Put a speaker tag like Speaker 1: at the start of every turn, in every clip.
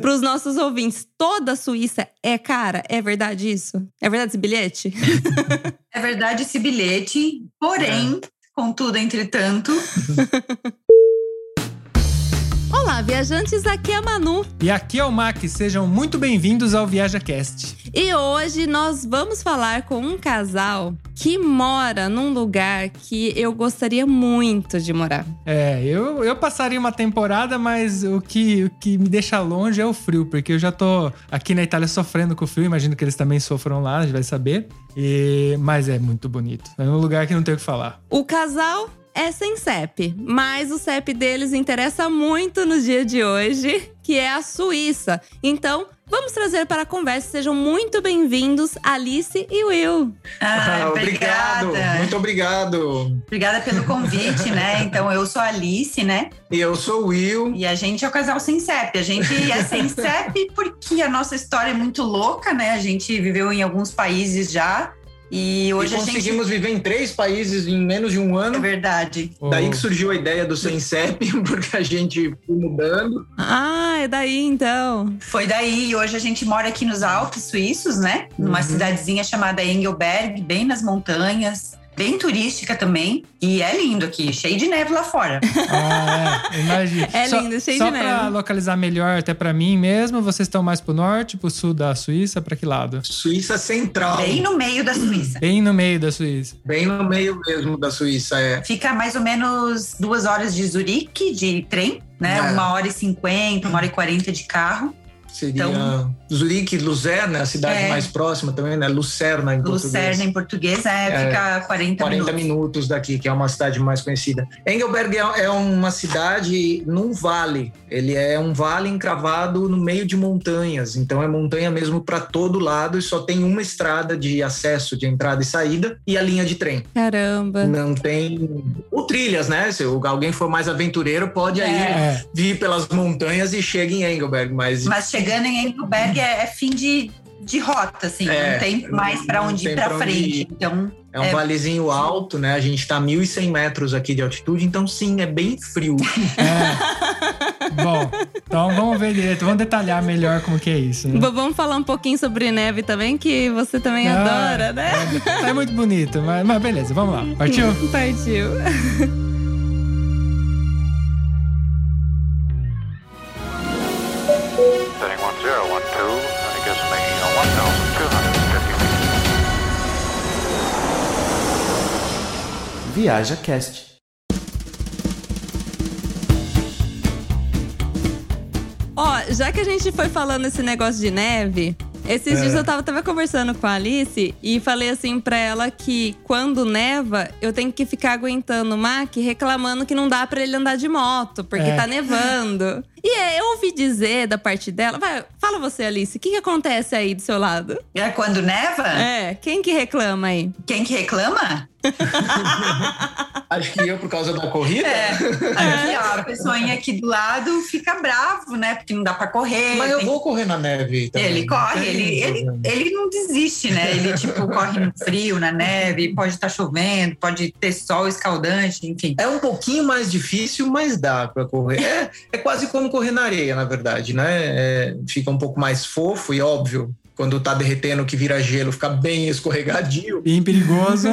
Speaker 1: Para os nossos ouvintes, toda a Suíça é cara? É verdade isso? É verdade esse bilhete?
Speaker 2: É verdade esse bilhete, porém, contudo, entretanto,
Speaker 1: Olá, viajantes, aqui é a Manu.
Speaker 3: E aqui é o Mac, sejam muito bem-vindos ao ViajaCast.
Speaker 1: E hoje nós vamos falar com um casal que mora num lugar que eu gostaria muito de morar.
Speaker 3: É, eu, eu passaria uma temporada, mas o que, o que me deixa longe é o frio, porque eu já tô aqui na Itália sofrendo com o frio, imagino que eles também sofram lá, a gente vai saber. E, mas é muito bonito. É um lugar que não tem o que falar.
Speaker 1: O casal é sem CEP, mas o CEP deles interessa muito no dia de hoje, que é a Suíça. Então, vamos trazer para a conversa. Sejam muito bem-vindos, Alice e Will.
Speaker 2: ah,
Speaker 4: obrigado,
Speaker 2: obrigada.
Speaker 4: muito obrigado.
Speaker 2: Obrigada pelo convite, né? Então, eu sou a Alice, né?
Speaker 4: E eu sou o Will.
Speaker 2: E a gente é o casal sem CEP. A gente é sem CEP porque a nossa história é muito louca, né? A gente viveu em alguns países já. E hoje
Speaker 4: e
Speaker 2: a gente.
Speaker 4: conseguimos viver em três países em menos de um
Speaker 2: É
Speaker 4: ano.
Speaker 2: verdade.
Speaker 3: Oh.
Speaker 4: Daí que surgiu a ideia do Sem CEP, porque a gente foi mudando.
Speaker 1: Ah, é daí então.
Speaker 2: Foi daí. E hoje a gente mora aqui nos Alpes suíços, né? Numa
Speaker 3: Uhum.
Speaker 2: cidadezinha chamada Engelberg, bem nas montanhas. Bem turística também. E é lindo aqui, cheio de neve lá fora.
Speaker 3: Ah, é, imagina.
Speaker 1: É
Speaker 3: Só-
Speaker 1: lindo, cheio
Speaker 3: Só
Speaker 1: de
Speaker 3: pra
Speaker 1: neve.
Speaker 3: localizar melhor, até pra mim mesmo, vocês estão mais pro norte, pro sul da Suíça, pra que lado?
Speaker 4: Suíça Central,
Speaker 2: Bem
Speaker 4: bem no...
Speaker 2: no meio da Suíça.
Speaker 3: Bem no meio da Suíça.
Speaker 4: meio mesmo da Suíça. É.
Speaker 2: Fica mais ou menos duas horas de Zurique de trem, né?
Speaker 4: É.
Speaker 2: Uma hora e cinquenta, uma hora e quarenta de carro.
Speaker 4: Seria
Speaker 2: Então-
Speaker 4: Zurique, Luzerna, a cidade
Speaker 2: É.
Speaker 4: mais próxima também, né? Lucerna em português.
Speaker 2: Lucerna em português é,
Speaker 4: É,
Speaker 2: fica 40,
Speaker 4: 40
Speaker 2: minutos.
Speaker 4: minutos daqui, que é uma cidade mais conhecida. Engelberg é é uma cidade num vale. Ele é um vale encravado no meio de montanhas. Então é montanha mesmo para todo lado e só tem uma estrada de acesso, de entrada e saída e a linha de trem.
Speaker 1: Caramba.
Speaker 4: Não tem ou trilhas, né? Se alguém for mais aventureiro pode aí
Speaker 3: É.
Speaker 4: vir pelas montanhas e chega em Engelberg, mas
Speaker 2: Mas chegando em Engelberg é, é fim de, de rota, assim.
Speaker 4: É,
Speaker 2: não tem mais pra
Speaker 4: não
Speaker 2: onde ir
Speaker 4: tem
Speaker 2: pra
Speaker 4: pra onde
Speaker 2: frente.
Speaker 4: ir.
Speaker 2: Então,
Speaker 4: é um
Speaker 2: é.
Speaker 4: valezinho alto, né? A gente tá a 1.100 metros aqui de altitude, então sim, é bem frio.
Speaker 3: É. Bom, então vamos ver direito, vamos detalhar melhor como que é isso. Né?
Speaker 1: Bo- Vamos falar um pouquinho sobre neve também, que você também
Speaker 3: Ah,
Speaker 1: adora, né?
Speaker 3: É, é muito bonito, mas, mas beleza, vamos lá. Partiu?
Speaker 1: Partiu.
Speaker 5: Setting 1012, and it gives me uh, 1,250 feet.
Speaker 6: Viaja Cast.
Speaker 1: Ó, já que a gente foi falando esse negócio de neve,
Speaker 3: É.
Speaker 1: esses dias eu tava, tava conversando com a Alice e falei assim pra ela que quando neva, eu tenho que ficar aguentando o Mac reclamando que não dá pra ele andar de moto, porque
Speaker 3: É.
Speaker 1: tá nevando. E é, eu ouvi dizer da parte dela. Vai, fala você, Alice, o que, que acontece aí do seu lado?
Speaker 2: é quando neva,
Speaker 1: É, quem que reclama aí?
Speaker 2: quem que reclama?
Speaker 4: Acho que eu por causa da corrida.
Speaker 2: É. Aqui, ó, a pessoinha aqui do lado fica bravo, né? Porque não dá pra correr.
Speaker 4: Mas eu
Speaker 2: tem
Speaker 4: vou correr na neve também. É
Speaker 2: Ele
Speaker 4: Não
Speaker 2: corre,
Speaker 4: tem
Speaker 2: ele, ele,
Speaker 4: problema.
Speaker 2: ele não desiste, né? Ele, tipo, corre no frio, na neve, pode estar chovendo, pode ter sol escaldante, enfim.
Speaker 4: É um pouquinho mais difícil, mas dá para correr. É, é quase como correr na areia, na verdade, né? É, fica um pouco mais fofo e óbvio. Quando tá derretendo, que vira gelo, fica bem escorregadio.
Speaker 3: Bem perigoso.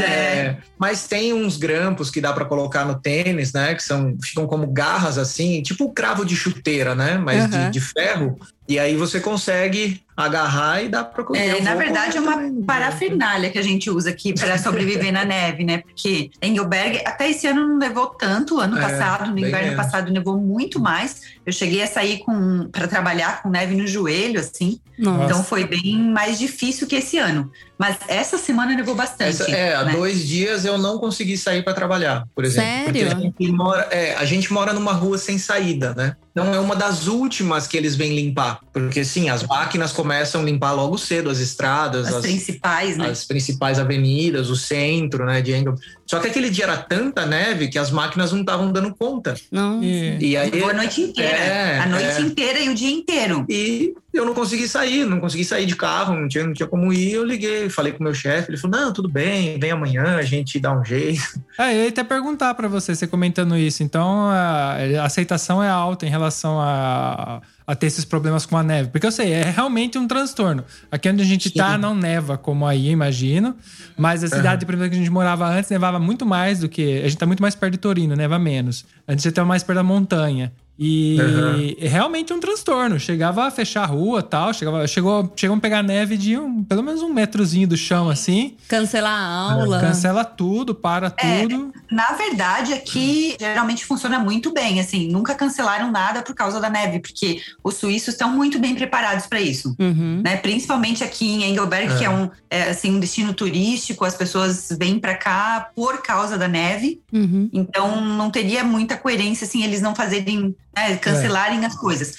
Speaker 4: É, mas tem uns grampos que dá para colocar no tênis, né? Que são, ficam como garras assim, tipo cravo de chuteira, né? Mas
Speaker 1: Aham.
Speaker 4: de, de ferro. E aí você consegue agarrar e dá para correr.
Speaker 2: É,
Speaker 4: Eu
Speaker 2: na
Speaker 4: vou
Speaker 2: verdade, é uma
Speaker 4: correr também. né?
Speaker 2: parafernália que a gente usa aqui para sobreviver na neve, né? Porque Engelberg, até esse ano não nevou tanto, ano
Speaker 4: É,
Speaker 2: passado, no
Speaker 4: bem
Speaker 2: inverno
Speaker 4: menos.
Speaker 2: passado nevou muito mais. Eu cheguei a sair com para trabalhar com neve no joelho, assim.
Speaker 1: Nossa.
Speaker 2: Então foi bem mais difícil que esse ano. Mas essa semana nevou bastante.
Speaker 4: Essa- é, há
Speaker 2: né?
Speaker 4: dois dias eu não consegui sair para trabalhar, por exemplo.
Speaker 1: Sério?
Speaker 4: Porque a gente, mora, é, a gente mora numa rua sem saída, né? Então é uma das últimas que eles vêm limpar. Porque sim, as máquinas começam a limpar logo cedo as estradas,
Speaker 2: As
Speaker 4: as,
Speaker 2: principais, né?
Speaker 4: as principais avenidas, o centro, né, de Engel. Só que aquele dia era tanta neve que as máquinas não estavam dando conta.
Speaker 1: Não.
Speaker 3: E-
Speaker 4: E aí...
Speaker 2: Boa noite inteira.
Speaker 4: É,
Speaker 2: a noite
Speaker 4: é.
Speaker 2: inteira e o dia inteiro.
Speaker 4: E eu não consegui sair, não consegui sair de carro, não tinha, não tinha como ir. Eu liguei, falei com o meu chefe, ele falou: não, tudo bem, vem amanhã, a gente dá um jeito.
Speaker 3: É, eu ia até perguntar pra você, você comentando isso. Então, a a aceitação é alta em relação a, a ter esses problemas com a neve. Porque eu sei, é realmente um transtorno. Aqui onde a gente
Speaker 4: Sim.
Speaker 3: tá, não neva como aí, imagino. Mas a cidade, por exemplo, que a gente morava antes, nevava muito mais do que. A gente tá muito mais perto de Torino, neva menos. Antes você tava mais perto da montanha. E
Speaker 4: Aham.
Speaker 3: é realmente um transtorno. Chegava a fechar a rua tal, chegava, chegou, chegou a pegar neve de um, pelo menos um metrozinho do chão, assim.
Speaker 1: Cancelar a aula.
Speaker 3: Cancela tudo, para
Speaker 4: É,
Speaker 3: tudo.
Speaker 2: Na verdade, aqui geralmente funciona muito bem, assim, nunca cancelaram nada por causa da neve, porque os suíços estão muito bem preparados para isso.
Speaker 1: Uhum.
Speaker 2: Né? Principalmente aqui em Engelberg,
Speaker 4: É.
Speaker 2: que é um, é, assim, um destino turístico, as pessoas vêm para cá por causa da neve,
Speaker 1: Uhum.
Speaker 2: então não teria muita coerência assim, eles não fazerem, né, cancelarem
Speaker 4: É.
Speaker 2: as coisas.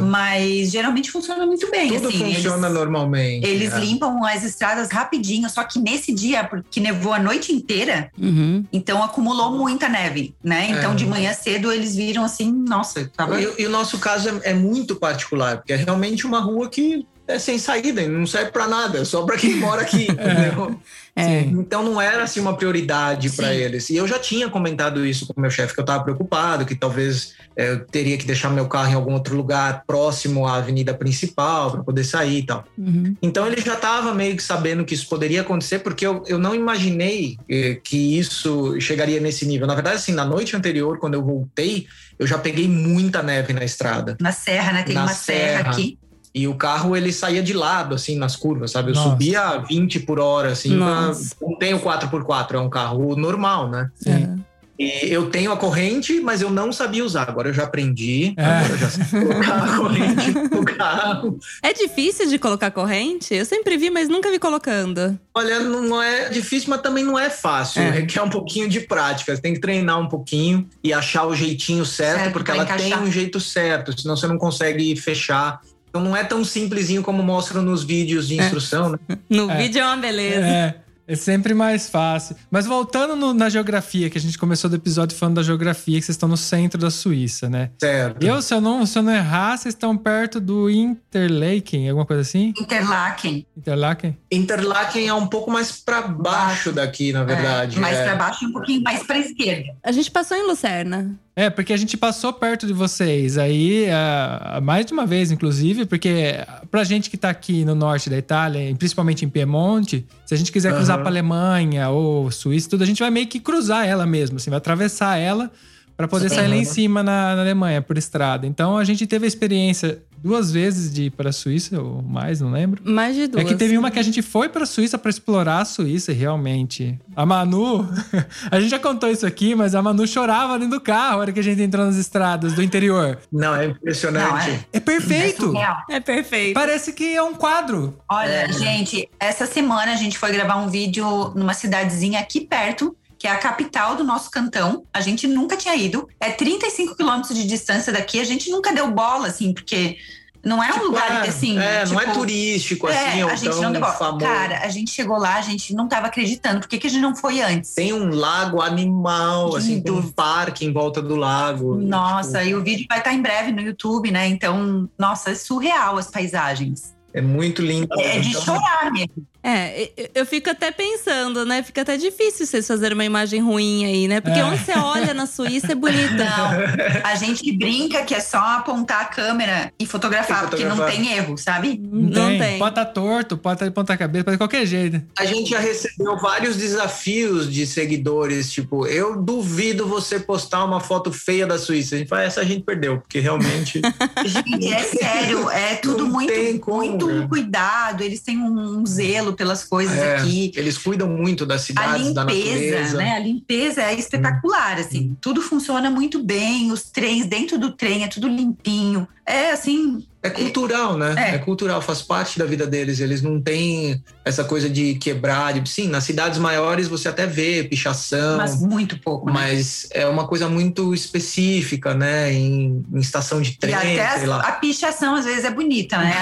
Speaker 2: Mas geralmente funciona muito bem.
Speaker 4: Tudo
Speaker 2: assim,
Speaker 4: funciona
Speaker 2: eles...
Speaker 4: normalmente.
Speaker 2: Eles
Speaker 4: é.
Speaker 2: limpam as estradas rapidinho, só que nesse dia, porque nevou a noite inteira,
Speaker 1: Uhum.
Speaker 2: então acumulou muita neve, né? Então
Speaker 4: É.
Speaker 2: de manhã cedo eles viram assim, nossa, tava.
Speaker 4: E, e o nosso caso é, é muito particular, porque é realmente uma rua que é sem saída, e não serve para nada, é só para quem mora aqui. entendeu?
Speaker 1: É.
Speaker 3: Sim.
Speaker 4: Então não era assim uma prioridade para
Speaker 2: Sim.
Speaker 4: eles. E eu já tinha comentado isso com o meu chefe, que eu estava preocupado, que talvez eh, eu teria que deixar meu carro em algum outro lugar próximo à avenida principal para poder sair e tal.
Speaker 1: Uhum.
Speaker 4: Então ele já estava meio que sabendo que isso poderia acontecer, porque eu, eu não imaginei eh, que isso chegaria nesse nível. Na verdade, assim, na noite anterior, quando eu voltei, eu já peguei muita neve na estrada.
Speaker 2: Na serra, né? Tem
Speaker 4: Na
Speaker 2: uma serra,
Speaker 4: serra.
Speaker 2: aqui.
Speaker 4: E o carro ele saía de lado, assim, nas curvas, sabe? Eu
Speaker 3: Nossa.
Speaker 4: subia a 20 por hora, assim. na-
Speaker 1: Nossa.
Speaker 4: Não tenho 4x4, é um carro normal, né?
Speaker 3: Sim.
Speaker 4: E eu tenho a corrente, mas eu não sabia usar. Agora eu já aprendi,
Speaker 3: É.
Speaker 4: agora eu já sei colocar a corrente no carro.
Speaker 1: É difícil de colocar corrente? Eu sempre vi, mas nunca vi colocando.
Speaker 4: Olha, não é difícil, mas também não é fácil.
Speaker 1: É.
Speaker 4: Requer um pouquinho de prática. Você tem que treinar um pouquinho e achar o jeitinho certo,
Speaker 2: Certo,
Speaker 4: porque
Speaker 2: pra
Speaker 4: ela
Speaker 2: encaixar.
Speaker 4: tem um jeito certo, senão você não consegue fechar. Então não é tão simplesinho como mostram nos vídeos
Speaker 2: É.
Speaker 4: de instrução, né?
Speaker 1: No
Speaker 3: É.
Speaker 1: vídeo é uma beleza.
Speaker 3: É, é sempre mais fácil. Mas voltando no- na geografia, que a gente começou do episódio falando da geografia, que vocês estão no centro da Suíça, né?
Speaker 4: Certo.
Speaker 3: Eu, se eu não, se eu não errar, vocês estão perto do Interlaken, alguma coisa assim?
Speaker 2: Interlaken.
Speaker 3: Interlaken?
Speaker 4: Interlaken é um pouco mais para baixo daqui, na verdade.
Speaker 2: É, mais
Speaker 4: é.
Speaker 2: para baixo e um pouquinho mais para esquerda.
Speaker 1: A gente passou em Lucerna.
Speaker 3: É, porque a gente passou perto de vocês aí, ah, mais de uma vez, inclusive, porque pra gente que tá aqui no norte da Itália, e principalmente em Piemonte, se a gente quiser cruzar
Speaker 4: Aham.
Speaker 3: pra Alemanha ou Suíça, tudo, a gente vai meio que cruzar ela mesmo, assim, vai atravessar ela pra poder
Speaker 4: Sim.
Speaker 3: sair lá em
Speaker 4: Aham.
Speaker 3: cima na, na Alemanha, por estrada. Então a gente teve a experiência duas vezes de ir pra Suíça, ou mais, não lembro.
Speaker 1: Mais de duas.
Speaker 3: É que teve uma que a gente foi pra Suíça pra explorar a Suíça, realmente. A Manu, a gente já contou isso aqui, mas a Manu chorava dentro do carro a hora que a gente entrou nas estradas do interior.
Speaker 4: Não, é impressionante.
Speaker 2: Não, é.
Speaker 3: É perfeito!
Speaker 2: Surreal.
Speaker 1: É perfeito.
Speaker 3: Parece que é um quadro.
Speaker 2: Olha,
Speaker 4: É.
Speaker 2: gente, essa semana a gente foi gravar um vídeo numa cidadezinha aqui perto, que é a capital do nosso cantão. A gente nunca tinha ido. É 35 quilômetros de distância daqui. A gente nunca deu bola, assim, porque não é um lugar que, assim.
Speaker 4: é, não é
Speaker 2: tipo,
Speaker 4: turístico,
Speaker 2: é,
Speaker 4: assim, ou
Speaker 2: a gente
Speaker 4: tão
Speaker 2: não deu bola.
Speaker 4: famoso.
Speaker 2: Cara, a gente chegou lá, a gente não tava acreditando. Por que, que a gente não foi antes?
Speaker 4: Tem um lago animal, assim, tem um
Speaker 2: Lindo.
Speaker 4: parque em volta do lago.
Speaker 2: Nossa, e o vídeo vai estar em breve no YouTube, né? Então, nossa, é surreal as paisagens.
Speaker 4: É muito lindo.
Speaker 2: É de
Speaker 4: Então,
Speaker 2: chorar mesmo.
Speaker 1: É, e- eu fico até pensando, né? Fica até difícil vocês fazerem uma imagem ruim aí, né? Porque
Speaker 3: É.
Speaker 1: onde você olha na Suíça é bonita.
Speaker 2: Não, Então, a gente brinca que é só apontar a câmera e fotografar,
Speaker 4: E
Speaker 2: porque não
Speaker 4: fotografar.
Speaker 2: tem erro, sabe?
Speaker 1: Não tem.
Speaker 3: Pode estar torto, pode estar de ponta cabeça, pode de qualquer jeito.
Speaker 4: A gente já recebeu vários desafios de seguidores, tipo, eu duvido você postar uma foto feia da Suíça. A gente fala, essa a gente perdeu, porque realmente.
Speaker 2: Gente, é sério, é tudo
Speaker 4: Não
Speaker 2: muito,
Speaker 4: tem como,
Speaker 2: muito
Speaker 4: cara.
Speaker 2: cuidado. Eles têm um, um zelo pelas coisas
Speaker 4: É.
Speaker 2: aqui.
Speaker 4: eles cuidam muito das
Speaker 2: A
Speaker 4: cidades, da
Speaker 2: limpeza,
Speaker 4: natureza. Hum.
Speaker 2: né? A limpeza é espetacular, assim. Tudo funciona muito bem, os trens, dentro do trem é tudo limpinho. É, assim,
Speaker 4: É cultural, né?
Speaker 2: É.
Speaker 4: É. cultural, faz parte da vida deles. Eles não têm essa coisa de quebrar. De... Sim, nas cidades maiores você até vê pichação.
Speaker 2: mas muito pouco, né?
Speaker 4: Mas é uma coisa muito específica, né? Em, em estação de
Speaker 2: E
Speaker 4: trem,
Speaker 2: até as-
Speaker 4: sei lá.
Speaker 2: a pichação, às vezes, é bonita, né?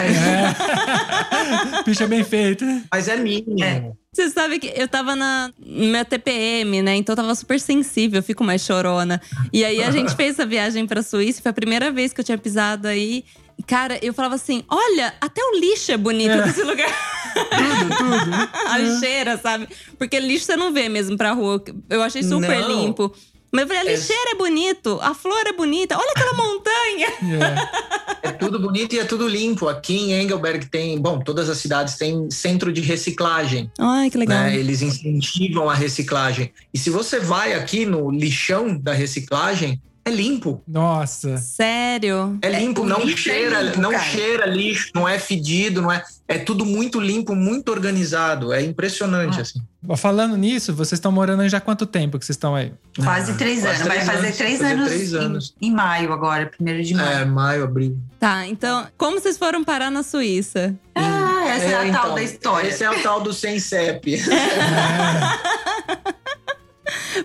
Speaker 3: É. Bicho é bem feito.
Speaker 4: Mas é mínimo.
Speaker 2: É.
Speaker 1: Você sabe que eu tava na minha TPM, né? Então eu tava super sensível, eu fico mais chorona. E aí a gente fez essa viagem pra Suíça, foi a primeira vez que eu tinha pisado aí. E, Cara, eu falava assim: olha, até o lixo é bonito desse lugar.
Speaker 3: Tudo, tudo.
Speaker 1: a cheira, sabe? Porque lixo você não vê mesmo pra rua. Eu achei super
Speaker 4: Não.
Speaker 1: limpo. Mas eu falei, a lixeira é bonito, a flor é bonita, olha aquela montanha.
Speaker 3: É.
Speaker 4: É tudo bonito e é tudo limpo. Aqui em Engelberg tem, bom, todas as cidades têm centro de reciclagem.
Speaker 1: Ai, que legal.
Speaker 4: né? Eles incentivam a reciclagem. E se você vai aqui no lixão da reciclagem, é limpo.
Speaker 3: Nossa.
Speaker 1: Sério?
Speaker 4: É limpo,
Speaker 2: o
Speaker 4: não
Speaker 2: lixo é
Speaker 4: cheira,
Speaker 2: limpo,
Speaker 4: não
Speaker 2: cara.
Speaker 4: cheira lixo, não é fedido, não é. É tudo muito limpo, muito organizado. É
Speaker 2: Ah.
Speaker 4: impressionante, assim.
Speaker 3: Bom, Falando nisso, vocês estão morando aí já há quanto tempo que vocês estão aí?
Speaker 2: Quase três
Speaker 4: É, Quase
Speaker 2: anos.
Speaker 4: três
Speaker 2: Vai fazer
Speaker 4: anos,
Speaker 2: três
Speaker 4: fazer
Speaker 2: anos,
Speaker 4: três
Speaker 2: em-
Speaker 4: anos.
Speaker 2: Em, maio agora, primeiro de maio.
Speaker 4: É, maio, abril.
Speaker 1: Tá, então, como vocês foram parar na Suíça?
Speaker 2: Ah, essa é, a
Speaker 4: então,
Speaker 2: tal da história.
Speaker 4: Esse é o tal do sem CEP.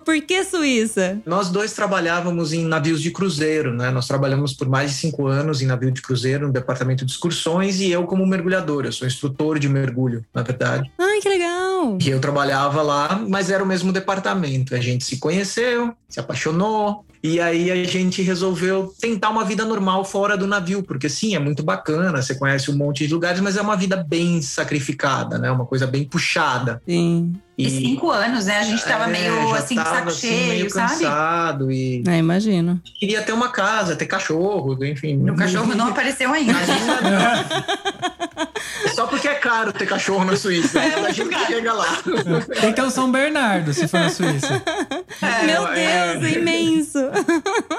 Speaker 1: Por que Suíça?
Speaker 4: Nós dois trabalhávamos em navios de cruzeiro, né? Nós trabalhamos por mais de cinco anos em navio de cruzeiro, no departamento de excursões, e eu como mergulhador, eu sou instrutor de mergulho, na verdade.
Speaker 1: Ai, que legal.
Speaker 4: E eu trabalhava lá, mas era o mesmo departamento. A gente se conheceu, se apaixonou, e aí a gente resolveu tentar uma vida normal fora do navio, porque sim, é muito bacana, você conhece um monte de lugares, mas é uma vida bem sacrificada, né? Uma coisa bem puxada.
Speaker 1: Sim,
Speaker 2: E cinco anos, né? A gente tava
Speaker 4: É,
Speaker 2: meio
Speaker 4: já
Speaker 2: assim, de
Speaker 4: tava,
Speaker 2: saco
Speaker 4: assim,
Speaker 2: cheio,
Speaker 4: meio
Speaker 2: sabe?
Speaker 4: cansado e
Speaker 1: é, imagino.
Speaker 4: queria ter uma casa, ter cachorro, enfim.
Speaker 2: O cachorro não apareceu ainda.
Speaker 4: Só porque é caro ter cachorro na Suíça.
Speaker 2: É,
Speaker 4: A gente chega lá.
Speaker 3: Tem que ter o Então São Bernardo, se for na Suíça.
Speaker 1: Meu
Speaker 4: é.
Speaker 1: Deus, é imenso.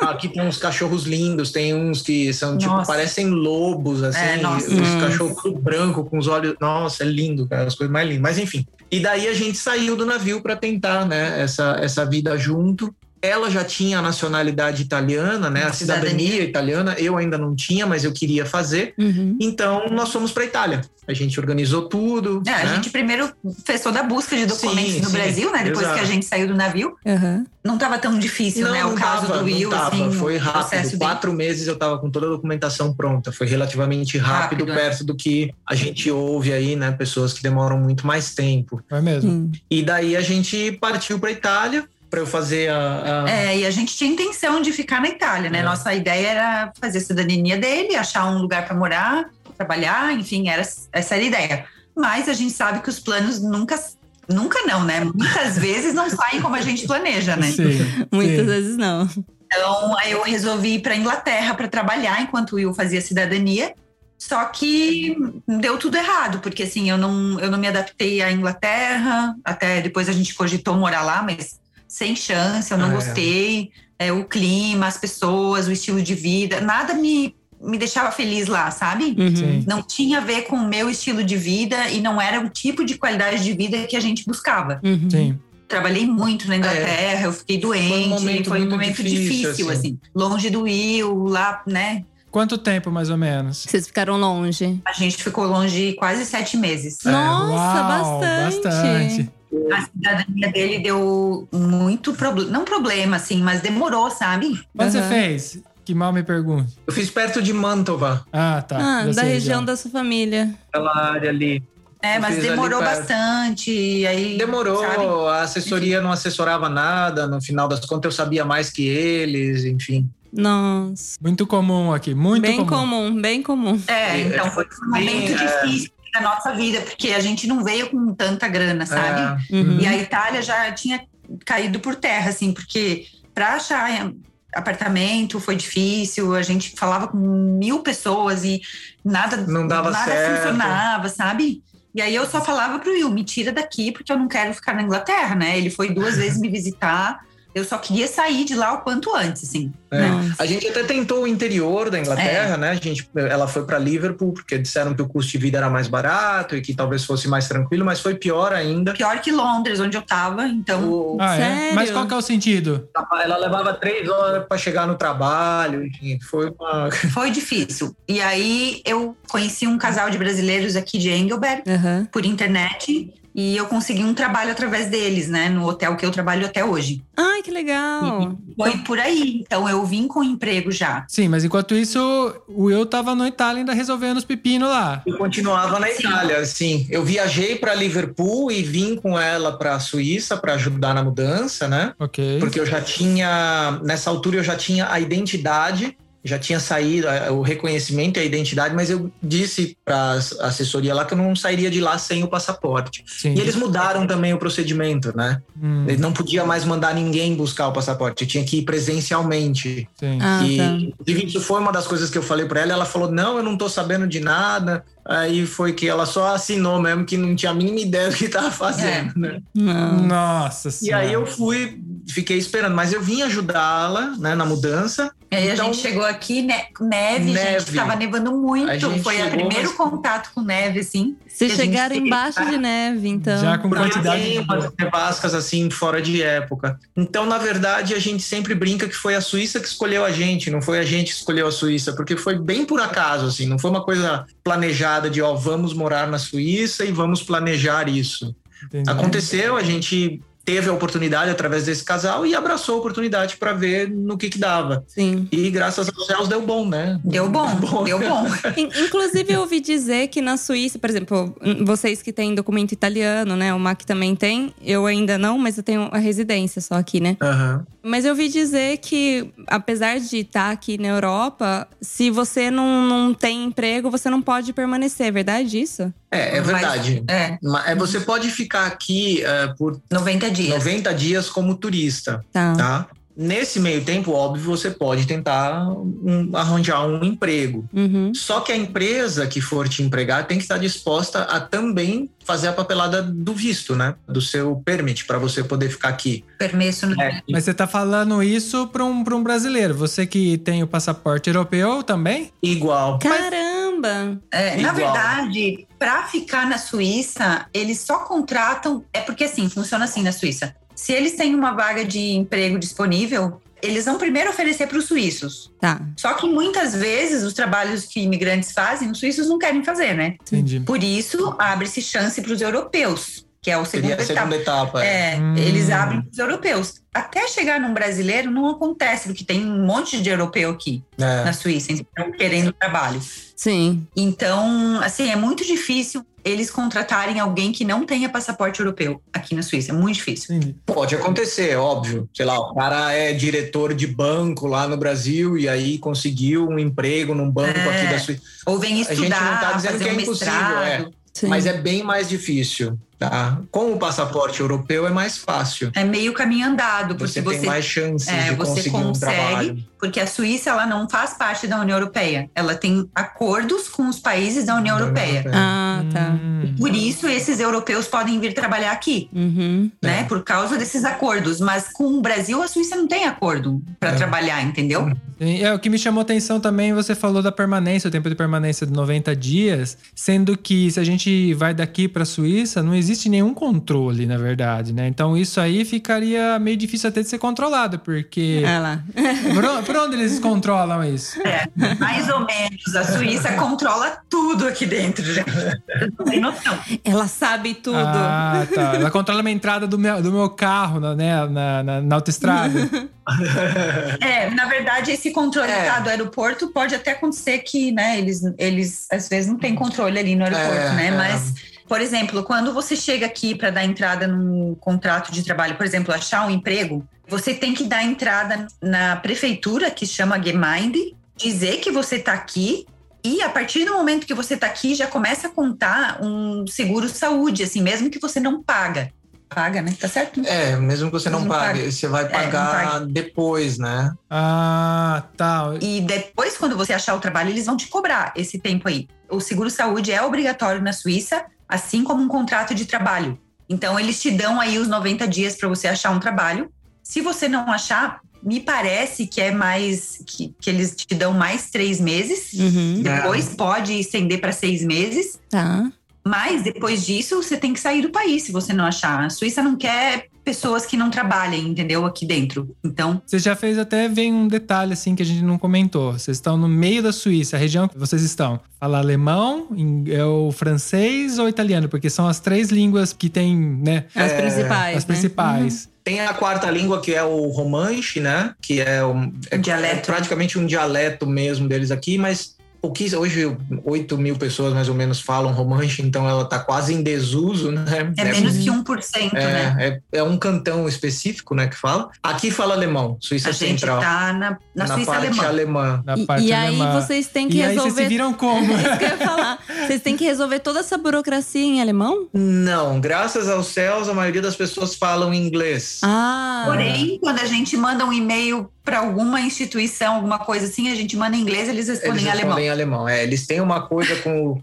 Speaker 4: Aqui tem uns cachorros lindos, tem uns que são tipo,
Speaker 2: Nossa.
Speaker 4: parecem lobos, assim.
Speaker 2: É, nossa.
Speaker 4: Os
Speaker 1: Hum.
Speaker 4: cachorros tudo branco, com os olhos. Nossa, é lindo, cara, as coisas mais lindas. Mas enfim. E daí a gente saiu do navio para tentar, né, essa, essa vida junto. Ela já tinha a nacionalidade italiana, né, a
Speaker 2: Cidadania.
Speaker 4: cidadania italiana. Eu ainda não tinha, mas eu queria fazer.
Speaker 1: Uhum.
Speaker 4: Então, nós fomos para Itália. A gente organizou tudo.
Speaker 2: É, a
Speaker 4: né?
Speaker 2: gente primeiro fez toda a busca de documentos
Speaker 4: Sim,
Speaker 2: no
Speaker 4: sim,
Speaker 2: Brasil, né? Depois
Speaker 4: exato.
Speaker 2: que a gente saiu do navio.
Speaker 1: aham.
Speaker 2: Não tava tão difícil, né? O caso
Speaker 4: tava,
Speaker 2: do
Speaker 4: não
Speaker 2: Will,
Speaker 4: tava.
Speaker 2: assim.
Speaker 4: foi
Speaker 2: o processo
Speaker 4: rápido.
Speaker 2: dele.
Speaker 4: Quatro meses eu estava com toda a documentação pronta. Foi relativamente rápido,
Speaker 2: Rápido, é.
Speaker 4: perto do que a gente ouve aí, né? Pessoas que demoram muito mais tempo.
Speaker 3: Não é mesmo?
Speaker 1: Hum.
Speaker 4: E daí a gente partiu para Itália para eu fazer a, a-
Speaker 2: É, e a gente tinha intenção de ficar na Itália, né?
Speaker 4: É.
Speaker 2: Nossa ideia era fazer a cidadania dele, achar um lugar para morar, trabalhar, enfim, era essa era a ideia. Mas a gente sabe que os planos nunca, nunca não, né? Muitas vezes não saem como a gente planeja, né?
Speaker 3: Sim.
Speaker 1: Muitas
Speaker 3: sim.
Speaker 1: vezes não.
Speaker 2: Então, aí eu resolvi ir para Inglaterra para trabalhar enquanto o Will fazia cidadania. Só que deu tudo errado, porque assim, eu não, eu não me adaptei à Inglaterra. Até depois a gente cogitou morar lá, mas sem chance, eu não
Speaker 4: É.
Speaker 2: gostei. É, o clima, as pessoas, o estilo de vida, nada me, me deixava feliz lá, sabe?
Speaker 1: Uhum.
Speaker 3: Sim.
Speaker 2: Não tinha a ver com o meu estilo de vida e não era o tipo de qualidade de vida que a gente buscava.
Speaker 1: Uhum.
Speaker 3: Sim.
Speaker 2: Trabalhei muito
Speaker 4: É.
Speaker 2: na Inglaterra, eu fiquei doente, foi um momento,
Speaker 4: muito
Speaker 2: difícil,
Speaker 4: difícil,
Speaker 2: assim.
Speaker 4: assim.
Speaker 2: Longe do Will, lá, né?
Speaker 3: Quanto tempo, mais ou menos?
Speaker 1: Vocês ficaram longe.
Speaker 2: A gente ficou longe quase sete meses.
Speaker 4: É,
Speaker 1: Nossa,
Speaker 3: Uau,
Speaker 1: bastante.
Speaker 3: bastante.
Speaker 2: A cidadania dele deu muito problema, não problema, assim, mas demorou, sabe?
Speaker 3: Quanto
Speaker 1: Aham.
Speaker 3: você fez? Que mal me pergunte.
Speaker 4: Eu fiz perto de Mantova,
Speaker 3: Ah, tá.
Speaker 1: Ah, da
Speaker 3: Dessa
Speaker 1: região da sua família.
Speaker 4: aquela área ali.
Speaker 2: É,
Speaker 4: Eu
Speaker 2: mas
Speaker 4: fiz ali
Speaker 2: demorou
Speaker 4: perto.
Speaker 2: bastante, e aí...
Speaker 4: Demorou,
Speaker 2: sabe?
Speaker 4: a assessoria não assessorava nada, no final das contas eu sabia mais que eles, enfim.
Speaker 1: Nossa.
Speaker 3: Muito comum aqui, muito
Speaker 1: bem
Speaker 3: comum.
Speaker 1: comum, bem comum.
Speaker 2: É,
Speaker 4: E-
Speaker 2: então foi um momento
Speaker 4: é.
Speaker 2: difícil da nossa vida, porque a gente não veio com tanta grana, sabe?
Speaker 4: É.
Speaker 1: Uhum.
Speaker 2: E a Itália já tinha caído por terra, assim, porque para achar apartamento foi difícil, a gente falava com mil pessoas e nada,
Speaker 4: Não dava
Speaker 2: nada
Speaker 4: certo.
Speaker 2: funcionava, sabe? E aí eu só falava pro Will, me tira daqui porque eu não quero ficar na Inglaterra, né? Ele foi duas vezes me visitar, eu só queria sair de lá o quanto antes, assim.
Speaker 4: É.
Speaker 1: Nossa.
Speaker 4: A gente até tentou o interior da Inglaterra, né? A gente, ela foi para Liverpool porque disseram que o custo de vida era mais barato e que talvez fosse mais tranquilo, mas foi pior ainda.
Speaker 2: Pior que Londres, onde eu tava, então
Speaker 4: O-
Speaker 3: Ah, é?
Speaker 1: Sério?
Speaker 3: Mas qual que é o sentido?
Speaker 4: Ela levava três horas para chegar no trabalho, enfim, foi uma.
Speaker 2: foi difícil. E aí eu conheci um casal de brasileiros aqui de Engelberg,
Speaker 1: Aham.
Speaker 2: por internet e eu consegui um trabalho através deles, né? No hotel que eu trabalho até hoje.
Speaker 1: Ai, que legal.
Speaker 2: Foi por aí. Então eu vim com emprego já.
Speaker 3: Sim, mas enquanto isso, o eu tava no Itália ainda resolvendo os pepinos lá.
Speaker 4: Eu continuava na
Speaker 2: Sim.
Speaker 4: Itália, sim. Eu viajei para Liverpool e vim com ela para a Suíça para ajudar na mudança, né?
Speaker 3: Ok.
Speaker 4: Porque eu já tinha, nessa altura eu já tinha a identidade, já tinha saído eh, o reconhecimento e a identidade, mas eu disse para a assessoria lá que eu não sairia de lá sem o passaporte.
Speaker 3: Sim.
Speaker 4: E eles mudaram também o procedimento, né?
Speaker 3: Hum,
Speaker 4: Ele não podia mais mandar ninguém buscar o passaporte, tinha que ir presencialmente.
Speaker 3: sim.
Speaker 1: Ah,
Speaker 4: E,
Speaker 1: tá.
Speaker 4: inclusive, isso foi uma das coisas que eu falei pra ela. Ela falou: Não, eu não tô sabendo de nada. Aí foi que ela só assinou mesmo, que não tinha a mínima ideia do que tava fazendo. né?
Speaker 1: Não.
Speaker 3: Uhum. Nossa
Speaker 4: E
Speaker 3: senhora.
Speaker 4: aí eu fui, fiquei esperando, mas eu vim ajudá-la né, na mudança.
Speaker 2: E aí a
Speaker 4: Então-
Speaker 2: gente chegou aqui, ne neve, gente,
Speaker 4: Neve.
Speaker 2: tava nevando
Speaker 4: A
Speaker 2: muito.
Speaker 4: gente
Speaker 2: Foi o
Speaker 4: chegou,
Speaker 2: primeiro
Speaker 4: mas-
Speaker 2: contato com neve, assim.
Speaker 1: Se
Speaker 2: Que a gente
Speaker 1: chegar
Speaker 2: tem,
Speaker 1: embaixo
Speaker 2: tá?
Speaker 1: de neve, então.
Speaker 3: Já com
Speaker 4: Porque
Speaker 3: quantidade.
Speaker 4: tem umas nevascas assim, fora de época. Então, na verdade, a gente sempre brinca que foi a Suíça que escolheu a gente, não foi a gente que escolheu a Suíça, porque foi bem por acaso, assim, não foi uma coisa planejada de, ó, vamos morar na Suíça e vamos planejar isso.
Speaker 3: Entendi.
Speaker 4: Aconteceu, a gente teve a oportunidade através desse casal e abraçou a oportunidade para ver no que que dava.
Speaker 1: Sim.
Speaker 4: E graças aos céus deu bom, né?
Speaker 2: Deu bom, deu bom.
Speaker 1: In- Inclusive, eu ouvi dizer que na Suíça, por exemplo, n- vocês que têm documento italiano, né? O Mac também tem. Eu ainda não, mas eu tenho a residência só aqui, né?
Speaker 4: Aham.
Speaker 1: Mas eu ouvi dizer que, apesar de estar aqui na Europa, se você não, não tem emprego, você não pode permanecer. É verdade isso?
Speaker 4: É, é
Speaker 2: Mas-
Speaker 4: verdade.
Speaker 2: É,
Speaker 4: Mas, é, você pode ficar aqui eh, por
Speaker 2: 90 dias.
Speaker 4: 90 dias como turista,
Speaker 1: Tá.
Speaker 4: tá? Nesse meio tempo, óbvio, você pode tentar um- arranjar um emprego.
Speaker 1: Uhum.
Speaker 4: Só que a empresa que for te empregar tem que estar disposta a também fazer a papelada do visto, né? Do seu permit, para você poder ficar aqui.
Speaker 2: Permesso, né?
Speaker 4: É,
Speaker 3: Mas você tá falando isso pra um, pra um brasileiro. Você que tem o passaporte europeu também?
Speaker 4: Igual.
Speaker 1: Caramba!
Speaker 2: É, na
Speaker 4: Igual.
Speaker 2: verdade, para ficar na Suíça, eles só contratam. É porque assim, funciona assim na Suíça. Se eles têm uma vaga de emprego disponível, eles vão primeiro oferecer para os suíços.
Speaker 1: Tá.
Speaker 2: Só que muitas vezes os trabalhos que imigrantes fazem, os suíços não querem fazer, né?
Speaker 3: Entendi.
Speaker 2: Por isso, abre-se chance para os europeus, que é o segundo
Speaker 4: Seria a segunda etapa. é.
Speaker 2: é,
Speaker 3: Hum.
Speaker 2: eles abrem para os europeus. Até chegar num brasileiro não acontece, porque tem um monte de europeu aqui
Speaker 4: É.
Speaker 2: na Suíça, então, querendo trabalho.
Speaker 1: Sim.
Speaker 2: Então, assim, é muito difícil eles contratarem alguém que não tenha passaporte europeu aqui na Suíça. É muito difícil.
Speaker 3: Entendi.
Speaker 4: Pode acontecer, óbvio. Sei lá, o cara é diretor de banco lá no Brasil e aí conseguiu um emprego num banco
Speaker 2: É.
Speaker 4: aqui da Suíça.
Speaker 2: Ou vem
Speaker 4: A gente não
Speaker 2: estudar,
Speaker 4: tá dizendo
Speaker 2: fazer
Speaker 4: que é
Speaker 2: um
Speaker 4: impossível,
Speaker 2: mestrado.
Speaker 1: Sim.
Speaker 4: Mas é bem mais difícil, tá? Com o passaporte europeu é mais fácil.
Speaker 2: É. meio caminho andado, porque
Speaker 4: Você,
Speaker 2: Tipo, você,
Speaker 4: tem mais chances
Speaker 2: é,
Speaker 4: de
Speaker 2: você
Speaker 4: conseguir um
Speaker 2: consegue.
Speaker 4: trabalho.
Speaker 2: porque a Suíça ela não faz parte da União Europeia. Ela tem acordos com os países da União Europeia.
Speaker 4: é-
Speaker 1: Ah, tá.
Speaker 3: Hum.
Speaker 2: Por isso esses europeus podem vir trabalhar aqui.
Speaker 1: Uhum.
Speaker 2: né? Por causa desses acordos. Mas com o Brasil, a Suíça não tem acordo para
Speaker 4: É.
Speaker 2: trabalhar, entendeu?
Speaker 3: Sim, É, o que me chamou atenção também, você falou da permanência, o tempo de permanência de 90 dias, sendo que se a gente vai daqui para a Suíça, não existe nenhum controle, na verdade, né? Então isso aí ficaria meio difícil até de ser controlado, porque
Speaker 1: Ah lá.
Speaker 3: por, on- por onde eles controlam isso?
Speaker 2: É. Mais ou menos. A Suíça controla tudo aqui dentro, gente. Vocês não têm noção.
Speaker 1: Ela sabe tudo.
Speaker 3: Ah, tá. Ela controla a entrada do meu, do meu carro, na- né? Na, na, na autoestrada.
Speaker 2: É, na verdade, esse controle
Speaker 4: É.
Speaker 2: tá, do aeroporto pode até acontecer que, né, eles, eles às vezes não têm controle ali no aeroporto,
Speaker 4: É,
Speaker 2: né?
Speaker 4: é.
Speaker 2: Mas, por exemplo, quando você chega aqui para dar entrada num contrato de trabalho, por exemplo, achar um emprego, você tem que dar entrada na prefeitura, que chama Gemind, dizer que você tá aqui. E a partir do momento que você tá aqui, já começa a contar um seguro saúde, assim, mesmo que você não paga. Paga, né? Tá certo?
Speaker 4: É, mesmo que você não,
Speaker 2: Não
Speaker 4: pague,
Speaker 2: paga.
Speaker 4: você vai
Speaker 2: É, não
Speaker 4: pagar depois, né?
Speaker 3: Ah, tá.
Speaker 2: E depois, quando você achar o trabalho, eles vão te cobrar esse tempo aí. O seguro-saúde é obrigatório na Suíça, assim como um contrato de trabalho. Então, eles te dão aí os 90 dias para você achar um trabalho. Se você não achar, me parece que é mais. que, que eles te dão mais três meses.
Speaker 1: Uhum.
Speaker 2: Depois pode estender para seis meses.
Speaker 1: Tá.
Speaker 2: Mas depois disso, você tem que sair do país se você não achar. A Suíça não quer pessoas que não trabalhem, entendeu? Aqui dentro. Então,
Speaker 3: Você já fez até vem um detalhe assim que a gente não comentou. Vocês estão no meio da Suíça, a região que vocês estão. Fala alemão, ing- é o francês ou italiano, porque são as três línguas que tem, né?
Speaker 1: As
Speaker 4: É,
Speaker 1: principais.
Speaker 3: As
Speaker 1: né?
Speaker 3: principais.
Speaker 4: Tem a quarta língua que é o romanche, né? Que é, um, é-
Speaker 2: Um dialeto.
Speaker 4: é praticamente um dialeto mesmo deles aqui, mas pouquíssimo- hoje 8 mil pessoas mais ou menos falam romanche, então ela tá quase em desuso, né?
Speaker 2: é menos que 1%, né?
Speaker 4: é, é- é um cantão específico, né, que fala. Aqui fala alemão, Suíça
Speaker 2: A gente
Speaker 4: Central,
Speaker 2: tá na, na, Suíça
Speaker 4: parte
Speaker 2: alemã.
Speaker 4: alemã. né?
Speaker 3: Na
Speaker 1: E-
Speaker 3: parte é
Speaker 1: E, aí
Speaker 3: alemã.
Speaker 1: vocês têm que
Speaker 3: e aí vocês se
Speaker 1: resolver.
Speaker 3: viram como?
Speaker 1: Isso que eu ia falar. Vocês têm que resolver toda essa burocracia em alemão?
Speaker 4: Não, graças aos céus, a maioria das pessoas falam inglês.
Speaker 1: Ah.
Speaker 2: Porém, quando a gente manda um e-mail para alguma instituição, alguma coisa assim, a gente manda em inglês, eles respondem
Speaker 4: Eles
Speaker 2: em alemão.
Speaker 4: respondem em alemão. É, eles têm uma coisa com o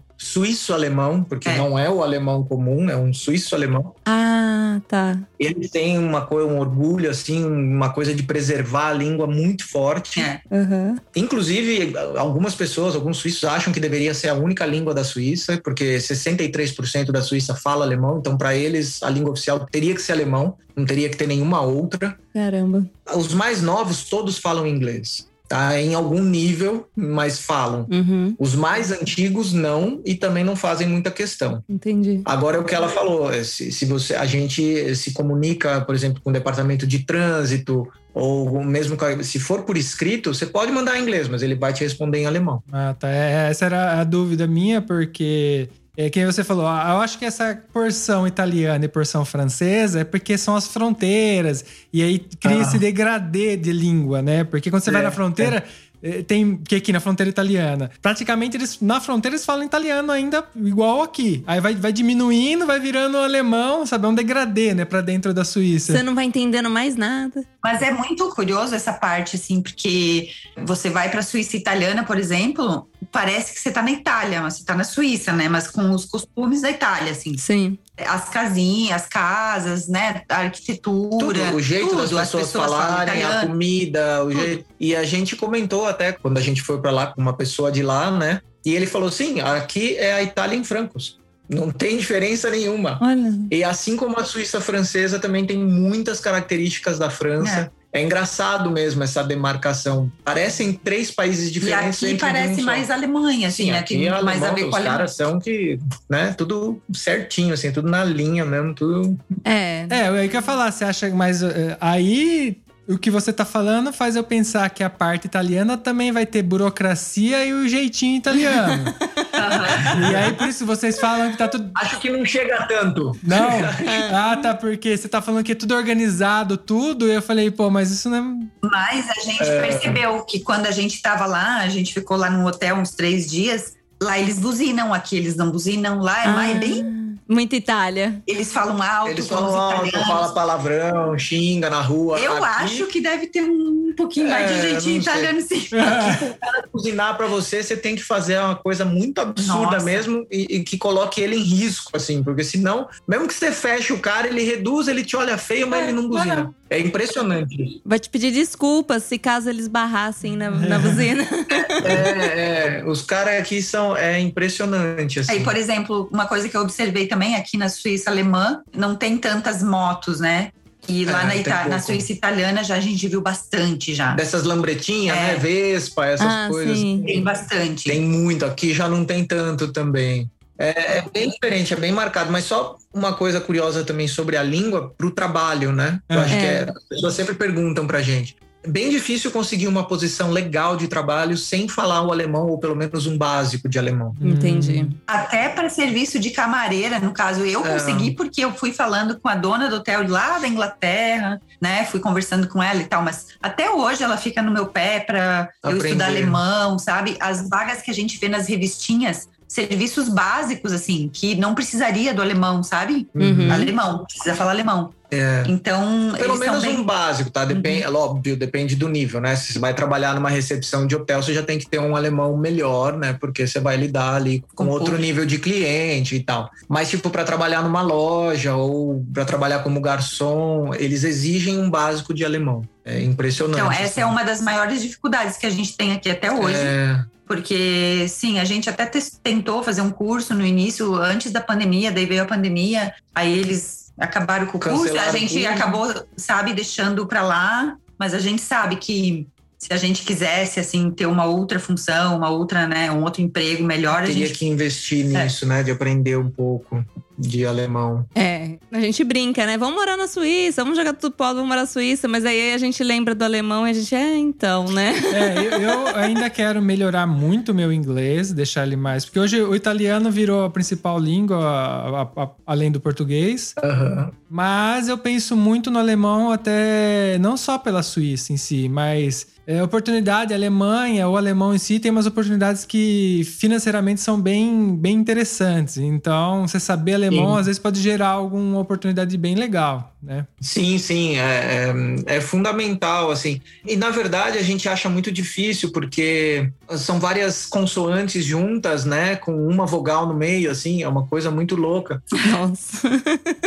Speaker 4: suíço-alemão, porque
Speaker 2: É.
Speaker 4: não é o alemão comum, é um suíço-alemão.
Speaker 1: Ah, tá.
Speaker 4: Eles têm uma coisa, um orgulho, assim, uma coisa de preservar a língua muito forte.
Speaker 2: É.
Speaker 1: Aham.
Speaker 4: Inclusive, algumas pessoas, alguns suíços acham que deveria ser a única língua da Suíça, porque 63% da Suíça fala alemão, então para eles a língua oficial teria que ser alemão, não teria que ter nenhuma outra.
Speaker 1: Caramba.
Speaker 4: Os mais novos todos falam inglês, tá? Em algum nível, mas falam.
Speaker 1: Uhum.
Speaker 4: Os mais antigos não e também não fazem muita questão.
Speaker 1: Entendi.
Speaker 4: Agora é o que ela falou, é, se, se você a gente se comunica, por exemplo, com o departamento de trânsito ou mesmo com a- se for por escrito, você pode mandar em inglês, mas ele vai te responder em alemão.
Speaker 3: Ah, tá. É, essa era a dúvida minha, porque é quem você falou, ah, eu acho que essa porção italiana e porção francesa é porque são as fronteiras. E aí cria
Speaker 4: Ah.
Speaker 3: esse degradê de língua, né? Porque quando você vai
Speaker 4: É,
Speaker 3: na fronteira. eh, Tem que aqui na fronteira italiana. Praticamente eles na fronteira eles falam italiano ainda igual aqui. Aí vai, vai diminuindo, vai virando alemão, sabe? É um degradê, né? Pra dentro da Suíça.
Speaker 1: Você não vai entendendo mais nada.
Speaker 2: Mas é muito curioso essa parte, assim, porque você vai para a Suíça italiana, por exemplo, parece que você está na Itália, mas você está na Suíça, né? Mas com os costumes da Itália, assim,
Speaker 1: Sim.
Speaker 2: as casinhas, as casas, né? A arquitetura,
Speaker 4: Tudo, o jeito
Speaker 2: tudo,
Speaker 4: das
Speaker 2: as
Speaker 4: pessoas,
Speaker 2: falam
Speaker 4: falarem, a
Speaker 2: italiano.
Speaker 4: comida, o jeito. E a gente comentou até quando a gente foi para lá com uma pessoa de lá, né? E ele falou assim: aqui é a Itália em francos. Não tem diferença nenhuma.
Speaker 1: Olha.
Speaker 4: E assim como a Suíça francesa também tem muitas características da França. É. engraçado mesmo essa demarcação. Parecem três países
Speaker 2: E
Speaker 4: diferentes.
Speaker 2: aqui
Speaker 4: dentro de um
Speaker 2: parece
Speaker 4: só.
Speaker 2: mais Alemanha, assim,
Speaker 4: Sim,
Speaker 2: né?
Speaker 4: aqui
Speaker 2: Tem
Speaker 4: é
Speaker 2: mais a
Speaker 4: alemão,
Speaker 2: ver
Speaker 4: os
Speaker 2: com a Alemanha.
Speaker 4: caras são que, né, tudo certinho, assim, tudo na linha mesmo, tudo...
Speaker 1: É.
Speaker 3: É, eu ia falar, você acha, mas eh, aí o que você tá falando faz eu pensar que a parte italiana também vai ter burocracia e o jeitinho italiano. e aí por isso vocês falam que tá tudo.
Speaker 4: Acho que não chega tanto.
Speaker 3: Não. Ah, tá, porque você tá falando que é tudo organizado, tudo. E eu falei, pô, mas isso não é.
Speaker 2: Mas a gente percebeu que quando a gente estava lá, a gente ficou lá no hotel uns três dias. Lá eles buzinam, aqui eles não buzinam. Lá é mais bem.
Speaker 1: Ah, Muita Itália.
Speaker 2: Eles falam alto,
Speaker 4: Eles
Speaker 2: como
Speaker 4: falam
Speaker 2: os
Speaker 4: alto,
Speaker 2: italianos.
Speaker 4: fala palavrão, xinga na rua.
Speaker 2: Eu
Speaker 4: Aqui,
Speaker 2: acho que deve ter um pouquinho mais
Speaker 4: É,
Speaker 2: de jeitinho
Speaker 4: não sei.
Speaker 2: italiano, sim.
Speaker 3: é
Speaker 4: cozinhar para você, você tem que fazer uma coisa muito absurda
Speaker 2: Nossa.
Speaker 4: mesmo e, e que coloque ele em risco, assim, porque senão, mesmo que você feche o cara, ele reduz, ele te olha feio, mas
Speaker 2: É,
Speaker 4: ele não
Speaker 2: vai
Speaker 4: buzina. É impressionante. isso.
Speaker 1: Vai te pedir desculpas se caso eles barrassem na, na buzina.
Speaker 4: É, é, os caras aqui são é impressionante, assim.
Speaker 2: Aí, por exemplo, uma coisa que eu observei também aqui na Suíça alemã, não tem tantas motos, né? E lá
Speaker 4: É,
Speaker 2: na,
Speaker 4: tem
Speaker 2: Ita- na
Speaker 4: pouco.
Speaker 2: Suíça italiana já a gente viu bastante já.
Speaker 4: Dessas lambretinhas,
Speaker 2: É.
Speaker 4: né? Vespa, essas
Speaker 1: Ah,
Speaker 4: coisas.
Speaker 1: sim.
Speaker 2: Tem bastante.
Speaker 4: Tem muito, aqui já não tem tanto também. É, é bem diferente, é bem marcado, mas só uma coisa curiosa também sobre a língua para o trabalho, né? Eu
Speaker 3: É.
Speaker 4: acho que
Speaker 1: É.
Speaker 4: é, as pessoas sempre perguntam pra gente. É bem difícil conseguir uma posição legal de trabalho sem falar o alemão, ou pelo menos um básico de alemão.
Speaker 1: Entendi.
Speaker 2: Até para serviço de camareira, no caso, eu
Speaker 4: É.
Speaker 2: consegui porque eu fui falando com a dona do hotel lá da Inglaterra, né? Fui conversando com ela e tal, mas até hoje ela fica no meu pé para eu
Speaker 4: Aprender.
Speaker 2: estudar alemão, sabe? As vagas que a gente vê nas revistinhas, serviços básicos assim, que não precisaria do alemão, sabe?
Speaker 3: Hum.
Speaker 1: Uhum.
Speaker 2: Alemão, precisa falar alemão.
Speaker 4: Hum. É.
Speaker 2: Então,
Speaker 4: Pelo
Speaker 2: eles Uhum. são
Speaker 4: menos
Speaker 2: bem
Speaker 4: um básico, tá? Depende, é Óbvio, depende do nível, né? Se você vai trabalhar numa recepção de hotel, você já tem que ter um alemão melhor, né? Porque você vai lidar ali com,
Speaker 2: Com
Speaker 4: outro
Speaker 2: público.
Speaker 4: nível de cliente e tal. Mas, tipo, para trabalhar numa loja ou para trabalhar como garçom, eles exigem um básico de alemão. É impressionante.
Speaker 2: Então, essa é uma das maiores dificuldades que a gente tem aqui até hoje.
Speaker 4: assim. É,
Speaker 2: Porque, sim, a gente até tes- tentou fazer um curso no início, antes da pandemia, daí veio a pandemia, aí eles acabaram com o curso,
Speaker 4: Cancelaram
Speaker 2: a gente
Speaker 4: tudo.
Speaker 2: acabou, sabe, deixando para lá, mas a gente sabe que se a gente quisesse assim ter uma outra função, uma outra, né, um outro emprego melhor, a
Speaker 4: Teria
Speaker 2: gente
Speaker 4: que investir
Speaker 2: É.
Speaker 4: nisso, né? De aprender um pouco de alemão.
Speaker 1: É, a gente brinca, né? Vamos morar na Suíça, vamos jogar tudo pó, vamos morar na Suíça. Mas aí a gente lembra do alemão e a gente, é, então, né?
Speaker 3: É, eu, eu ainda quero melhorar muito meu inglês, deixar ele mais. Porque hoje o italiano virou a principal língua, a- a- a- além do português. Mas eu penso muito no alemão, até não só pela Suíça em si, mas é, oportunidade, a Alemanha, o alemão em si tem umas oportunidades que financeiramente são bem, bem interessantes. Então, você saber alemão
Speaker 4: Sim.
Speaker 3: às vezes pode gerar alguma oportunidade bem legal, né?
Speaker 4: Sim, sim, é, é, é fundamental, assim. E, na verdade, a gente acha muito difícil, porque são várias consoantes juntas, né? Com uma vogal no meio, assim, é uma coisa muito louca.
Speaker 1: Nossa.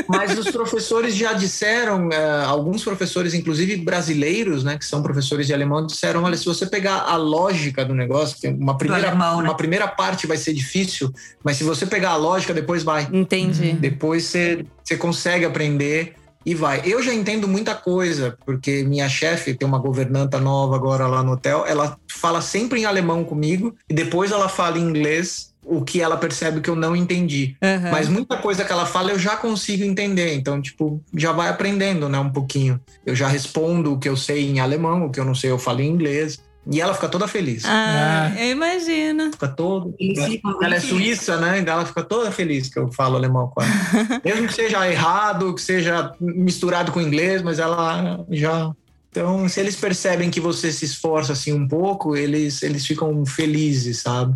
Speaker 4: Mas os professores já disseram, eh, alguns professores, inclusive brasileiros, né, que são professores de alemão, disseram: olha, se você pegar a lógica do negócio, que uma primeira,
Speaker 2: alemão, né?
Speaker 4: uma primeira parte vai ser difícil, mas se você pegar a lógica, depois vai.
Speaker 1: Entendi.
Speaker 4: Depois você, você consegue aprender e vai. Eu já entendo muita coisa, porque minha chefe tem uma governanta nova agora lá no hotel, ela fala sempre em alemão comigo e depois ela fala em inglês o que ela percebe que eu não entendi.
Speaker 1: Aham.
Speaker 4: Mas muita coisa que ela fala eu já consigo entender. Então, tipo, já vai aprendendo, né? Um pouquinho. Eu já respondo o que eu sei em alemão, o que eu não sei eu falo em inglês. E ela fica toda feliz.
Speaker 1: Ah,
Speaker 3: Ah.
Speaker 1: eu imagino.
Speaker 4: Fica toda.
Speaker 2: Eles ficam
Speaker 4: Ela é
Speaker 2: felizes.
Speaker 4: suíça, né? Então ela fica toda feliz que eu falo alemão com ela. Mesmo que seja errado, que seja misturado com inglês, mas ela já. Então, se eles percebem que você se esforça assim um pouco, eles, eles ficam felizes, sabe?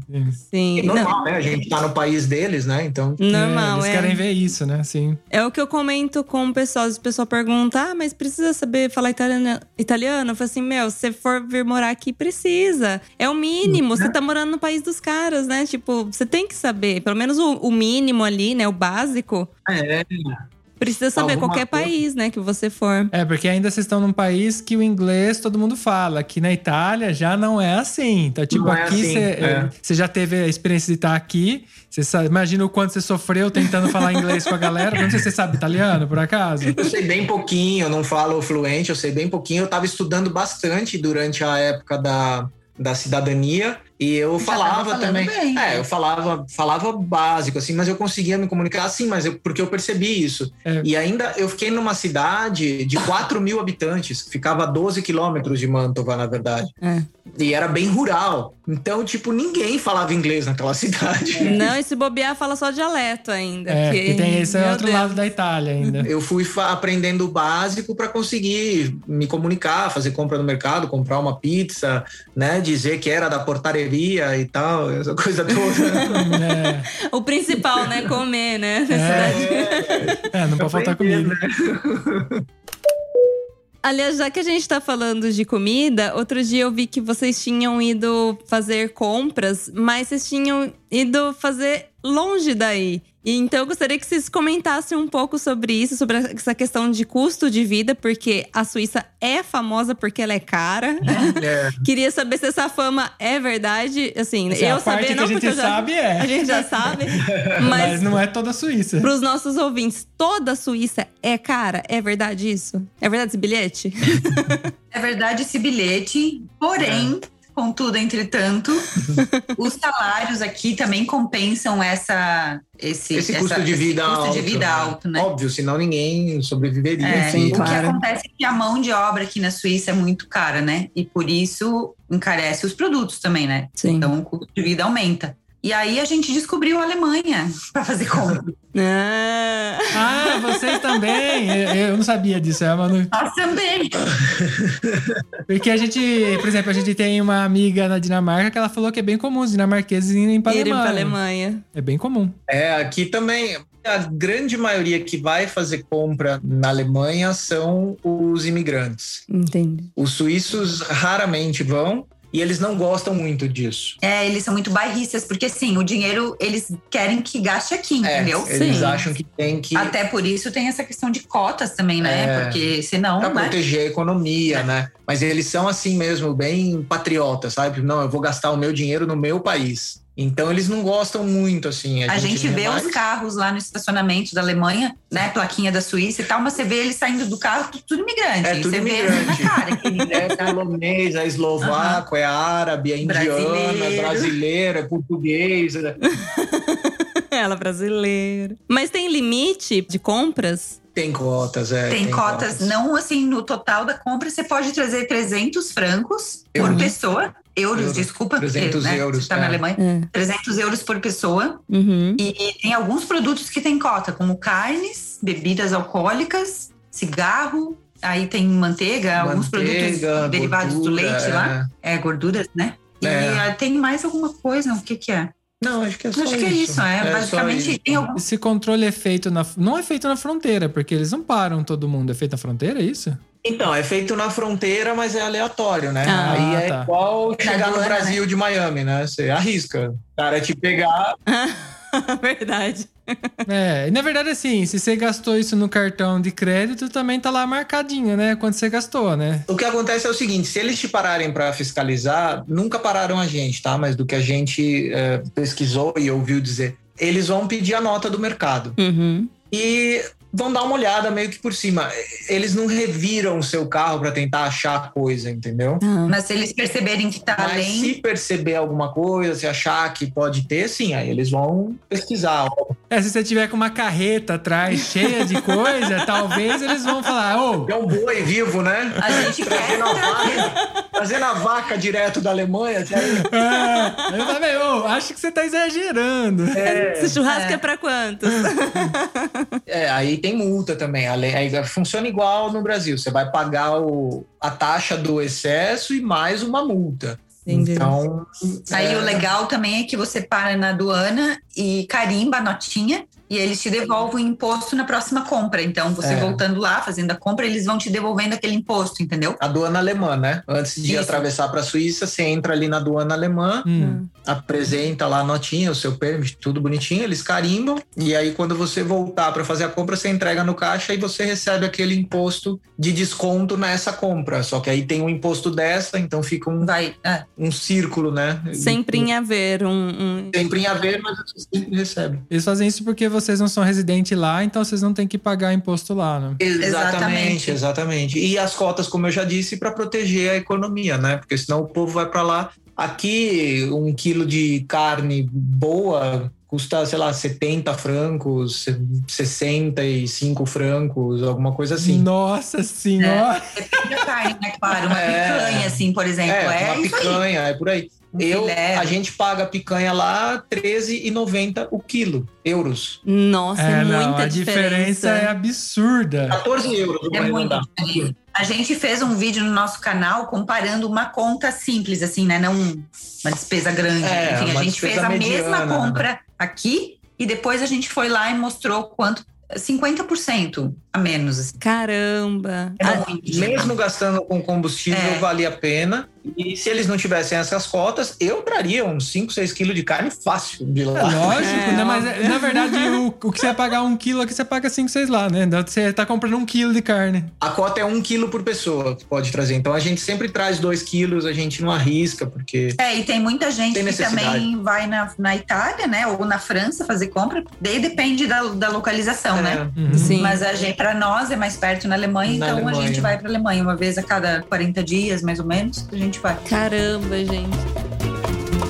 Speaker 1: Sim.
Speaker 4: É normal, né? A gente tá no país deles, né? Então.
Speaker 1: Não. Normal,
Speaker 3: Eles
Speaker 1: é.
Speaker 3: querem ver isso, né? Sim.
Speaker 1: É o que eu comento com o pessoal. Se o pessoal pergunta, ah, mas precisa saber falar italiano? italiano? Eu falo assim, meu, se você for vir morar aqui, precisa. É o mínimo.
Speaker 3: Né?
Speaker 1: Você tá morando no país dos caras, né? Tipo, você tem que saber. Pelo menos o, o mínimo ali, né? O básico.
Speaker 4: É,
Speaker 1: Precisa saber
Speaker 4: Alguma
Speaker 1: qualquer
Speaker 4: coisa.
Speaker 1: país, né? Que você for.
Speaker 3: É, porque ainda vocês estão num país que o inglês todo mundo fala. Aqui na Itália já não é assim. Então, tipo,
Speaker 4: Não é
Speaker 3: aqui
Speaker 4: assim,
Speaker 3: você
Speaker 4: é.
Speaker 3: você já teve a experiência de estar aqui. Você sabe- imagina o quanto você sofreu tentando falar inglês com a galera. Não sei se você sabe italiano, por acaso.
Speaker 4: Eu sei bem pouquinho, eu não falo fluente, eu sei bem pouquinho. Eu estava estudando bastante durante a época da, da cidadania e eu
Speaker 2: Já tava
Speaker 4: falava
Speaker 2: falando
Speaker 4: também.
Speaker 2: bem. né?
Speaker 4: É, eu falava, falava básico, assim, mas eu conseguia me comunicar assim, mas eu- porque eu percebi isso.
Speaker 3: É.
Speaker 4: E ainda eu fiquei numa cidade de 4 mil habitantes, que ficava a 12 quilômetros de Mantova, na verdade.
Speaker 1: É.
Speaker 4: E era bem rural. Então, tipo, ninguém falava inglês naquela cidade.
Speaker 1: Não, e se bobear, fala só dialeto ainda.
Speaker 3: É,
Speaker 1: que-
Speaker 3: porque tem esse
Speaker 1: Meu
Speaker 3: outro
Speaker 1: Deus.
Speaker 3: lado da Itália ainda.
Speaker 4: Eu fui fa- aprendendo o básico para conseguir me comunicar, fazer compra no mercado, comprar uma pizza, né? Dizer que era da portaria e tal, essa coisa toda.
Speaker 3: É,
Speaker 1: O principal, né? Comer, né? Na
Speaker 3: É.
Speaker 1: cidade.
Speaker 3: é, não pode faltar
Speaker 4: Aprendendo,
Speaker 3: comigo.
Speaker 4: né?
Speaker 1: Aliás, já que a gente tá falando de comida, outro dia eu vi que vocês tinham ido fazer compras, mas vocês tinham ido fazer longe daí. E então eu gostaria que vocês comentassem um pouco sobre isso, sobre essa questão de custo de vida, porque a Suíça é famosa porque ela é cara.
Speaker 4: É.
Speaker 1: Queria saber se essa fama é verdade. Assim,
Speaker 3: Assim,
Speaker 1: eu
Speaker 3: a parte
Speaker 1: saber
Speaker 3: que a
Speaker 1: não,
Speaker 3: gente
Speaker 1: porque eu já,
Speaker 3: sabe é.
Speaker 1: a gente já sabe.
Speaker 3: Mas...
Speaker 1: mas
Speaker 3: não é toda a Suíça.
Speaker 1: para os nossos ouvintes, toda a Suíça é cara? É verdade isso? É verdade esse bilhete?
Speaker 2: É verdade esse bilhete, porém,
Speaker 4: É.
Speaker 2: contudo, entretanto, os salários aqui também compensam essa esse,
Speaker 4: Esse
Speaker 2: essa-
Speaker 4: custo de
Speaker 2: esse
Speaker 4: vida
Speaker 2: custo
Speaker 4: alto.
Speaker 2: de vida alto, né?
Speaker 4: Óbvio, senão ninguém sobreviveria.
Speaker 2: É,
Speaker 1: sim,
Speaker 4: assim.
Speaker 2: o
Speaker 1: claro.
Speaker 2: que acontece é que a mão de obra aqui na Suíça é muito cara, né? E por isso encarece os produtos também, né?
Speaker 1: Sim.
Speaker 2: Então o custo de vida aumenta. E aí a gente descobriu a Alemanha para fazer compra.
Speaker 1: Ah,
Speaker 3: Ah, vocês também. Eu, eu não sabia disso. É uma, no-
Speaker 2: Nós também.
Speaker 3: Porque a gente, por exemplo, a gente tem uma amiga na Dinamarca que ela falou que é bem comum os dinamarqueses irem para
Speaker 1: irem pra
Speaker 3: Alemanha.
Speaker 1: Alemanha.
Speaker 3: É bem comum.
Speaker 4: É, aqui também. A grande maioria que vai fazer compra na Alemanha são os imigrantes.
Speaker 1: Entendi.
Speaker 4: Os suíços raramente vão e eles não gostam muito disso.
Speaker 2: É, eles são muito bairristas, porque assim, o dinheiro eles querem que gaste aqui,
Speaker 4: É,
Speaker 2: entendeu?
Speaker 4: eles
Speaker 1: Sim.
Speaker 4: acham que tem que
Speaker 2: Até por isso tem essa questão de cotas também,
Speaker 4: É.
Speaker 2: né? Porque senão,
Speaker 4: para
Speaker 2: né?
Speaker 4: proteger a economia, né? Tipo, Mas eles são assim mesmo, bem patriotas, sabe? Não, eu vou gastar o meu dinheiro no meu país. Então eles não gostam muito, assim.
Speaker 2: A gente, vê
Speaker 4: mais-
Speaker 2: os carros lá no estacionamento da Alemanha, né? Plaquinha da Suíça e tal, mas você vê eles saindo do carro, tudo, tudo imigrante.
Speaker 4: É, tudo
Speaker 2: você vê
Speaker 4: imigrante.
Speaker 2: na cara que imigrante.
Speaker 4: É polonês, é eslovaco, é árabe, é indiano, é
Speaker 2: Brasileiro.
Speaker 4: brasileiro, é português. é-
Speaker 1: Ela é brasileira. Mas tem limite de compras?
Speaker 4: Tem cotas, é.
Speaker 2: Tem cotas, não assim, no total da compra, você pode trazer 300 francos por
Speaker 4: Euros.
Speaker 2: pessoa. Euros,
Speaker 4: Euros.
Speaker 2: desculpa.
Speaker 4: 300
Speaker 2: porque, né,
Speaker 4: euros,
Speaker 2: Você tá na
Speaker 4: é.
Speaker 2: Alemanha.
Speaker 1: É.
Speaker 2: 300 euros por pessoa.
Speaker 1: Uhum.
Speaker 2: E, e tem alguns produtos que tem cota, como carnes, bebidas alcoólicas, cigarro. Aí tem manteiga, é alguns produtos
Speaker 4: Manteiga,
Speaker 2: derivados do
Speaker 4: gordura,
Speaker 2: leite
Speaker 4: é.
Speaker 2: lá. É, gorduras, né? E
Speaker 4: É.
Speaker 2: ah, tem mais alguma coisa, o que que é?
Speaker 4: Não, acho que é só
Speaker 2: Acho que é isso, é.
Speaker 4: só
Speaker 2: Basicamente,
Speaker 4: isso.
Speaker 2: tem algum...
Speaker 3: Esse controle é feito na. Não é feito na fronteira, porque eles não param todo mundo. É feito na fronteira, é isso?
Speaker 4: Então, é feito na fronteira, mas é aleatório, né?
Speaker 1: Ah,
Speaker 4: Aí é
Speaker 3: tá.
Speaker 4: igual chegar no
Speaker 2: aduana,
Speaker 4: Brasil de Miami, né? Você arrisca. O cara te pegar.
Speaker 1: Verdade.
Speaker 3: É, e na verdade, assim, se você gastou isso no cartão de crédito, também tá lá marcadinho, né? Quanto você gastou, né?
Speaker 4: O que acontece é o seguinte: se eles te pararem para fiscalizar, nunca pararam a gente, tá? Mas do que a gente eh, pesquisou e ouviu dizer, eles vão pedir a nota do mercado.
Speaker 1: Uhum.
Speaker 4: e vão dar uma olhada meio que por cima. Eles não reviram o seu carro para tentar achar a coisa, entendeu?
Speaker 1: Ah.
Speaker 2: Mas se eles perceberem que tá
Speaker 4: Mas
Speaker 2: além...
Speaker 4: se perceber alguma coisa, se achar que pode ter, sim, aí eles vão pesquisar.
Speaker 3: É, se você tiver com uma carreta atrás cheia de coisa, talvez eles vão falar, ô,
Speaker 4: É um boi vivo, né?
Speaker 2: A gente quer...
Speaker 4: Fazendo a vaca direto da Alemanha. sabe?
Speaker 3: ah, Aí eu falei, ô, acho que você tá exagerando.
Speaker 1: Esse churrasco é,
Speaker 2: É.
Speaker 1: pra quantos?
Speaker 4: É, aí tem multa também. A lei- aí funciona igual no Brasil. Você vai pagar o- a taxa do excesso e mais uma multa. Então.
Speaker 2: Aí
Speaker 4: é,
Speaker 2: o legal também é que você para na aduana e carimba a notinha e eles te devolvem o imposto na próxima compra. Então, você
Speaker 4: É.
Speaker 2: voltando lá, fazendo a compra, eles vão te devolvendo aquele imposto, entendeu?
Speaker 4: a aduana alemã, né? Antes de
Speaker 2: Isso.
Speaker 4: atravessar para a Suíça, você entra ali na aduana alemã,
Speaker 3: Hum.
Speaker 4: apresenta lá a notinha, o seu permit, tudo bonitinho, eles carimbam e aí quando você voltar para fazer a compra, você entrega no caixa e você recebe aquele imposto de desconto nessa compra. Só que aí tem um imposto dessa, então fica um,
Speaker 2: Vai. é.
Speaker 4: um círculo, né?
Speaker 1: Sempre em haver um. um-
Speaker 4: Sempre em haver, mas você sempre recebe.
Speaker 3: Eles fazem isso porque vocês não são residentes lá, então vocês não têm que pagar imposto lá, né?
Speaker 4: Exatamente,
Speaker 2: Exatamente.
Speaker 4: exatamente. E as cotas, como eu já disse, para proteger a economia, né? Porque senão o povo vai para lá. Aqui, um quilo de carne boa custa, sei lá, 70 francos, 65 francos, alguma coisa assim.
Speaker 3: Nossa senhora!
Speaker 2: Depende da carne, né? Claro. Uma
Speaker 4: É.
Speaker 2: picanha, assim, por exemplo. É,
Speaker 4: É, uma
Speaker 2: isso aí.
Speaker 4: picanha, é por aí.
Speaker 2: Um
Speaker 4: Eu,
Speaker 2: filé.
Speaker 4: a gente paga a picanha lá 13,90 o quilo, euros.
Speaker 1: Nossa,
Speaker 3: É,
Speaker 1: muita
Speaker 3: não, a
Speaker 1: diferença.
Speaker 3: diferença é absurda.
Speaker 4: 14 euros.
Speaker 2: É
Speaker 4: vai
Speaker 2: muito
Speaker 4: andar.
Speaker 2: diferente. A gente fez um vídeo no nosso canal comparando uma conta simples, assim, né? Não uma despesa grande.
Speaker 4: É,
Speaker 2: Enfim,
Speaker 4: uma
Speaker 2: a gente fez
Speaker 4: despesa
Speaker 2: a
Speaker 4: mediana, né?
Speaker 2: mesma compra aqui e depois a gente foi lá e mostrou quanto. 50% a menos. assim.
Speaker 1: Caramba.
Speaker 2: É
Speaker 1: Ah,
Speaker 2: muito.
Speaker 4: Mesmo gastando com combustível,
Speaker 2: É.
Speaker 4: valia a pena. E se eles não tivessem essas cotas, eu traria uns 5, 6 quilos de carne fácil de
Speaker 3: É
Speaker 4: lá.
Speaker 3: lógico,
Speaker 1: É,
Speaker 3: né? mas
Speaker 1: óbvio.
Speaker 3: na verdade o, o que você vai pagar um quilo aqui, você paga cinco, seis lá, né? Então, Você tá comprando um quilo de carne.
Speaker 4: A cota é um quilo por pessoa que pode trazer. Então a gente sempre traz dois quilos, a gente não arrisca, porque.
Speaker 2: É, e tem muita gente
Speaker 4: Tem
Speaker 2: que
Speaker 4: necessidade.
Speaker 2: também vai na, na Itália, né? Ou na França fazer compra. Daí depende da, da localização, né?
Speaker 4: É.
Speaker 3: Uhum.
Speaker 1: Sim.
Speaker 2: Mas a gente, para nós é mais perto na Alemanha,
Speaker 4: Na
Speaker 2: então
Speaker 4: Alemanha.
Speaker 2: a gente vai para Alemanha uma vez a cada 40 dias, mais ou menos, a gente vai.
Speaker 1: Caramba, gente.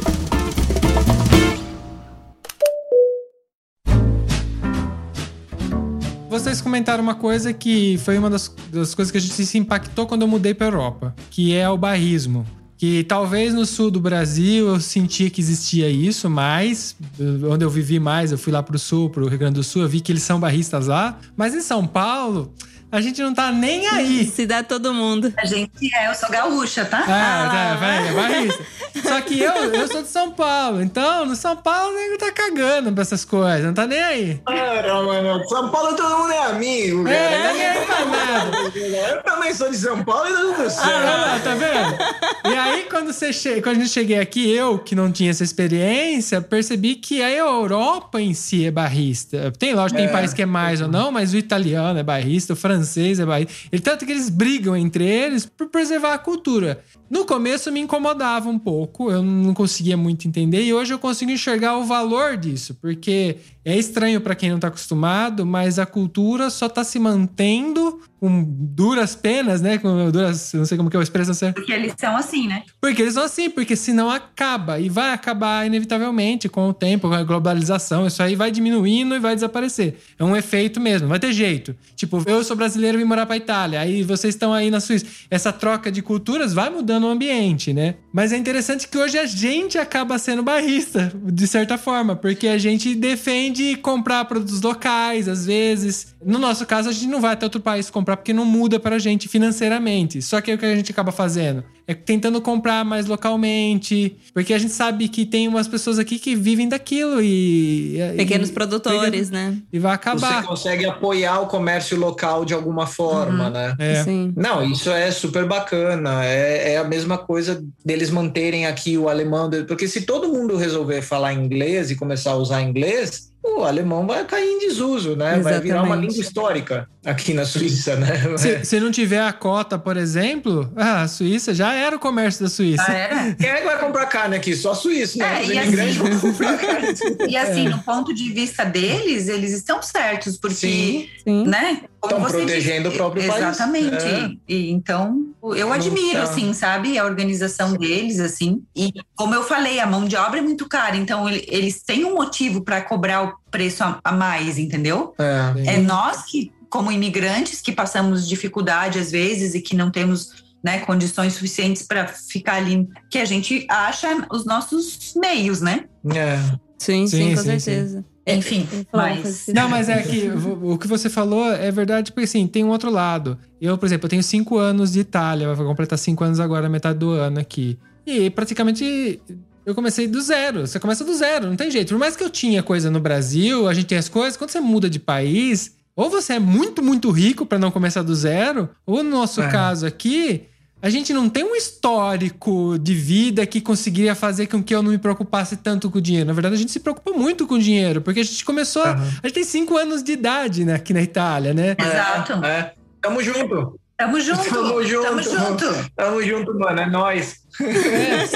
Speaker 3: Vocês comentaram uma coisa que foi uma das, das coisas que a gente se impactou quando eu mudei pra Europa, que é o barrismo. Que talvez no sul do Brasil eu sentia que existia isso, mas eh, onde eu vivi mais, eu fui lá pro sul, pro Rio Grande do Sul, eu vi que eles são barristas lá. Mas em São Paulo, a gente não tá nem aí.
Speaker 1: Se dá todo mundo.
Speaker 2: A gente é, eu sou gaúcha, tá?
Speaker 3: Ah,
Speaker 1: Ah.
Speaker 3: tá, vai, é barrista. Só que eu, eu sou de São Paulo, então no São Paulo o nego tá cagando pra essas coisas, não tá nem aí.
Speaker 4: Cara, mano, São Paulo todo mundo é amigo,
Speaker 3: É, não tá nem aí pra nada.
Speaker 4: Eu também sou de São Paulo e todo mundo é
Speaker 3: Ah, olha lá, tá vendo? E aí, quando, você che... quando eu cheguei aqui, eu, que não tinha essa experiência, percebi que a Europa em si é barrista. Tem, lógico, tem
Speaker 4: É.
Speaker 3: país que é mais ou não, mas o italiano é barrista, o francês é barrista. E tanto que eles brigam entre eles por preservar a cultura. No No começo me incomodava um pouco, eu não conseguia muito entender e hoje eu consigo enxergar o valor disso, porque é estranho para quem não tá acostumado, mas a cultura só tá se mantendo com duras penas, né? Com duras, não sei como que é a expressão certa.
Speaker 2: Porque eles são assim, né?
Speaker 3: Porque eles são assim, porque senão acaba e vai acabar inevitavelmente com o tempo, com a globalização. Isso aí vai diminuindo e vai desaparecer. É um efeito mesmo, vai ter jeito. Tipo, eu sou brasileiro e vim morar pra Itália, aí vocês estão aí na Suíça. Essa troca de culturas vai mudando o ambiente, né? Mas é interessante que hoje a gente acaba sendo barrista, de certa forma, porque a gente defende comprar produtos locais, às vezes. No nosso caso, a gente não vai até outro país comprar porque não muda pra gente financeiramente. Só que é o que a gente acaba fazendo é tentando comprar mais localmente, porque a gente sabe que tem umas pessoas aqui que vivem daquilo e
Speaker 1: Pequenos
Speaker 3: e-
Speaker 1: produtores, né?
Speaker 3: e vai
Speaker 4: Você
Speaker 3: acabar.
Speaker 4: consegue apoiar o comércio local de alguma forma, né?
Speaker 3: É.
Speaker 1: Sim.
Speaker 4: Não, isso é super bacana. É, é a mesma coisa deles manterem aqui o alemão. de- Porque se todo mundo resolver falar inglês e começar a usar inglês, o alemão vai cair em desuso, né? Vai virar uma
Speaker 1: Exatamente.
Speaker 4: língua histórica aqui na Suíça, né?
Speaker 3: Se, se não tiver a cota, por exemplo, ah, a Suíça já era o comércio da
Speaker 2: Ah,
Speaker 3: Suíça.
Speaker 2: era?
Speaker 4: Quem é que vai comprar carne aqui? Só suíço, né?
Speaker 2: É,
Speaker 4: Os
Speaker 2: e
Speaker 4: imigrantes
Speaker 2: assim-
Speaker 4: vão comprar carne.
Speaker 2: E assim, no ponto de vista deles, eles estão certos, porque,
Speaker 4: Sim.
Speaker 1: Sim.
Speaker 2: né? como
Speaker 4: Estão
Speaker 2: você
Speaker 4: Então, protegendo o próprio país.
Speaker 2: Exatamente.
Speaker 4: É.
Speaker 2: E, então, eu
Speaker 4: Não
Speaker 2: admiro,
Speaker 4: tá.
Speaker 2: assim, sabe? A organização deles, assim. E como eu falei, a mão de obra é muito cara, então ele- eles têm um motivo para cobrar o preço a, a mais, entendeu?
Speaker 4: É.
Speaker 3: Sim.
Speaker 2: É nós que, como imigrantes, que passamos dificuldade às vezes e que não temos né, condições suficientes para ficar ali, que a gente acha os nossos meios, né?
Speaker 4: É.
Speaker 1: Sim, sim,
Speaker 3: Sim,
Speaker 1: com
Speaker 3: sim,
Speaker 1: certeza. É,
Speaker 2: Enfim,
Speaker 1: eu ia falar uma coisa
Speaker 2: mas.
Speaker 1: assim.
Speaker 3: Não, mas é que o o que você falou é verdade, porque assim, tem um outro lado. Eu, por exemplo, eu tenho cinco anos de Itália, vou completar cinco anos agora, metade do ano aqui. E praticamente eu comecei do zero. Você começa do zero, não tem jeito. Por mais que eu tinha coisa no Brasil, a gente tem as coisas, quando você muda de país, ou você é muito, muito rico pra não começar do zero, ou no nosso
Speaker 4: É.
Speaker 3: caso aqui, a gente não tem um histórico de vida que conseguiria fazer com que eu não me preocupasse tanto com o dinheiro. Na verdade, a gente se preocupa muito com o dinheiro, porque a gente começou. a-
Speaker 4: Aham.
Speaker 3: A gente tem cinco anos de idade né, aqui na Itália, né?
Speaker 2: Exato.
Speaker 4: É. Tamo junto.
Speaker 2: Tamo junto.
Speaker 4: Tamo junto.
Speaker 2: Tamo junto.
Speaker 4: Tamo junto, mano. É nóis.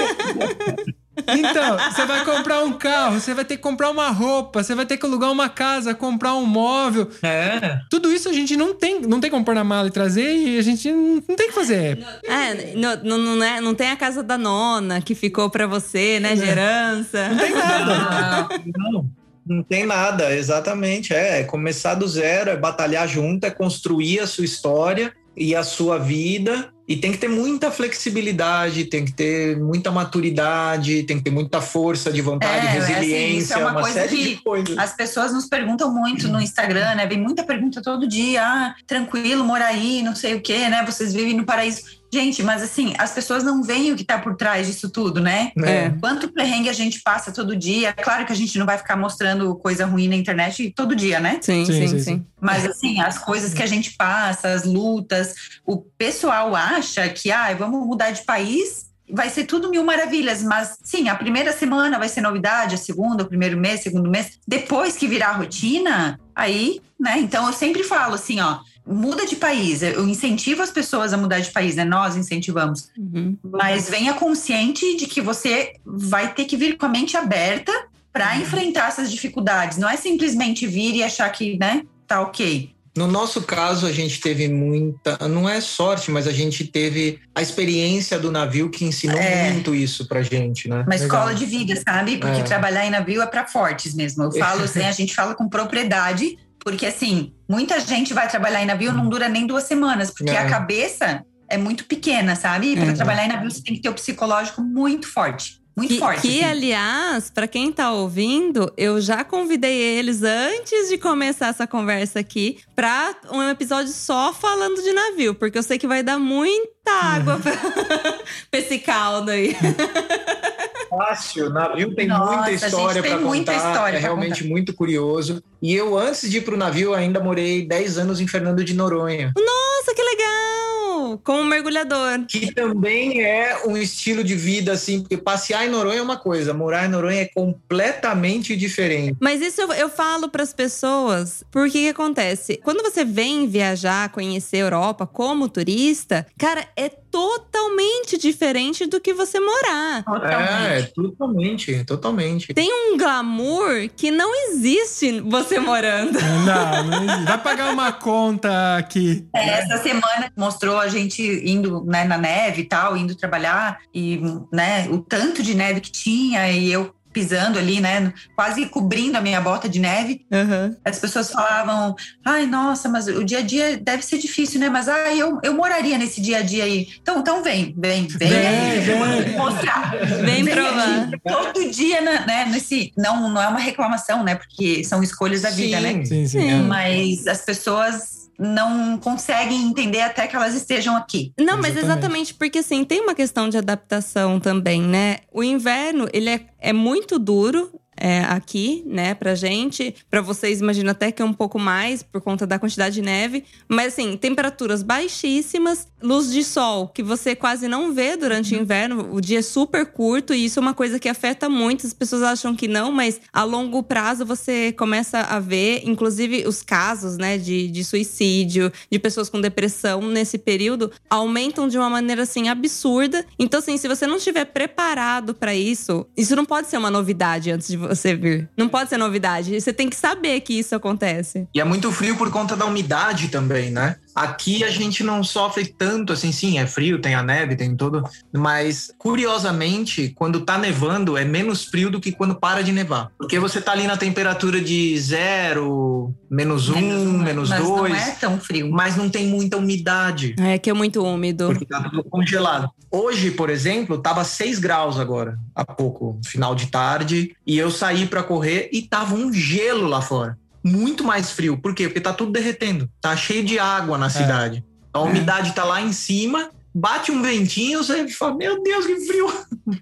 Speaker 3: Então, você vai comprar um carro, você vai ter que comprar uma roupa, você vai ter que alugar uma casa, comprar um móvel.
Speaker 4: É.
Speaker 3: Tudo isso a gente não tem, não tem como pôr na mala e trazer e a gente não não tem o que fazer.
Speaker 1: É, não, não, não, é- não tem a casa da nona que ficou pra você,
Speaker 3: é.
Speaker 1: né? De herança.
Speaker 4: Ah, não, não tem nada, exatamente. É, é começar do zero, é batalhar junto, é construir a sua história e a sua vida. E tem que ter muita flexibilidade, tem que ter muita maturidade, tem que ter muita força de
Speaker 2: É, é
Speaker 4: vontade,
Speaker 2: assim, isso
Speaker 4: resiliência,
Speaker 2: é uma
Speaker 4: uma,
Speaker 2: coisa
Speaker 4: série de
Speaker 2: que
Speaker 4: coisas.
Speaker 2: As pessoas nos perguntam muito no Instagram, né? Vem muita pergunta todo dia. Ah, tranquilo, mora aí, não sei o quê, né? Vocês vivem no paraíso. Gente, mas assim, as pessoas não veem o que tá por trás disso tudo, né?
Speaker 1: É.
Speaker 2: Quanto perrengue a gente passa todo dia. Claro que a gente não vai ficar mostrando coisa ruim na internet todo dia, né?
Speaker 1: Sim,
Speaker 3: Sim,
Speaker 1: sim,
Speaker 3: sim,
Speaker 1: sim.
Speaker 3: sim.
Speaker 2: Mas assim, as coisas que a gente passa, as lutas, o pessoal acha que, ah, vamos mudar de país, vai ser tudo mil maravilhas, mas sim, a primeira semana vai ser novidade, a segunda, o primeiro mês, segundo mês, depois que virar a rotina, aí, né? Então eu sempre falo assim, ó, muda de país, eu incentivo as pessoas a mudar de país, né? Nós incentivamos.
Speaker 1: Uhum.
Speaker 2: Mas venha consciente de que você vai ter que vir com a mente aberta para enfrentar essas dificuldades. Não é simplesmente vir e achar que, né, tá ok.
Speaker 4: No nosso caso, a gente teve muita. Não é sorte, mas a gente teve a experiência do navio que ensinou
Speaker 2: É.
Speaker 4: muito isso pra gente, né?
Speaker 2: Uma
Speaker 3: Legal.
Speaker 2: escola de vida, sabe? Porque
Speaker 4: É.
Speaker 2: trabalhar em navio é para fortes mesmo. Eu falo assim, a gente fala com propriedade, porque assim, muita gente vai trabalhar em navio não dura nem duas semanas, porque
Speaker 4: É. Uhum.
Speaker 2: a cabeça é muito pequena, sabe? Para
Speaker 1: É.
Speaker 2: trabalhar em navio você tem que ter o psicológico muito forte, muito
Speaker 1: Que,
Speaker 2: forte.
Speaker 1: que, é-
Speaker 2: assim.
Speaker 1: aliás, pra quem tá ouvindo, eu já convidei eles antes de começar essa conversa aqui pra um episódio só falando de navio, porque eu sei que vai dar muita água pra, pra esse caldo aí.
Speaker 4: fácil. Navio tem
Speaker 2: Nossa,
Speaker 4: muita
Speaker 2: gente,
Speaker 4: história
Speaker 2: tem
Speaker 4: para
Speaker 2: muita
Speaker 4: contar.
Speaker 2: história
Speaker 4: é
Speaker 2: pra
Speaker 4: realmente muito curioso. E eu, antes de ir pro navio, ainda morei 10 anos em Fernando de Noronha,
Speaker 1: Nossa, que legal! Como mergulhador.
Speaker 4: que também é um estilo de vida assim, porque passear em Noronha é uma coisa, morar em Noronha é completamente diferente.
Speaker 1: Mas isso eu, eu falo pras pessoas, porque o que acontece? Quando você vem viajar, conhecer a Europa como turista, cara, é totalmente diferente do que você morar.
Speaker 2: Então,
Speaker 4: É, totalmente, totalmente.
Speaker 1: Tem um glamour que não existe você morando.
Speaker 3: Não, não existe. vai pagar uma conta aqui.
Speaker 2: é, Essa semana mostrou a gente indo né, na neve e tal, indo trabalhar, e né, o tanto de neve que tinha, e eu pisando ali, né, quase cobrindo a minha bota de neve.
Speaker 1: Aham.
Speaker 2: As pessoas falavam, ai, nossa, mas o dia a dia deve ser difícil, né? Mas ai, eu, eu moraria nesse dia a dia aí. Então, então vem, vem, vem,
Speaker 3: Vem,
Speaker 2: aí, eu vou
Speaker 3: vem.
Speaker 2: mostrar.
Speaker 1: Vem
Speaker 2: Vem
Speaker 1: provar.
Speaker 2: aqui, Todo dia, na- né, nesse, não, não é uma reclamação, né? Porque são escolhas da vida, né?
Speaker 3: Sim, É. sim.
Speaker 1: Sim.
Speaker 2: Mas as pessoas não conseguem entender até que elas estejam aqui.
Speaker 1: Não, mas
Speaker 3: Exatamente.
Speaker 1: exatamente porque assim, tem uma questão de adaptação também, né? O inverno, ele é, é muito duro. é, aqui, né, pra gente. Pra vocês, imagino até que é um pouco mais, por conta da quantidade de neve. Mas, assim, temperaturas baixíssimas, luz de sol, que você quase não vê durante o inverno. O dia é super curto e isso é uma coisa que afeta muito. As pessoas acham que não, mas a longo prazo você começa a ver, inclusive, os casos, né, de, de suicídio, de pessoas com depressão nesse período aumentam de uma maneira assim absurda. Então, assim, se você não estiver preparado pra isso, isso não pode ser uma novidade antes de você vir. Não pode ser novidade. Você tem que saber que isso acontece.
Speaker 4: E é muito frio por conta da umidade também, né? Aqui a gente não sofre tanto, assim, sim, é frio, tem a neve, tem tudo, mas curiosamente, quando tá nevando é menos frio do que quando para de nevar. Porque você tá ali na temperatura de zero, menos um, menos
Speaker 2: mas
Speaker 4: dois,
Speaker 2: não é tão frio.
Speaker 4: mas não tem muita umidade.
Speaker 1: É que é muito úmido.
Speaker 4: Porque tá tudo congelado. Hoje, por exemplo, tava 6 graus agora, há pouco, final de tarde, e eu saí pra correr e tava um gelo lá fora. Muito mais frio. Por quê? Porque tá tudo derretendo. Tá cheio de água
Speaker 2: É.
Speaker 4: na cidade. A umidade tá lá em cima, bate um ventinho, você fala, meu Deus, que frio.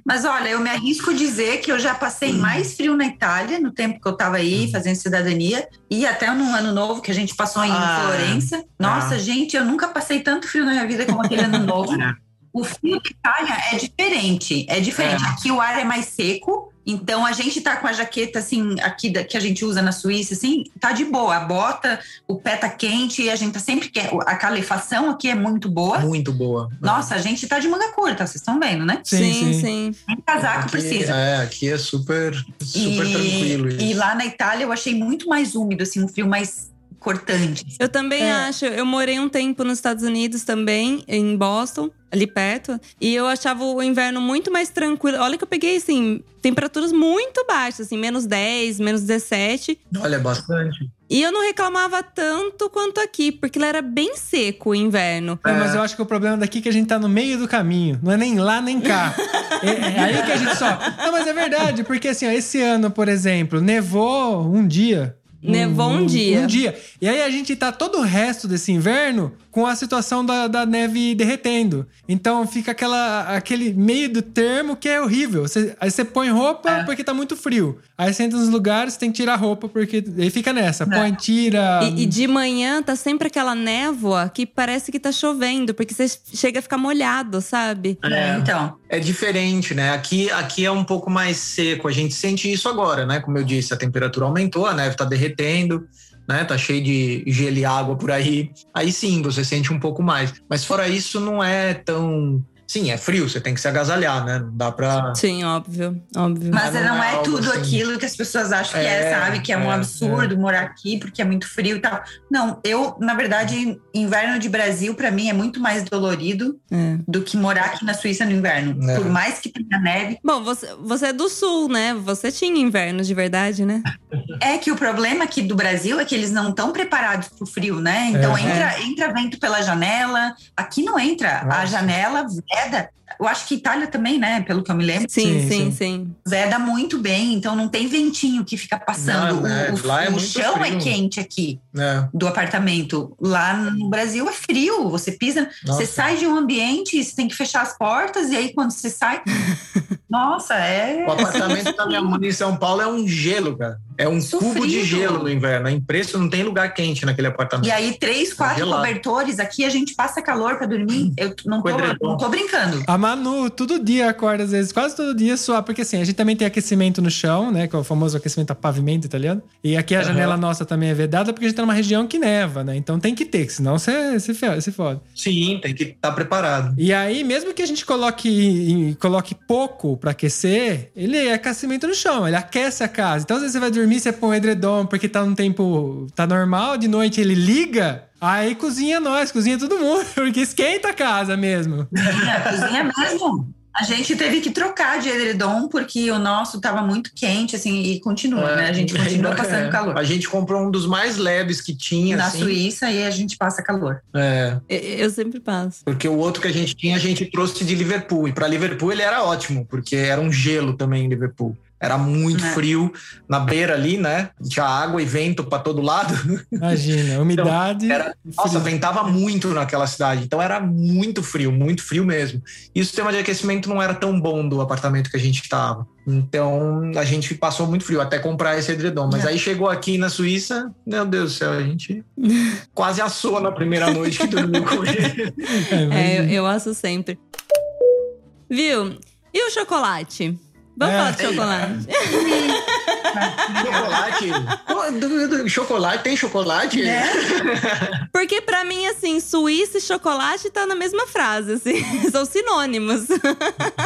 Speaker 2: Mas olha, eu me arrisco a dizer que eu já passei mais frio na Itália no tempo que eu estava
Speaker 4: Hum.
Speaker 2: aí fazendo cidadania e até no ano novo que a gente passou em
Speaker 4: Ah,
Speaker 2: Florença. Nossa, gente, eu nunca passei tanto frio na minha vida como aquele ano novo.
Speaker 4: É.
Speaker 2: O frio da Itália é diferente, é diferente. Aqui o ar é mais seco, então a gente tá com a jaqueta assim, aqui da- que a gente usa na Suíça, assim, tá de boa. A bota, o pé tá quente, a gente tá sempre que a calefação aqui é muito boa.
Speaker 4: Muito boa.
Speaker 2: Nossa, a gente tá de manga curta, vocês estão vendo, né?
Speaker 3: Sim, sim.
Speaker 1: sim.
Speaker 2: Nem casaco
Speaker 4: aqui,
Speaker 2: precisa.
Speaker 4: É, aqui é super, super
Speaker 2: e,
Speaker 4: tranquilo. isso.
Speaker 2: e lá na Itália eu achei muito mais úmido, assim, um frio mais cortante.
Speaker 1: Eu também
Speaker 2: É.
Speaker 1: acho. Eu morei um tempo nos Estados Unidos também, em Boston, ali perto. E eu achava o inverno muito mais tranquilo. Olha que eu peguei, assim, temperaturas muito baixas, assim, menos 10, menos 17.
Speaker 4: Olha, é bastante.
Speaker 1: E eu não reclamava tanto quanto aqui, porque lá era bem seco o inverno.
Speaker 3: É, mas eu acho que o problema daqui é que a gente tá no meio do caminho. Não é nem lá, nem cá. É, é aí que a gente só... Não, mas é verdade. Porque assim, ó, esse ano, por exemplo, nevou um dia.
Speaker 1: Nevou um dia.
Speaker 3: Um dia. E aí a gente tá todo o resto desse inverno com a situação da, da neve derretendo. Então fica aquela, aquele meio do termo que é horrível. Você- aí você põe roupa
Speaker 2: É.
Speaker 3: porque tá muito frio. Aí você entra nos lugares, tem que tirar a roupa porque... Aí fica nessa. Põe, tira...
Speaker 1: E, e de manhã tá sempre aquela névoa que parece que tá chovendo, porque você chega a ficar molhado, sabe?
Speaker 2: né? Então,
Speaker 4: É diferente, né? Aqui, aqui é um pouco mais seco. A gente sente isso agora, né? Como eu disse, a temperatura aumentou, a neve tá derretendo, né? Tá cheio de gelo e água por aí. Aí sim, você sente um pouco mais. Mas fora isso, não é tão. Sim, é frio, você tem que se agasalhar, né? Não dá pra.
Speaker 1: Sim, óbvio, óbvio.
Speaker 2: mas
Speaker 4: não
Speaker 2: não,
Speaker 4: é
Speaker 2: é
Speaker 4: algo
Speaker 2: tudo
Speaker 4: assim.
Speaker 2: aquilo que as pessoas acham que é,
Speaker 4: É,
Speaker 2: sabe? Que é um
Speaker 4: é,
Speaker 2: absurdo morar aqui porque é muito frio e tal. Não, eu, na verdade, inverno de Brasil, pra mim, é muito mais dolorido
Speaker 1: É.
Speaker 2: do que morar aqui na Suíça no inverno.
Speaker 4: É.
Speaker 2: Por mais que tenha neve,
Speaker 1: Bom, você, você é do sul, né? Você tinha inverno de verdade, né?
Speaker 2: É que o problema aqui do Brasil é que eles não estão preparados para o frio, né? Então
Speaker 3: É.
Speaker 2: entra, entra vento pela janela. Aqui não entra. A
Speaker 4: Nossa.
Speaker 2: janela veda. Eu acho que Itália também, né? Pelo que eu me lembro,
Speaker 1: Sim,
Speaker 3: Sim,
Speaker 1: sim, sim.
Speaker 3: sim.
Speaker 2: veda muito bem. Então não tem ventinho que fica passando.
Speaker 4: Não, né?
Speaker 2: o o-
Speaker 4: Lá é
Speaker 2: o
Speaker 4: muito
Speaker 2: chão é
Speaker 4: frio.
Speaker 2: quente aqui
Speaker 4: É,
Speaker 2: do apartamento. Lá no Brasil é frio. Você pisa,
Speaker 4: Nossa.
Speaker 2: você sai de um ambiente, você tem que fechar as portas e aí quando você sai, nossa, é
Speaker 4: O apartamento da minha mãe em São Paulo é um gelo, cara. É um
Speaker 2: Sofrido.
Speaker 4: cubo de gelo no inverno. É impresso, não tem lugar quente naquele apartamento.
Speaker 2: E aí, três, quatro
Speaker 4: é Gelado.
Speaker 2: cobertores aqui, a gente passa calor pra dormir. Eu t- não tô,
Speaker 4: Edredom.
Speaker 2: não tô brincando.
Speaker 3: A Manu, todo dia acorda, às vezes, quase todo dia suar, porque assim, a gente também tem aquecimento no chão, né? Que é o famoso aquecimento a pavimento italiano. E aqui a
Speaker 4: Aham.
Speaker 3: janela nossa também é vedada, porque a gente tá numa região que neva, né? Então tem que ter, que senão você se, fe- se fode.
Speaker 4: Sim, tem que estar preparado.
Speaker 3: E aí, mesmo que a gente coloque, coloque pouco pra aquecer, ele é aquecimento no chão, ele aquece a casa. Então, às vezes você vai dormir, você põe o edredom, porque tá num tempo. tá normal, de noite ele liga, aí cozinha nós, cozinha todo mundo, porque esquenta a casa mesmo.
Speaker 2: Na cozinha mesmo. A gente teve que trocar de edredom porque o nosso tava muito quente, assim, e continua, né? A gente continua passando
Speaker 4: É.
Speaker 2: calor.
Speaker 4: A gente comprou um dos mais leves que tinha,
Speaker 2: Na
Speaker 4: assim.
Speaker 2: Suíça e a gente passa calor.
Speaker 4: É,
Speaker 1: Eu, eu sempre passo.
Speaker 4: porque o outro que a gente tinha, a gente trouxe de Liverpool. E para Liverpool ele era ótimo, porque era um gelo também em Liverpool. Era muito
Speaker 2: É.
Speaker 4: frio na beira ali, né? Tinha água e vento para todo lado.
Speaker 3: Imagina, umidade.
Speaker 4: Então, era- Nossa, ventava muito naquela cidade. Então era muito frio, muito frio mesmo. E o sistema de aquecimento não era tão bom do apartamento que a gente estava. Então a gente passou muito frio até comprar esse edredom. Mas
Speaker 2: É.
Speaker 4: aí chegou aqui na Suíça, meu Deus do céu, a gente quase assou na primeira noite que dormiu com ele.
Speaker 1: É, eu, eu asso sempre. Viu? E o chocolate? Vamos
Speaker 3: É.
Speaker 1: falar de chocolate.
Speaker 4: chocolate. Pô, do- do- Chocolate, tem chocolate?
Speaker 2: Né?
Speaker 1: Porque pra mim, assim, Suíça e chocolate tá na mesma frase, assim. São sinônimos.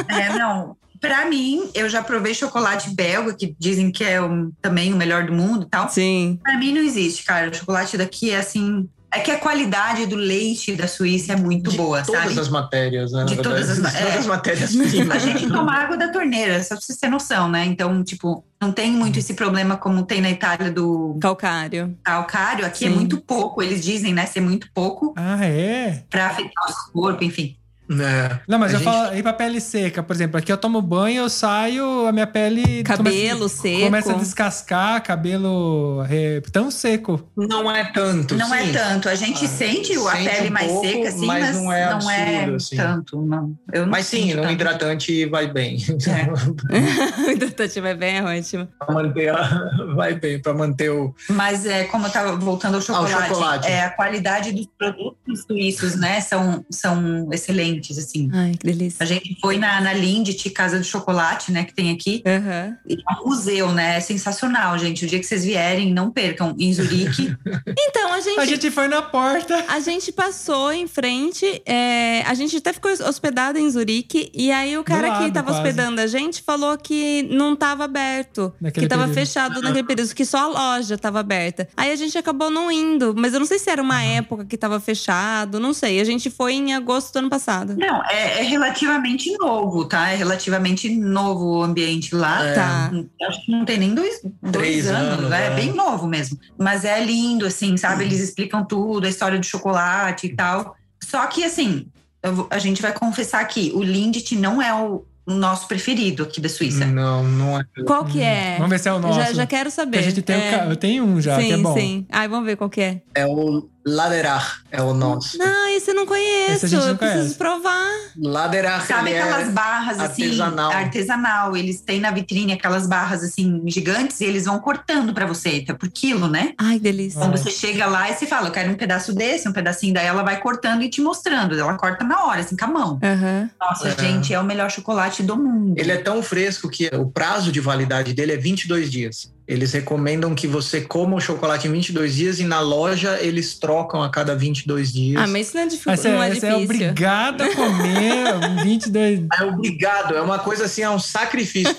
Speaker 2: É, não. Pra mim, eu já provei chocolate belga, que dizem que é um- também o melhor do mundo e tal.
Speaker 1: Sim.
Speaker 2: Pra mim não existe, cara. O chocolate daqui é assim. É que a qualidade do leite da Suíça é muito
Speaker 4: De
Speaker 2: boa,
Speaker 4: todas
Speaker 2: sabe?
Speaker 4: as matérias, né?
Speaker 2: De
Speaker 4: na
Speaker 2: todas as
Speaker 4: verdade.
Speaker 2: ma-
Speaker 4: todas
Speaker 2: é.
Speaker 4: as matérias. primas.
Speaker 2: A gente toma água da torneira, só pra vocês terem noção, né? Então, tipo, não tem muito esse problema como tem na Itália do
Speaker 1: Calcário.
Speaker 2: calcário. Aqui é
Speaker 1: Sim.
Speaker 2: muito pouco, eles dizem, né? Ser muito pouco
Speaker 3: Ah, é?
Speaker 2: pra afetar o seu corpo, enfim.
Speaker 4: É.
Speaker 3: Não, mas
Speaker 4: A
Speaker 3: eu
Speaker 4: gente-
Speaker 3: falo, e pra pele seca, por exemplo, aqui eu tomo banho, eu saio, a minha pele.
Speaker 1: Cabelo
Speaker 3: começa,
Speaker 1: seco.
Speaker 3: Começa a descascar, cabelo é, tão seco.
Speaker 4: Não é tanto.
Speaker 2: Não é
Speaker 4: sim.
Speaker 2: tanto. A gente
Speaker 4: Ah,
Speaker 2: sente o- a
Speaker 4: sente
Speaker 2: pele
Speaker 4: um
Speaker 2: mais
Speaker 4: pouco,
Speaker 2: seca, assim,
Speaker 4: mas
Speaker 2: mas
Speaker 4: não é
Speaker 2: não é
Speaker 4: absurdo, assim.
Speaker 2: tanto, não. Eu não
Speaker 4: Mas sim,
Speaker 2: sinto
Speaker 4: um
Speaker 2: tanto. É.
Speaker 4: hidratante vai bem.
Speaker 1: o hidratante vai bem, é ótimo.
Speaker 4: Pra manter a- vai bem para manter o
Speaker 2: Mas é como eu estava voltando ao chocolate,
Speaker 4: chocolate.
Speaker 2: É, a qualidade dos produtos suíços, né, são, são excelentes, assim.
Speaker 1: Ai, que
Speaker 2: A
Speaker 1: delícia.
Speaker 2: gente foi na, na Lindt, Casa do Chocolate, né, que tem aqui.
Speaker 1: Aham.
Speaker 2: E é um museu, né? É sensacional, gente. O dia que vocês vierem, não percam. Em Zurique.
Speaker 1: Então, a gente.
Speaker 3: A gente foi na porta.
Speaker 1: A gente passou em frente, é, a gente até ficou hospedado em Zurique, e aí o cara
Speaker 3: lado,
Speaker 1: que tava
Speaker 3: quase.
Speaker 1: hospedando a gente falou que não tava aberto,
Speaker 3: Naquele
Speaker 1: que tava
Speaker 3: período.
Speaker 1: fechado naquele período, que só a loja tava aberta. Aí a gente acabou não indo, mas eu não sei se era uma época que tava fechado, não sei. A gente foi em agosto do ano passado.
Speaker 2: não, é, é relativamente novo, tá? É relativamente novo o ambiente lá.
Speaker 4: É.
Speaker 1: Tá.
Speaker 2: Acho que não tem nem dois,
Speaker 4: Três
Speaker 2: dois anos,
Speaker 4: anos,
Speaker 2: né?
Speaker 4: é.
Speaker 2: É bem novo mesmo. Mas é lindo, assim, sabe? Eles explicam tudo, a história do chocolate e tal. Só que, assim, eu vou- a gente vai confessar aqui, o Lindt não é o o nosso preferido aqui da Suíça.
Speaker 4: não, não é.
Speaker 1: Qual que é?
Speaker 3: Uhum. Vamos ver se é o nosso.
Speaker 1: já, já quero
Speaker 3: Que
Speaker 1: saber.
Speaker 3: a gente tem,
Speaker 1: É.
Speaker 3: um ca- eu tenho um já,
Speaker 1: sim,
Speaker 3: que é bom.
Speaker 1: sim. Ai, vamos ver qual que é.
Speaker 4: É o Laderar, é o nosso.
Speaker 1: Não, esse eu não conheço.
Speaker 3: Esse a gente não
Speaker 1: eu preciso
Speaker 3: conhece.
Speaker 1: provar.
Speaker 4: Laderar
Speaker 2: Sabe
Speaker 4: ele é
Speaker 2: aquelas barras assim,
Speaker 4: artesanal.
Speaker 2: artesanal, eles têm na vitrine aquelas barras assim gigantes e eles vão cortando pra você, tá por quilo, né?
Speaker 1: Ai, que delícia.
Speaker 2: Então você chega lá e você fala, eu quero um pedaço desse, um pedacinho, daí ela vai cortando e te mostrando. Ela corta na hora, assim, com a mão.
Speaker 1: Aham.
Speaker 2: Nossa,
Speaker 4: É.
Speaker 2: gente, é o melhor chocolate do mundo.
Speaker 4: é, ele é tão fresco que o prazo de validade dele é 22 dias. Eles recomendam que você coma o chocolate em 22 dias e na loja eles trocam a cada 22 dias.
Speaker 1: Ah, mas isso não é, difi-
Speaker 3: Aí você,
Speaker 1: não é
Speaker 3: aí você é,
Speaker 1: difícil.
Speaker 3: obrigado a comer um 22.
Speaker 4: É obrigado, é uma coisa assim, é um sacrifício.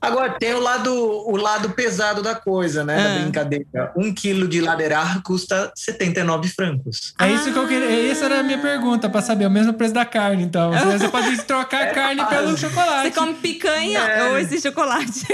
Speaker 4: Agora, tem o lado, o lado pesado da coisa, né?
Speaker 1: Ah.
Speaker 4: Da brincadeira. Um quilo de laderar custa 79 francos.
Speaker 3: É isso que eu
Speaker 1: Ah.
Speaker 3: queria. Essa era a minha pergunta, pra saber. É o mesmo preço da carne, então. Você você pode trocar a carne pelo
Speaker 1: Você
Speaker 3: chocolate.
Speaker 1: come picanha ou esse chocolate?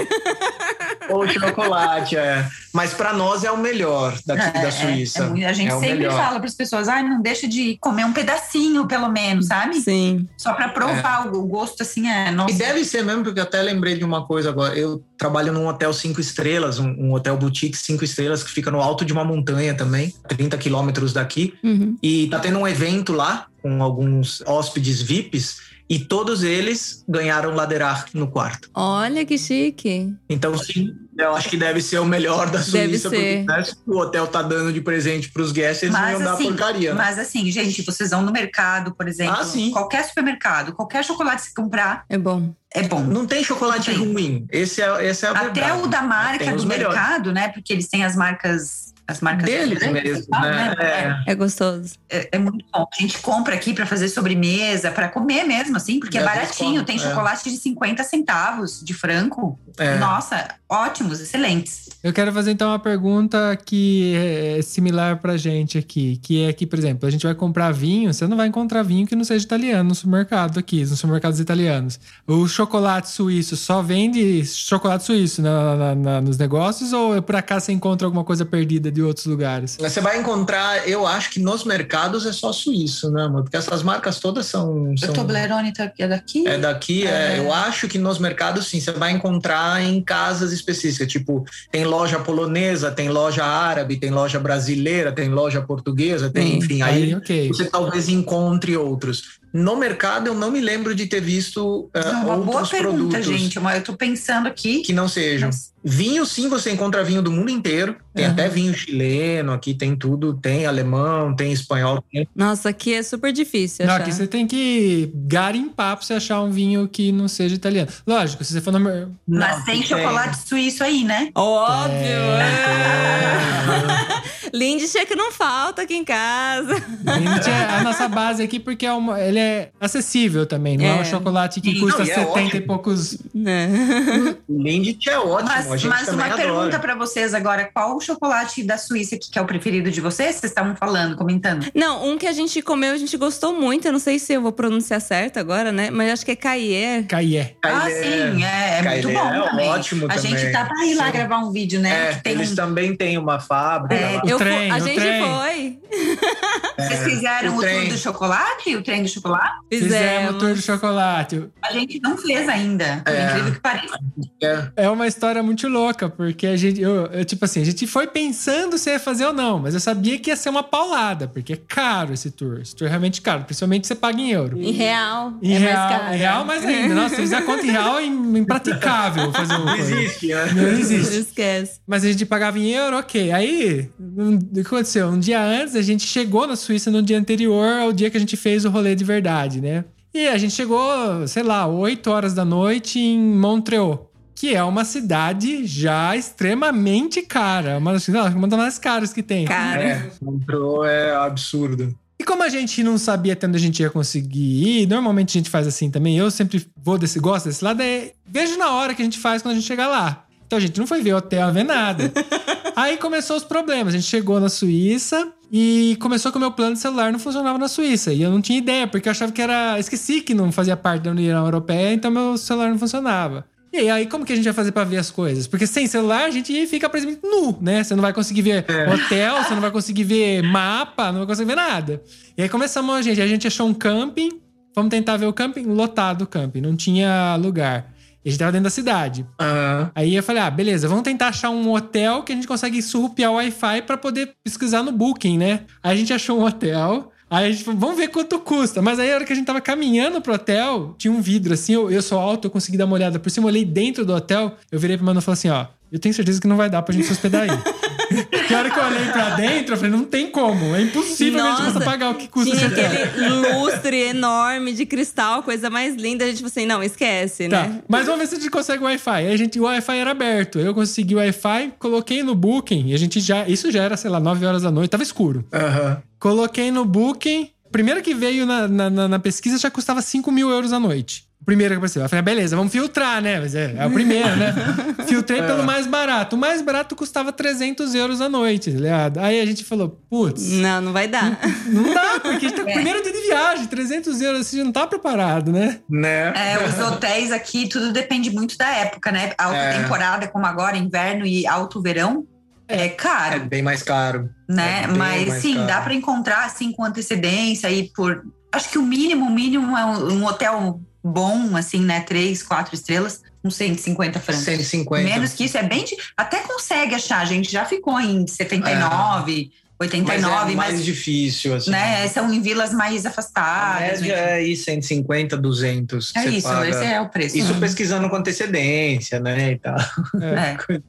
Speaker 4: Ou chocolate, é. Mas para nós é o melhor daqui
Speaker 2: É,
Speaker 4: da
Speaker 2: é,
Speaker 4: Suíça.
Speaker 2: é muito- a gente
Speaker 4: É o
Speaker 2: sempre
Speaker 4: melhor.
Speaker 2: fala para as pessoas, ai, não deixa de comer um pedacinho, pelo menos, sabe?
Speaker 1: Sim.
Speaker 2: Só para provar o o gosto, assim, é. Nossa,
Speaker 4: E deve ser mesmo, porque eu até lembrei de uma coisa agora. Eu trabalho num hotel cinco estrelas, um, um hotel boutique cinco estrelas, que fica no alto de uma montanha também, 30
Speaker 1: Uhum.
Speaker 4: quilômetros daqui. E tá tendo um evento lá com alguns hóspedes VIPs. e todos eles ganharam Laderar no quarto.
Speaker 1: Olha que chique.
Speaker 4: Então, sim, eu acho que deve ser o melhor da Suíça,
Speaker 1: Deve ser.
Speaker 4: porque né, se o hotel tá dando de presente pros guests, eles não
Speaker 2: Mas
Speaker 4: iam dar
Speaker 2: assim,
Speaker 4: porcaria. né?
Speaker 2: mas assim, gente, vocês vão no mercado, por exemplo,
Speaker 4: Ah, sim.
Speaker 2: qualquer supermercado, qualquer chocolate que você comprar
Speaker 1: É bom.
Speaker 2: é bom.
Speaker 4: Não tem chocolate
Speaker 2: Não tem.
Speaker 4: ruim. Esse é, esse é a
Speaker 2: Até
Speaker 4: verdade.
Speaker 2: o da marca
Speaker 4: Tem os
Speaker 2: do
Speaker 4: melhores.
Speaker 2: mercado, né? Porque eles têm as marcas. As marcas
Speaker 4: Deles
Speaker 2: grandes e
Speaker 4: mesmo,
Speaker 2: tal,
Speaker 4: né? É.
Speaker 1: É gostoso.
Speaker 2: É, é muito bom. A gente compra aqui para fazer sobremesa, para comer mesmo, assim, porque é,
Speaker 4: É, às vezes
Speaker 2: baratinho.
Speaker 4: come,
Speaker 2: Tem
Speaker 4: é.
Speaker 2: chocolate de 50 centavos de franco.
Speaker 4: É.
Speaker 2: Nossa, ótimos, excelentes.
Speaker 3: Eu quero fazer então uma pergunta que é similar pra gente aqui, que é que, por exemplo, a gente vai comprar vinho, você não vai encontrar vinho que não seja italiano no supermercado aqui, nos supermercados italianos. O chocolate suíço só vende chocolate suíço na- na- na- nos negócios ou é por acaso você encontra alguma coisa perdida de outros lugares?
Speaker 4: Você vai encontrar, eu acho que nos mercados é só suíço, né, amor? Porque essas marcas todas são. são...
Speaker 2: Toblerone tá- é daqui.
Speaker 4: É daqui, é. eu acho que nos mercados sim, você vai encontrar em casas específicas, tipo, tem loja polonesa, tem loja árabe, tem loja brasileira, tem loja portuguesa, tem,
Speaker 2: Hum,
Speaker 1: Sim.
Speaker 4: enfim, aí
Speaker 3: Aí, ok.
Speaker 4: você talvez encontre outros. No mercado eu não me lembro de ter visto eh,
Speaker 2: Não, Ah, é uma boa
Speaker 4: outros
Speaker 2: pergunta,
Speaker 4: produtos
Speaker 2: gente. Uma- Eu tô pensando aqui.
Speaker 4: que não sejam.
Speaker 2: Mas-
Speaker 4: Vinho, sim, você encontra vinho do mundo inteiro. Tem
Speaker 3: Uhum.
Speaker 4: até vinho chileno aqui, tem tudo. Tem alemão, tem espanhol. tem-
Speaker 1: Nossa, aqui é super difícil
Speaker 3: Não,
Speaker 1: achar.
Speaker 3: aqui você tem que garimpar pra você achar um vinho que não seja italiano. Lógico, se você for no, mer-
Speaker 2: Mas
Speaker 4: Não,
Speaker 2: tem chocolate suíço aí, né?
Speaker 1: Óbvio!
Speaker 4: É.
Speaker 1: Lindy que não falta aqui em casa.
Speaker 3: Lindt é a nossa base aqui porque é uma- ele é acessível também. Não é,
Speaker 1: É.
Speaker 3: um chocolate que
Speaker 2: Sim,
Speaker 3: custa
Speaker 4: não, e é
Speaker 3: 70 e
Speaker 4: ótimo.
Speaker 3: poucos.
Speaker 1: Né?
Speaker 4: O Lindt é ótimo,
Speaker 2: Mas,
Speaker 4: a gente
Speaker 2: mas
Speaker 4: também
Speaker 2: uma
Speaker 4: adora.
Speaker 2: pergunta para vocês agora: qual o chocolate da Suíça que que é o preferido de vocês? Vocês estavam falando, comentando.
Speaker 1: Não, um que a gente comeu, a gente gostou muito. Eu não sei se eu vou pronunciar certo agora, né? Mas acho que é Caier.
Speaker 3: Caié.
Speaker 2: ah,
Speaker 4: Cailé.
Speaker 2: sim, é, é muito
Speaker 4: Cailé
Speaker 2: bom.
Speaker 4: é
Speaker 2: também.
Speaker 4: ótimo
Speaker 2: A gente
Speaker 4: também.
Speaker 2: tá para ir lá
Speaker 4: Sim.
Speaker 2: gravar um vídeo, né?
Speaker 4: É,
Speaker 2: que tem
Speaker 4: eles
Speaker 2: um-
Speaker 4: também têm uma fábrica.
Speaker 2: É,
Speaker 4: lá.
Speaker 3: O
Speaker 1: Eu
Speaker 3: trem,
Speaker 1: fui- a
Speaker 3: o
Speaker 1: gente
Speaker 3: trem.
Speaker 1: foi.
Speaker 2: Vocês fizeram
Speaker 4: o
Speaker 2: o, tour
Speaker 4: trem.
Speaker 2: do chocolate? O trem do chocolate?
Speaker 3: Fizemos
Speaker 1: Fizemos.
Speaker 3: o tour do é chocolate.
Speaker 2: A gente não fez ainda, por
Speaker 4: É.
Speaker 2: incrível que pareça.
Speaker 4: É.
Speaker 3: É uma história muito louca, porque a gente, eu, eu, tipo assim, a gente foi pensando se ia fazer ou não, mas eu sabia que ia ser uma paulada, porque é caro esse tour. Esse tour é realmente caro, principalmente se você paga em euro.
Speaker 1: Em real.
Speaker 3: Em
Speaker 1: é
Speaker 3: real,
Speaker 1: mais caro.
Speaker 3: em real, mais ainda. Nossa, se fizer conta em real, é im- impraticável fazer o.
Speaker 4: Não existe, né?
Speaker 3: Não existe.
Speaker 1: Esquece.
Speaker 3: Mas a gente pagava em euro, ok. Aí, um- o que aconteceu? Um dia antes, a gente chegou na Suíça no dia anterior ao dia que a gente fez o rolê de verdade, né? E a gente chegou, sei lá, 8 horas da noite em Montreal, que é uma cidade já extremamente cara. Uma das, não, uma das mais caras que tem.
Speaker 1: Cara.
Speaker 4: É, entrou é absurdo.
Speaker 3: E como a gente não sabia até onde a gente ia conseguir ir, normalmente a gente faz assim também. Eu sempre vou desse, gosto desse lado, é vejo na hora que a gente faz quando a gente chegar lá. Então a gente não foi ver hotel, ver nada. Aí começou os problemas. A gente chegou na Suíça e começou que o meu plano de celular não funcionava na Suíça. E eu não tinha ideia, porque eu achava que era. Esqueci que não fazia parte da União Europeia, então meu celular não funcionava. E aí, como que a gente vai fazer pra ver as coisas? Porque sem celular a gente fica praticamente nu, né? Você não vai conseguir ver
Speaker 4: É.
Speaker 3: hotel, você não vai conseguir ver mapa, não vai conseguir ver nada. E aí começamos a gente. A gente achou um camping, vamos tentar ver o camping, lotado o camping, não tinha lugar. E a gente tava dentro da cidade.
Speaker 4: Ah,
Speaker 3: Aí eu falei, ah, beleza, vamos tentar achar um hotel que a gente consegue surrupiar o Wi-Fi pra poder pesquisar no Booking, né? Aí a gente achou um hotel. Aí a gente falou, vamos ver quanto custa. Mas aí a hora que a gente tava caminhando pro hotel, tinha um vidro assim, eu, eu sou alto, eu consegui dar uma olhada por cima, eu olhei dentro do hotel, eu virei pro mano e falei assim, ó, eu tenho certeza que não vai dar pra gente se hospedar aí. que a hora que eu olhei pra dentro, eu falei, não tem como, é impossível que a gente
Speaker 1: Nossa,
Speaker 3: possa pagar o que custa esse
Speaker 1: Tinha
Speaker 3: hotel.
Speaker 1: aquele lustre enorme de cristal, coisa mais linda. A gente falou assim: não, esquece,
Speaker 3: Tá,
Speaker 1: né?
Speaker 3: mas vamos ver se a gente consegue o Wi-Fi. Aí a gente, o Wi-Fi era aberto. Eu consegui o Wi-Fi, coloquei no Booking. E a gente já. Isso já era, sei lá, 9 horas da noite, tava escuro.
Speaker 4: aham.
Speaker 3: Coloquei no Booking. Primeiro que veio na, na, na- na pesquisa já custava 5 mil euros a noite. O Primeiro que eu pensei, eu falei, ah, beleza, vamos filtrar, né? Mas é, é o primeiro, né? Filtrei pelo
Speaker 1: É.
Speaker 3: mais barato. O mais barato custava 300 euros a noite, tá ligado? Aí a gente falou, putz,
Speaker 1: Não, não vai dar.
Speaker 3: não dá, porque
Speaker 1: É.
Speaker 3: a gente tá com o primeiro dia de viagem, 300 euros, assim, não tá preparado, né?
Speaker 4: Né?
Speaker 2: É, os hotéis aqui, tudo depende muito da época, né? Alta
Speaker 4: É.
Speaker 2: temporada, como agora, inverno e alto verão, é
Speaker 4: É
Speaker 2: caro,
Speaker 4: bem mais caro.
Speaker 2: né?
Speaker 4: é bem
Speaker 2: Mas
Speaker 4: mais
Speaker 2: sim,
Speaker 4: caro.
Speaker 2: dá para encontrar assim com antecedência e por. Acho que o mínimo, o mínimo é um, um hotel bom, assim, né? Três, quatro estrelas, uns 150 francos.
Speaker 4: 150.
Speaker 2: Menos que isso, é bem. de- Até consegue achar, a gente já ficou em 79,
Speaker 4: Mas
Speaker 2: 89,
Speaker 4: é
Speaker 2: mas,
Speaker 4: mais difícil, assim.
Speaker 2: né, são em vilas mais
Speaker 4: A
Speaker 2: afastadas. né?
Speaker 4: média é aí 150, 200. que
Speaker 2: É
Speaker 4: você
Speaker 2: isso,
Speaker 4: paga.
Speaker 2: esse é o preço.
Speaker 4: Isso pesquisando com antecedência, né? E tal.
Speaker 2: É.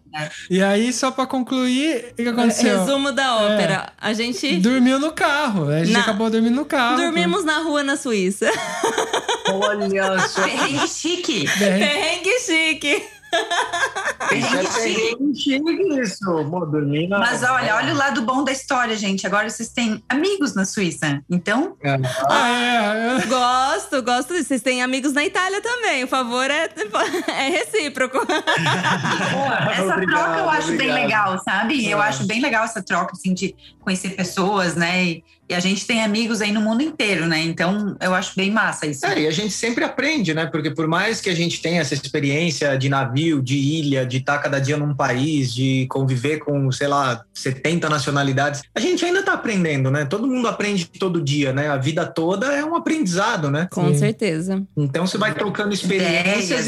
Speaker 3: E aí, só pra concluir, o que aconteceu? É.
Speaker 1: Resumo da ópera. A gente
Speaker 3: Dormiu no carro. A gente
Speaker 1: Na-
Speaker 3: acabou dormindo no carro.
Speaker 1: dormimos na rua na Suíça.
Speaker 4: Olha só.
Speaker 2: Perrengue chique.
Speaker 3: Bem,
Speaker 1: Perrengue chique.
Speaker 4: Isso
Speaker 2: Perrengue
Speaker 4: é
Speaker 2: chique.
Speaker 4: perrengue chique, isso. Pô, dormir na-
Speaker 2: Mas olha, olha o lado bom da história, gente. Agora vocês têm amigos na Suíça. Então,
Speaker 3: Ah, é.
Speaker 1: Gosto, gosto disso. Vocês têm amigos na Itália também. O favor é, é recíproco.
Speaker 2: essa troca eu acho
Speaker 4: obrigado.
Speaker 2: bem legal, sabe? Eu
Speaker 4: É.
Speaker 2: acho bem legal essa troca, assim, de conhecer pessoas, né? E, e a gente tem amigos aí no mundo inteiro, né? Então, eu acho bem massa isso.
Speaker 4: É, e a gente sempre aprende, né? Porque por mais que a gente tenha essa experiência de navio, de ilha, de estar cada dia num país, de conviver com, sei lá, 70 nacionalidades, a gente ainda tá aprendendo, né? Todo mundo aprende todo dia, né? A vida toda é um aprendizado, né?
Speaker 1: Com
Speaker 3: Sim.
Speaker 1: certeza.
Speaker 4: Então você vai trocando experiências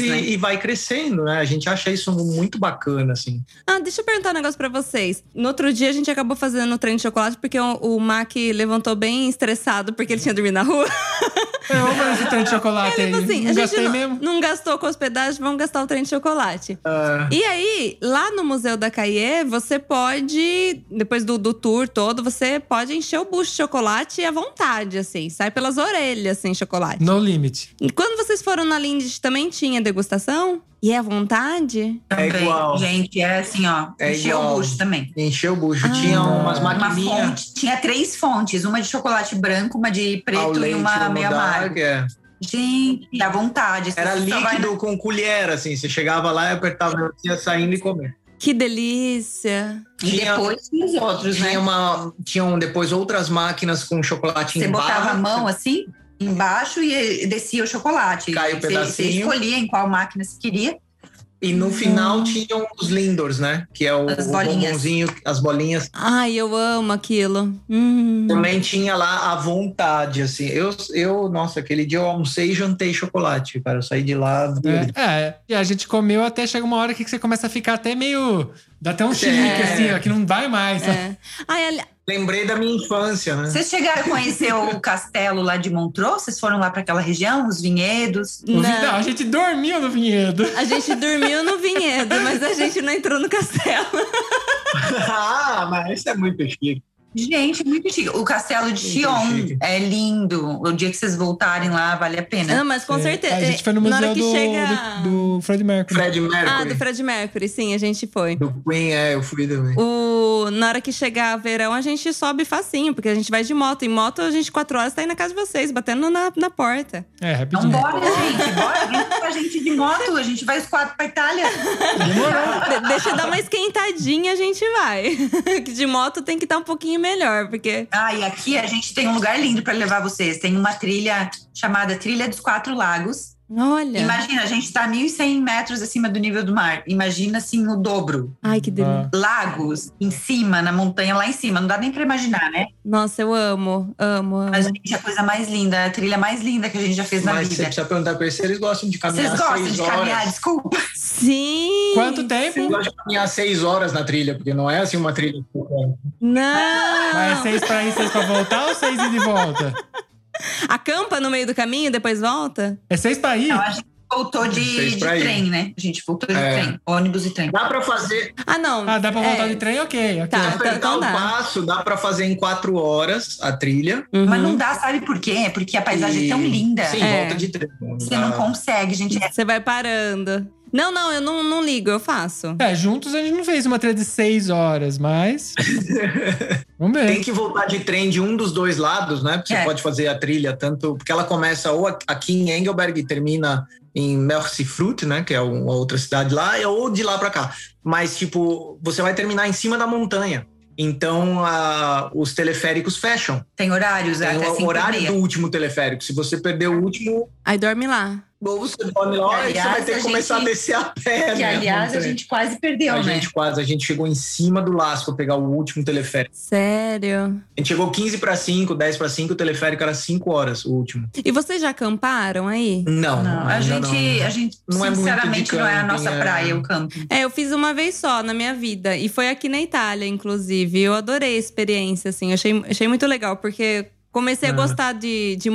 Speaker 2: Ideias,
Speaker 4: e,
Speaker 2: né?
Speaker 4: e vai crescendo, né? A gente acha isso muito bacana, assim.
Speaker 1: Ah, deixa eu perguntar um negócio pra vocês. No outro dia a gente acabou fazendo o trem de chocolate porque o, o Mac levantou bem estressado porque ele tinha dormido na rua.
Speaker 3: Eu amo é. esse tanto de chocolate aí.
Speaker 1: Tipo assim,
Speaker 3: Não
Speaker 1: a gente
Speaker 3: gastei
Speaker 1: não,
Speaker 3: mesmo.
Speaker 1: não gastou com hospedagem, vamos gastar o trem de chocolate.
Speaker 4: Ah,
Speaker 1: E aí, lá no Museu da Caie, você pode, depois do, do tour todo, você pode encher o bucho de chocolate à vontade, assim. Sai pelas orelhas, assim, chocolate.
Speaker 3: No limit.
Speaker 1: E quando vocês foram na Lindt, também tinha degustação? E é à vontade?
Speaker 2: também.
Speaker 4: igual.
Speaker 2: Gente, é assim, ó.
Speaker 4: É
Speaker 2: encheu
Speaker 4: igual.
Speaker 2: o bucho também.
Speaker 4: encheu o bucho.
Speaker 1: Ah.
Speaker 4: Tinha umas
Speaker 2: Uma
Speaker 4: maquininhas.
Speaker 2: fonte, tinha três fontes, uma de chocolate branco, uma de
Speaker 4: ao
Speaker 2: preto e
Speaker 4: leite,
Speaker 2: uma
Speaker 4: uma
Speaker 2: meia
Speaker 4: dark,
Speaker 2: amarga.
Speaker 4: é.
Speaker 2: Gente, à vontade. assim,
Speaker 4: Era
Speaker 2: Você só vai
Speaker 4: líquido com colher, assim. Você chegava lá e apertava, ia saindo e comia.
Speaker 1: Que delícia!
Speaker 2: E
Speaker 4: Tinha-
Speaker 2: depois tinha os outros, né?
Speaker 4: Tinha uma, tinham depois outras máquinas com chocolate
Speaker 2: Você
Speaker 4: em
Speaker 2: botava
Speaker 4: barra.
Speaker 2: a mão assim, embaixo e descia o chocolate.
Speaker 4: Cai o
Speaker 2: Você- Você
Speaker 4: pedacinho.
Speaker 2: escolhia em qual máquina você queria.
Speaker 4: E no final tinham os Lindors, né? Que é o,
Speaker 2: As
Speaker 4: o
Speaker 2: bolinhas.
Speaker 4: bombonzinho, as bolinhas.
Speaker 1: Ai, eu amo aquilo. Hum.
Speaker 4: Também tinha lá a vontade, assim. Eu, eu, nossa, aquele dia eu almocei e jantei chocolate, cara. Eu saí de lá.
Speaker 3: É, é. e a gente comeu até chega uma hora que você começa a ficar até meio. Dá até um chilique,
Speaker 4: É.
Speaker 3: assim, ó, que não vai mais. sabe?
Speaker 1: É. Ai, ali-
Speaker 4: Lembrei da minha infância, né?
Speaker 2: Vocês chegaram a conhecer o castelo lá de Montreux? Vocês foram lá para aquela região, os vinhedos?
Speaker 3: O vi-
Speaker 1: Não.
Speaker 3: não, a gente dormiu no vinhedo.
Speaker 1: a gente dormiu no vinhedo, mas a gente não entrou no castelo.
Speaker 4: ah, mas isso é muito chique.
Speaker 2: Gente, muito chique. O castelo de
Speaker 4: Muito
Speaker 2: Sion
Speaker 4: chique.
Speaker 2: é lindo. O dia que vocês voltarem lá, vale a pena.
Speaker 1: Não, mas com certeza.
Speaker 3: É, A gente foi no
Speaker 1: Na hora que
Speaker 3: museu do,
Speaker 1: chega...
Speaker 3: do, do Fred Mercury.
Speaker 4: Fred
Speaker 1: Ah, do
Speaker 4: Mercury.
Speaker 1: Fred Mercury, sim, a gente foi.
Speaker 4: do, Queen, é, eu fui também.
Speaker 1: O, na hora que chegar verão, a gente sobe facinho, porque a gente vai de moto. Em moto, a gente quatro horas tá aí na casa de vocês, batendo na, na porta.
Speaker 3: É,
Speaker 2: Então
Speaker 3: rapidinho.
Speaker 2: bora, gente. Bora. Vem com a gente de moto. A gente vai os quatro pra Itália.
Speaker 1: De- deixa eu dar uma esquentadinha, a gente vai. Que de moto tem que estar um pouquinho melhor, porque.
Speaker 2: Ah, e aqui a gente tem um lugar lindo para levar vocês. Tem uma trilha chamada Trilha dos Quatro Lagos.
Speaker 1: Olha.
Speaker 2: Imagina, a gente tá 1.100 metros acima do nível do mar. Imagina assim o dobro.
Speaker 1: Ai, que delícia.
Speaker 3: Ah,
Speaker 2: Lagos em cima, na montanha lá em cima. Não dá nem pra imaginar, né?
Speaker 1: Nossa, eu amo, amo, amo.
Speaker 2: Mas, gente, a coisa mais linda, a trilha mais linda que a gente já fez na
Speaker 4: Mas você
Speaker 2: vida.
Speaker 4: precisa perguntar pra eles se eles gostam de
Speaker 2: Vocês
Speaker 4: caminhar
Speaker 2: gostam
Speaker 4: seis
Speaker 2: de
Speaker 4: horas.
Speaker 2: caminhar? Desculpa.
Speaker 1: Sim!
Speaker 3: Quanto tempo?
Speaker 4: Vocês gostam de caminhar seis horas na trilha, porque não é assim uma trilha.
Speaker 1: Não!
Speaker 3: Mas Ah, é seis pra ir, seis pra voltar ou seis ir de volta?
Speaker 1: Acampa no meio do caminho e depois volta?
Speaker 3: É seis pra ir?
Speaker 2: Então, a gente voltou de,
Speaker 4: Vocês
Speaker 2: de
Speaker 4: pra ir.
Speaker 2: trem, né? A gente voltou de
Speaker 4: É.
Speaker 2: trem, ônibus e trem.
Speaker 4: Dá pra fazer,
Speaker 1: Ah, não.
Speaker 3: Ah, dá pra voltar
Speaker 1: É.
Speaker 3: de trem? Ok, ok.
Speaker 2: Ah,
Speaker 1: Tá.
Speaker 4: Se apertar
Speaker 1: então
Speaker 4: o
Speaker 1: dá.
Speaker 4: passo, dá pra fazer em quatro horas a trilha.
Speaker 1: Uhum.
Speaker 2: Mas não dá, sabe por quê? É Porque a paisagem
Speaker 4: E-
Speaker 2: é tão linda.
Speaker 4: Sim,
Speaker 1: É.
Speaker 4: volta de trem.
Speaker 2: Você não
Speaker 4: Ah,
Speaker 2: consegue, gente. É
Speaker 1: Você vai parando. Não, não, eu não, não ligo, eu faço.
Speaker 3: É, juntos a gente não fez uma trilha de seis horas, mas. Vamos ver.
Speaker 4: Tem que voltar de trem de um dos dois lados, né? Porque
Speaker 2: É.
Speaker 4: Você pode fazer a trilha tanto. Porque ela começa ou aqui em Engelberg e termina em Merseyfruit, né? Que é uma outra cidade lá, é ou de lá pra cá. Mas, tipo, você vai terminar em cima da montanha. Então, a- os teleféricos fecham.
Speaker 2: Tem horários,
Speaker 4: Tem
Speaker 2: é, até
Speaker 4: o
Speaker 2: cinco e
Speaker 4: horário
Speaker 2: meia.
Speaker 4: do último teleférico. Se você perder o último,
Speaker 1: Aí dorme lá.
Speaker 4: Ou você dorme lá,
Speaker 2: Que,
Speaker 4: e você vai
Speaker 2: aliás,
Speaker 4: ter que
Speaker 2: a
Speaker 4: começar
Speaker 2: gente-
Speaker 4: a descer a pé,
Speaker 2: É que
Speaker 4: né?
Speaker 2: aliás a
Speaker 4: montanha.
Speaker 2: gente quase perdeu, né?
Speaker 4: A gente quase, a gente chegou em cima do laço para pegar o último teleférico.
Speaker 1: Sério.
Speaker 4: A gente chegou 15 para 5, 10 para 5, o teleférico era 5 horas, o último.
Speaker 1: E vocês já acamparam aí?
Speaker 4: Não,
Speaker 2: Não, a
Speaker 4: ainda
Speaker 2: gente,
Speaker 4: não.
Speaker 2: a gente
Speaker 4: Não é muito de
Speaker 2: sinceramente, não é a
Speaker 4: camping,
Speaker 2: nossa
Speaker 4: é.
Speaker 2: praia, o camping.
Speaker 1: É, eu fiz uma vez só na minha vida. E foi aqui na Itália, inclusive. Eu adorei a experiência, assim. Achei, achei muito legal, porque comecei a
Speaker 3: Ah.
Speaker 1: gostar de, de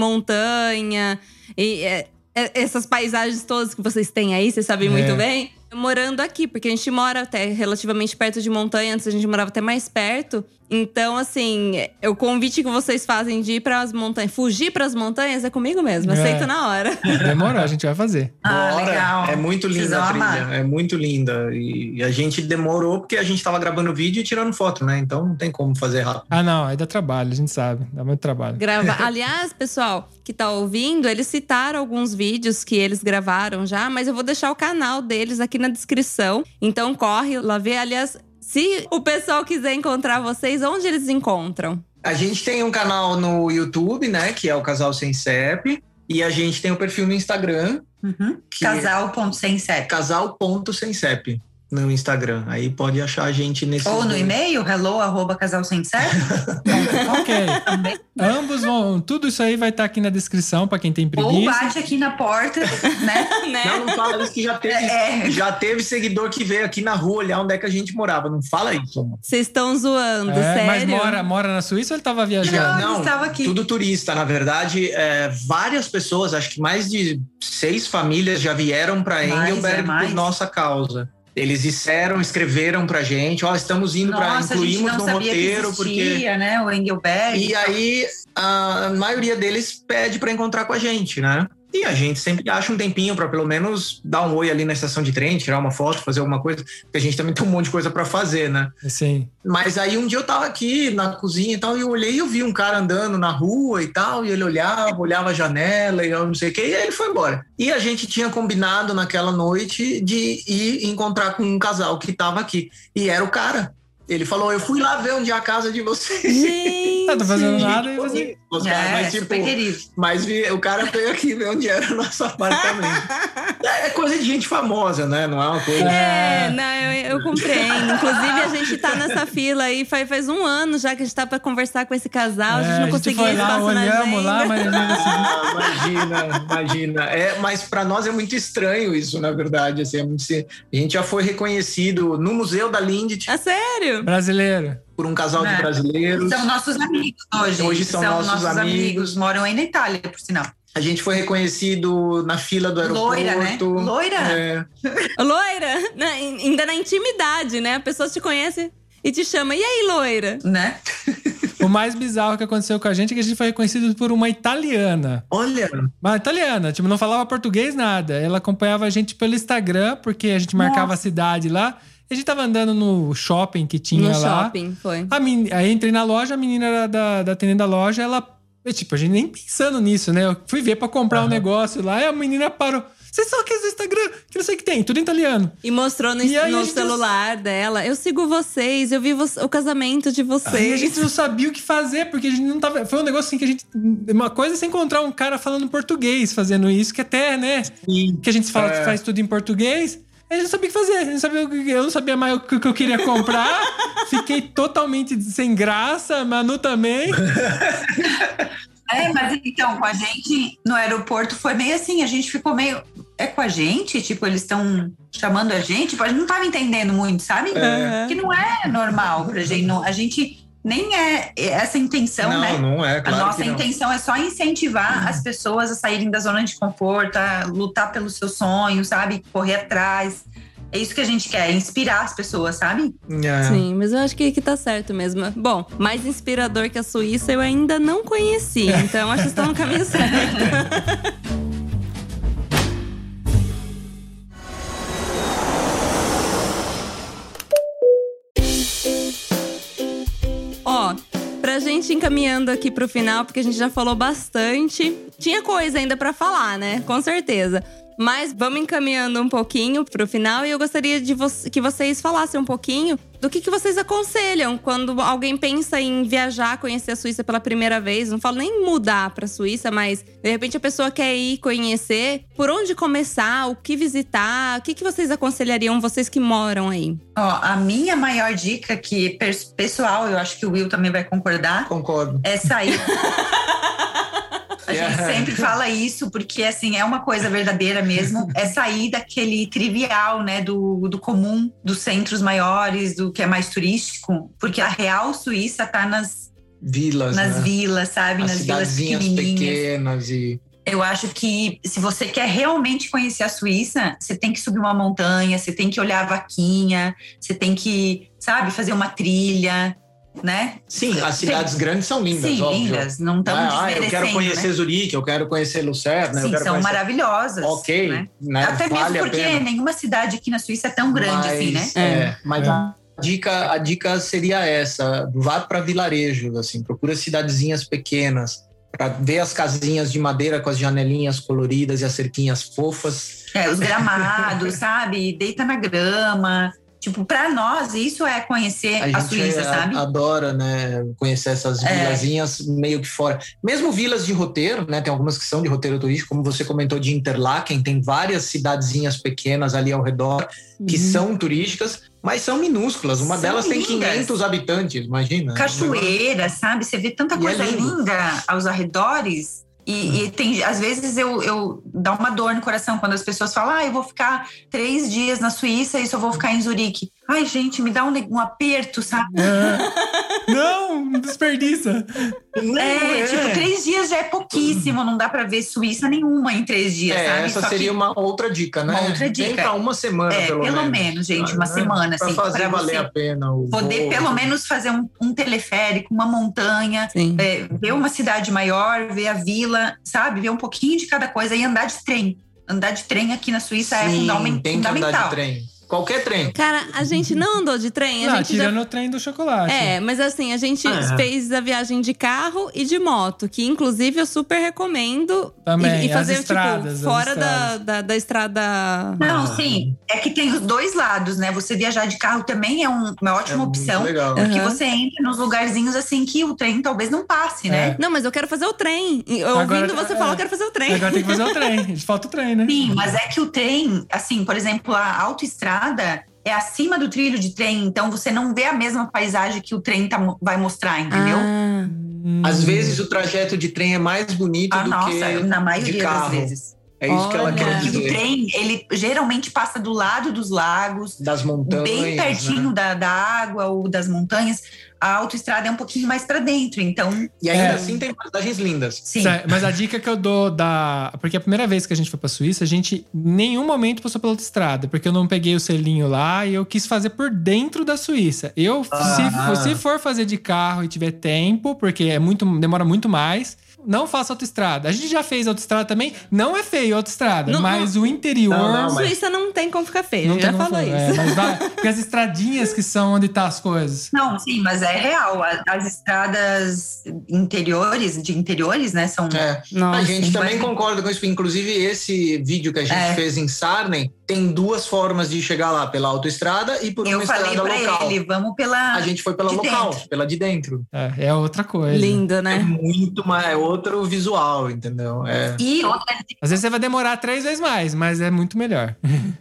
Speaker 1: montanha e é, é, essas paisagens todas que vocês têm aí, vocês sabem
Speaker 3: É.
Speaker 1: muito bem. Morando aqui, porque a gente mora até relativamente perto de montanha, antes a gente morava até mais perto. Então, assim, é- o convite que vocês fazem de ir para as montanhas, fugir para as montanhas é comigo mesmo,
Speaker 3: É.
Speaker 1: aceito na hora.
Speaker 3: Demorou, a gente vai fazer.
Speaker 2: Ah,
Speaker 4: Bora.
Speaker 2: legal.
Speaker 4: É muito linda
Speaker 2: Vocês
Speaker 4: a
Speaker 2: vão
Speaker 4: trilha.
Speaker 2: amar.
Speaker 4: É muito linda. E a gente demorou porque a gente tava gravando vídeo e tirando foto, né? Então não tem como fazer rápido.
Speaker 3: Ah, não, aí dá trabalho, a gente sabe. Dá muito trabalho.
Speaker 1: Grava... Aliás, pessoal que tá ouvindo, eles citaram alguns vídeos que eles gravaram já, mas eu vou deixar o canal deles aqui na descrição. Então corre lá ver. Aliás, se o pessoal quiser encontrar vocês, onde eles encontram?
Speaker 4: A gente tem um canal no YouTube, né? Que é o Casal Sem CEP. E a gente tem o perfil no Instagram,
Speaker 2: Uhum.
Speaker 4: Que-
Speaker 2: Casal ponto sem
Speaker 4: é
Speaker 2: sexo.
Speaker 4: casal.semcep no Instagram. Aí pode achar a gente nesse.
Speaker 2: Ou no e-mail, hello, arroba casal sem sexo.
Speaker 3: Ok. Ambos vão. Tudo isso aí vai estar aqui na descrição pra quem tem
Speaker 2: Ou
Speaker 3: preguiça.
Speaker 2: bate aqui na porta, né?
Speaker 1: né?
Speaker 4: Não, não fala isso que já teve,
Speaker 2: É,
Speaker 4: já teve seguidor que veio aqui na rua olhar onde é que a gente morava. Não fala isso, mano.
Speaker 1: Vocês estão zoando,
Speaker 3: É,
Speaker 1: sério?
Speaker 3: mas mora, mora na Suíça ou ele tava viajando?
Speaker 4: não,
Speaker 2: estava aqui.
Speaker 4: Tudo turista, na verdade, é, várias pessoas, acho que mais de seis famílias já vieram para
Speaker 2: Mais, é,
Speaker 4: Engelberg
Speaker 2: mais.
Speaker 4: por nossa causa. Eles disseram, escreveram para gente, ó, estamos indo para
Speaker 2: Nossa, a gente
Speaker 4: incluímos
Speaker 2: não
Speaker 4: no
Speaker 2: sabia
Speaker 4: roteiro
Speaker 2: que
Speaker 4: porque
Speaker 2: existia, né? O Engelberg.
Speaker 4: e aí a maioria deles pede para encontrar com a gente, né? E a gente sempre acha um tempinho para pelo menos dar um oi ali na estação de trem, tirar uma foto, fazer alguma coisa, porque a gente também tem um monte de coisa para fazer, né?
Speaker 3: Sim.
Speaker 4: Mas aí um dia eu tava aqui na cozinha e tal, e eu olhei e eu vi um cara andando na rua e tal, e ele olhava, olhava a janela e eu não sei o que, e aí ele foi embora. E a gente tinha combinado naquela noite de ir encontrar com um casal que tava aqui. E era o cara. Ele falou: Eu fui lá ver onde é a casa de vocês.
Speaker 1: Gente!
Speaker 3: Não tô Tá fazendo nada e você.
Speaker 4: Os caras,
Speaker 2: É,
Speaker 4: mas, tipo,
Speaker 2: super querido.
Speaker 4: mas vi- o cara veio aqui ver onde era o nosso apartamento. é coisa de gente famosa, né? Não é uma coisa.
Speaker 1: É, não, eu, eu compreendo. Inclusive, a gente tá nessa fila aí faz, faz um ano já que a gente tá pra conversar com esse casal. Ah, a
Speaker 3: É,
Speaker 1: gente não conseguiu
Speaker 3: foi lá,
Speaker 1: espaço na agenda.
Speaker 3: olhamos lá, mas não decidiu.
Speaker 4: Ah, imagina, imagina. É, mas para nós é muito estranho isso, na verdade. Assim, é muito se- a gente já foi reconhecido no Museu da Lindt
Speaker 1: Ah, sério?
Speaker 3: Brasileiro.
Speaker 4: por um casal de
Speaker 2: É.
Speaker 4: brasileiros.
Speaker 2: São nossos amigos hoje.
Speaker 4: Hoje são nossos amigos.
Speaker 2: Moram aí na Itália, por sinal.
Speaker 4: A gente foi reconhecido na fila do aeroporto.
Speaker 2: Loira, né? Loira.
Speaker 4: É.
Speaker 1: Loira? Na- ainda na intimidade, né? A pessoa te conhece e te chama. E aí, loira?
Speaker 2: Né?
Speaker 3: O mais bizarro que aconteceu com a gente é que a gente foi reconhecido por uma italiana.
Speaker 4: Olha,
Speaker 2: então,
Speaker 3: Uma italiana, tipo, não falava português nada. Ela acompanhava a gente pelo Instagram, porque a gente marcava a cidade lá. E a gente tava andando no shopping que tinha
Speaker 1: no
Speaker 3: lá.
Speaker 1: shopping, foi.
Speaker 3: A men- Aí entrei na loja, a menina era da, da atendente da loja, ela. é, Tipo, a gente nem pensando nisso, né? Eu fui ver pra comprar um negócio lá e a menina parou. Vocês são aqueles do Instagram? Que não sei o que tem, tudo em italiano.
Speaker 1: E mostrou no,
Speaker 3: E aí,
Speaker 1: no
Speaker 3: gente,
Speaker 1: celular dela. Eu sigo vocês, eu vi vo- o casamento de
Speaker 3: E a
Speaker 1: vocês.
Speaker 3: gente não sabia o que fazer, porque a gente não tava. Foi um negócio assim que a gente. Uma coisa é você encontrar um cara falando português fazendo isso, que até, né?
Speaker 4: sim.
Speaker 3: Que a gente fala
Speaker 4: É.
Speaker 3: que faz tudo em português. A gente não sabia o que fazer. a gente não sabia o que- eu não sabia mais o que, o que eu queria comprar. Fiquei totalmente sem graça, Manu também.
Speaker 2: É, mas então, com a gente no aeroporto foi meio assim, a gente ficou meio. É com a gente? Tipo, eles estão chamando a gente? Tipo, a gente não tava entendendo muito, sabe?
Speaker 1: É.
Speaker 2: Que não é normal pra gente. Não, a gente nem é essa intenção,
Speaker 4: não,
Speaker 2: né?
Speaker 4: não é,
Speaker 2: A
Speaker 4: claro.
Speaker 2: nossa
Speaker 4: que não. Uhum.
Speaker 2: intenção é só incentivar as pessoas a saírem da zona de conforto, a lutar pelo seu sonho, sabe? Correr atrás. É isso que a gente quer, inspirar as pessoas, sabe?
Speaker 4: É.
Speaker 1: Sim, mas eu acho que, que tá certo mesmo. Bom, mais inspirador que a Suíça eu ainda não conheci. Então acho que estão no caminho certo. Ó, pra gente encaminhando aqui pro final, porque a gente já falou bastante. Tinha coisa ainda pra falar, né? Com certeza. Mas vamos encaminhando um pouquinho pro final e eu gostaria de vo que vocês falassem um pouquinho do que, que vocês aconselham quando alguém pensa em viajar, conhecer a Suíça pela primeira vez. Não falo nem mudar pra Suíça, mas de repente a pessoa quer ir conhecer. Por onde começar? O que visitar? O que, que vocês aconselhariam, vocês que moram aí?
Speaker 2: Ó, a minha maior dica, que pers- pessoal, eu acho que o Will também vai concordar,
Speaker 4: Concordo.
Speaker 2: é sair. A
Speaker 4: Yeah.
Speaker 2: gente sempre fala isso, porque assim, é uma coisa verdadeira mesmo. É sair daquele trivial, né? Do, do comum, dos centros maiores, do que é mais turístico. Porque a real Suíça tá nas,
Speaker 4: Vilas,
Speaker 2: nas
Speaker 4: né?
Speaker 2: vilas, sabe?
Speaker 4: As
Speaker 2: nas vilas
Speaker 4: cidadezinhas
Speaker 2: pequenininhas.
Speaker 4: pequenas e
Speaker 2: Eu acho que se você quer realmente conhecer a Suíça, você tem que subir uma montanha, você tem que olhar a vaquinha, você tem que, sabe, fazer uma trilha, né?
Speaker 4: sim, as cidades grandes são lindas,
Speaker 2: Sim,
Speaker 4: óbvio.
Speaker 2: lindas, não estamos
Speaker 4: Ah, ah, eu
Speaker 2: desmerecendo,
Speaker 4: quero conhecer
Speaker 2: né?
Speaker 4: Zurique, eu quero conhecer Lucerna, eu
Speaker 2: Sim,
Speaker 4: quero
Speaker 2: são
Speaker 4: conhecer
Speaker 2: maravilhosas.
Speaker 4: Ok,
Speaker 2: né?
Speaker 4: né?
Speaker 2: Até
Speaker 4: vale
Speaker 2: mesmo
Speaker 4: a pena.
Speaker 2: porque nenhuma cidade aqui na Suíça é tão grande assim, né?
Speaker 4: É,
Speaker 1: É.
Speaker 4: mas
Speaker 3: É.
Speaker 4: a dica, a dica seria essa: vá para vilarejos, assim, procura cidadezinhas pequenas para ver as casinhas de madeira com as janelinhas coloridas e as cerquinhas fofas.
Speaker 2: É, os gramados, sabe? Deita na grama. Tipo, pra nós, isso é conhecer a, Suíça,
Speaker 4: a- é
Speaker 2: sabe?
Speaker 4: adora, né, conhecer essas
Speaker 2: É.
Speaker 4: vilazinhas meio que fora. Mesmo vilas de roteiro, né, tem algumas que são de roteiro turístico, como você comentou de Interlaken, tem várias cidadezinhas pequenas ali ao redor que são turísticas, mas são minúsculas. Uma
Speaker 2: Uhum. São
Speaker 4: delas tem
Speaker 2: lindas.
Speaker 4: 500 habitantes, imagina.
Speaker 2: Uhum.
Speaker 4: É um
Speaker 2: cachoeira, sabe? Você vê tanta
Speaker 4: E é
Speaker 2: coisa
Speaker 4: lindo. Uhum.
Speaker 2: linda aos arredores. E, e tem, às vezes eu, eu dá uma dor no coração quando as pessoas falam: ah, eu vou ficar três dias na Suíça e só vou ficar em Zurique. Ai, gente, me dá um, ne- um aperto, sabe?
Speaker 3: É. Não, desperdiça.
Speaker 2: É,
Speaker 4: é.
Speaker 2: tipo, três dias já é pouquíssimo, não dá pra ver Suíça nenhuma em três dias,
Speaker 4: É,
Speaker 2: sabe?
Speaker 4: essa
Speaker 2: Só que-
Speaker 4: seria uma outra dica, né?
Speaker 2: Uma outra dica.
Speaker 4: Vem pra uma semana,
Speaker 2: é,
Speaker 4: pelo, menos.
Speaker 2: gente, uma
Speaker 4: né?
Speaker 2: semana,
Speaker 4: Pra
Speaker 2: assim,
Speaker 4: fazer
Speaker 2: pra
Speaker 4: valer
Speaker 2: você
Speaker 4: a pena o
Speaker 2: poder
Speaker 4: voo. né?
Speaker 2: pelo menos fazer um- um teleférico, uma montanha,
Speaker 1: Sim.
Speaker 2: é, ver uma cidade maior, ver a vila, sabe? Ver um pouquinho de cada coisa e andar de trem. Andar de trem aqui na Suíça é
Speaker 4: Sim,
Speaker 2: fundamen-
Speaker 4: tem que andar de
Speaker 2: fundamental.
Speaker 4: trem. Qualquer trem.
Speaker 1: Cara, a gente não andou de trem, a
Speaker 3: Não,
Speaker 1: gente já
Speaker 3: Ah, tirando o trem do chocolate.
Speaker 1: É, mas assim, a gente
Speaker 4: Ah, é.
Speaker 1: fez a viagem de carro e de moto, que inclusive eu super recomendo.
Speaker 3: Também,
Speaker 1: e, e
Speaker 3: as
Speaker 1: fazer,
Speaker 3: estradas, as
Speaker 1: tipo, fora da,
Speaker 3: estradas.
Speaker 1: da, da estrada.
Speaker 4: Ah.
Speaker 2: Não, sim, é que tem os dois lados, né? Você viajar de carro também é um- uma
Speaker 4: É
Speaker 2: ótima
Speaker 4: muito
Speaker 2: opção,
Speaker 4: Legal.
Speaker 1: É.
Speaker 2: porque
Speaker 1: Aham.
Speaker 2: você entra nos lugarzinhos assim que o trem talvez não passe,
Speaker 4: É.
Speaker 2: né?
Speaker 1: Não, mas eu quero fazer o trem. E Eu,
Speaker 3: Agora- é.
Speaker 1: ouvindo você falar, eu quero fazer o trem.
Speaker 3: Agora tem que fazer o trem. Falta o trem, né?
Speaker 2: Sim, mas é que o trem, assim, por exemplo, a autoestrada é acima do trilho de trem, então você não vê a mesma paisagem que o trem tá mo- vai mostrar, entendeu?
Speaker 1: Ah,
Speaker 3: Hum.
Speaker 4: Às vezes o trajeto de trem é mais bonito
Speaker 2: Uhum. Ah,
Speaker 4: do
Speaker 2: nossa,
Speaker 4: que
Speaker 2: na maioria das
Speaker 4: carro.
Speaker 2: vezes.
Speaker 4: é isso que ela
Speaker 1: Olha.
Speaker 4: quer
Speaker 2: E o
Speaker 4: dizer
Speaker 2: trem, ele geralmente passa do lado dos lagos,
Speaker 4: das montanhas.
Speaker 2: bem pertinho
Speaker 4: né?
Speaker 2: da, da água ou das montanhas. A autoestrada é um pouquinho mais para dentro, então,
Speaker 4: E ainda
Speaker 3: É.
Speaker 4: assim tem paisagens lindas.
Speaker 2: sim.
Speaker 3: Certo, Mas a dica que eu dou da. Porque a primeira vez que a gente foi pra Suíça, a gente em nenhum momento passou pela autoestrada, porque eu não peguei o selinho lá e eu quis fazer por dentro da Suíça. Eu,
Speaker 4: Ah.
Speaker 3: se, se for fazer de carro e tiver tempo, porque é muito, demora muito mais, não faça autoestrada. A gente já fez autoestrada também, não é feio a autoestrada,
Speaker 1: Não-
Speaker 3: mas o interior.
Speaker 4: Não, não, mas-
Speaker 1: Suíça não tem como ficar feio,
Speaker 3: não
Speaker 1: já
Speaker 3: como
Speaker 1: falou
Speaker 3: falar. É,
Speaker 1: isso.
Speaker 3: mas vai, porque as estradinhas que são onde tá as coisas.
Speaker 2: Não, sim, mas é real. A- As estradas interiores, de interiores, né, são...
Speaker 4: É.
Speaker 1: Nossa.
Speaker 4: a gente também
Speaker 2: mas-
Speaker 4: concorda com isso. Inclusive, esse vídeo que a gente
Speaker 2: É.
Speaker 4: fez em Sarnen tem duas formas de chegar lá: pela autoestrada e por
Speaker 2: Eu
Speaker 4: uma
Speaker 2: falei
Speaker 4: estrada
Speaker 2: para
Speaker 4: local.
Speaker 2: ele, vamos pela...
Speaker 4: A gente foi pela
Speaker 2: De
Speaker 4: local,
Speaker 2: dentro.
Speaker 4: pela de dentro.
Speaker 3: É, é outra coisa.
Speaker 1: Lindo,
Speaker 4: É
Speaker 1: né?
Speaker 4: muito mais, é outro visual, entendeu? É,
Speaker 2: E outra,
Speaker 3: Às vezes você vai demorar três vezes mais, mas é muito melhor.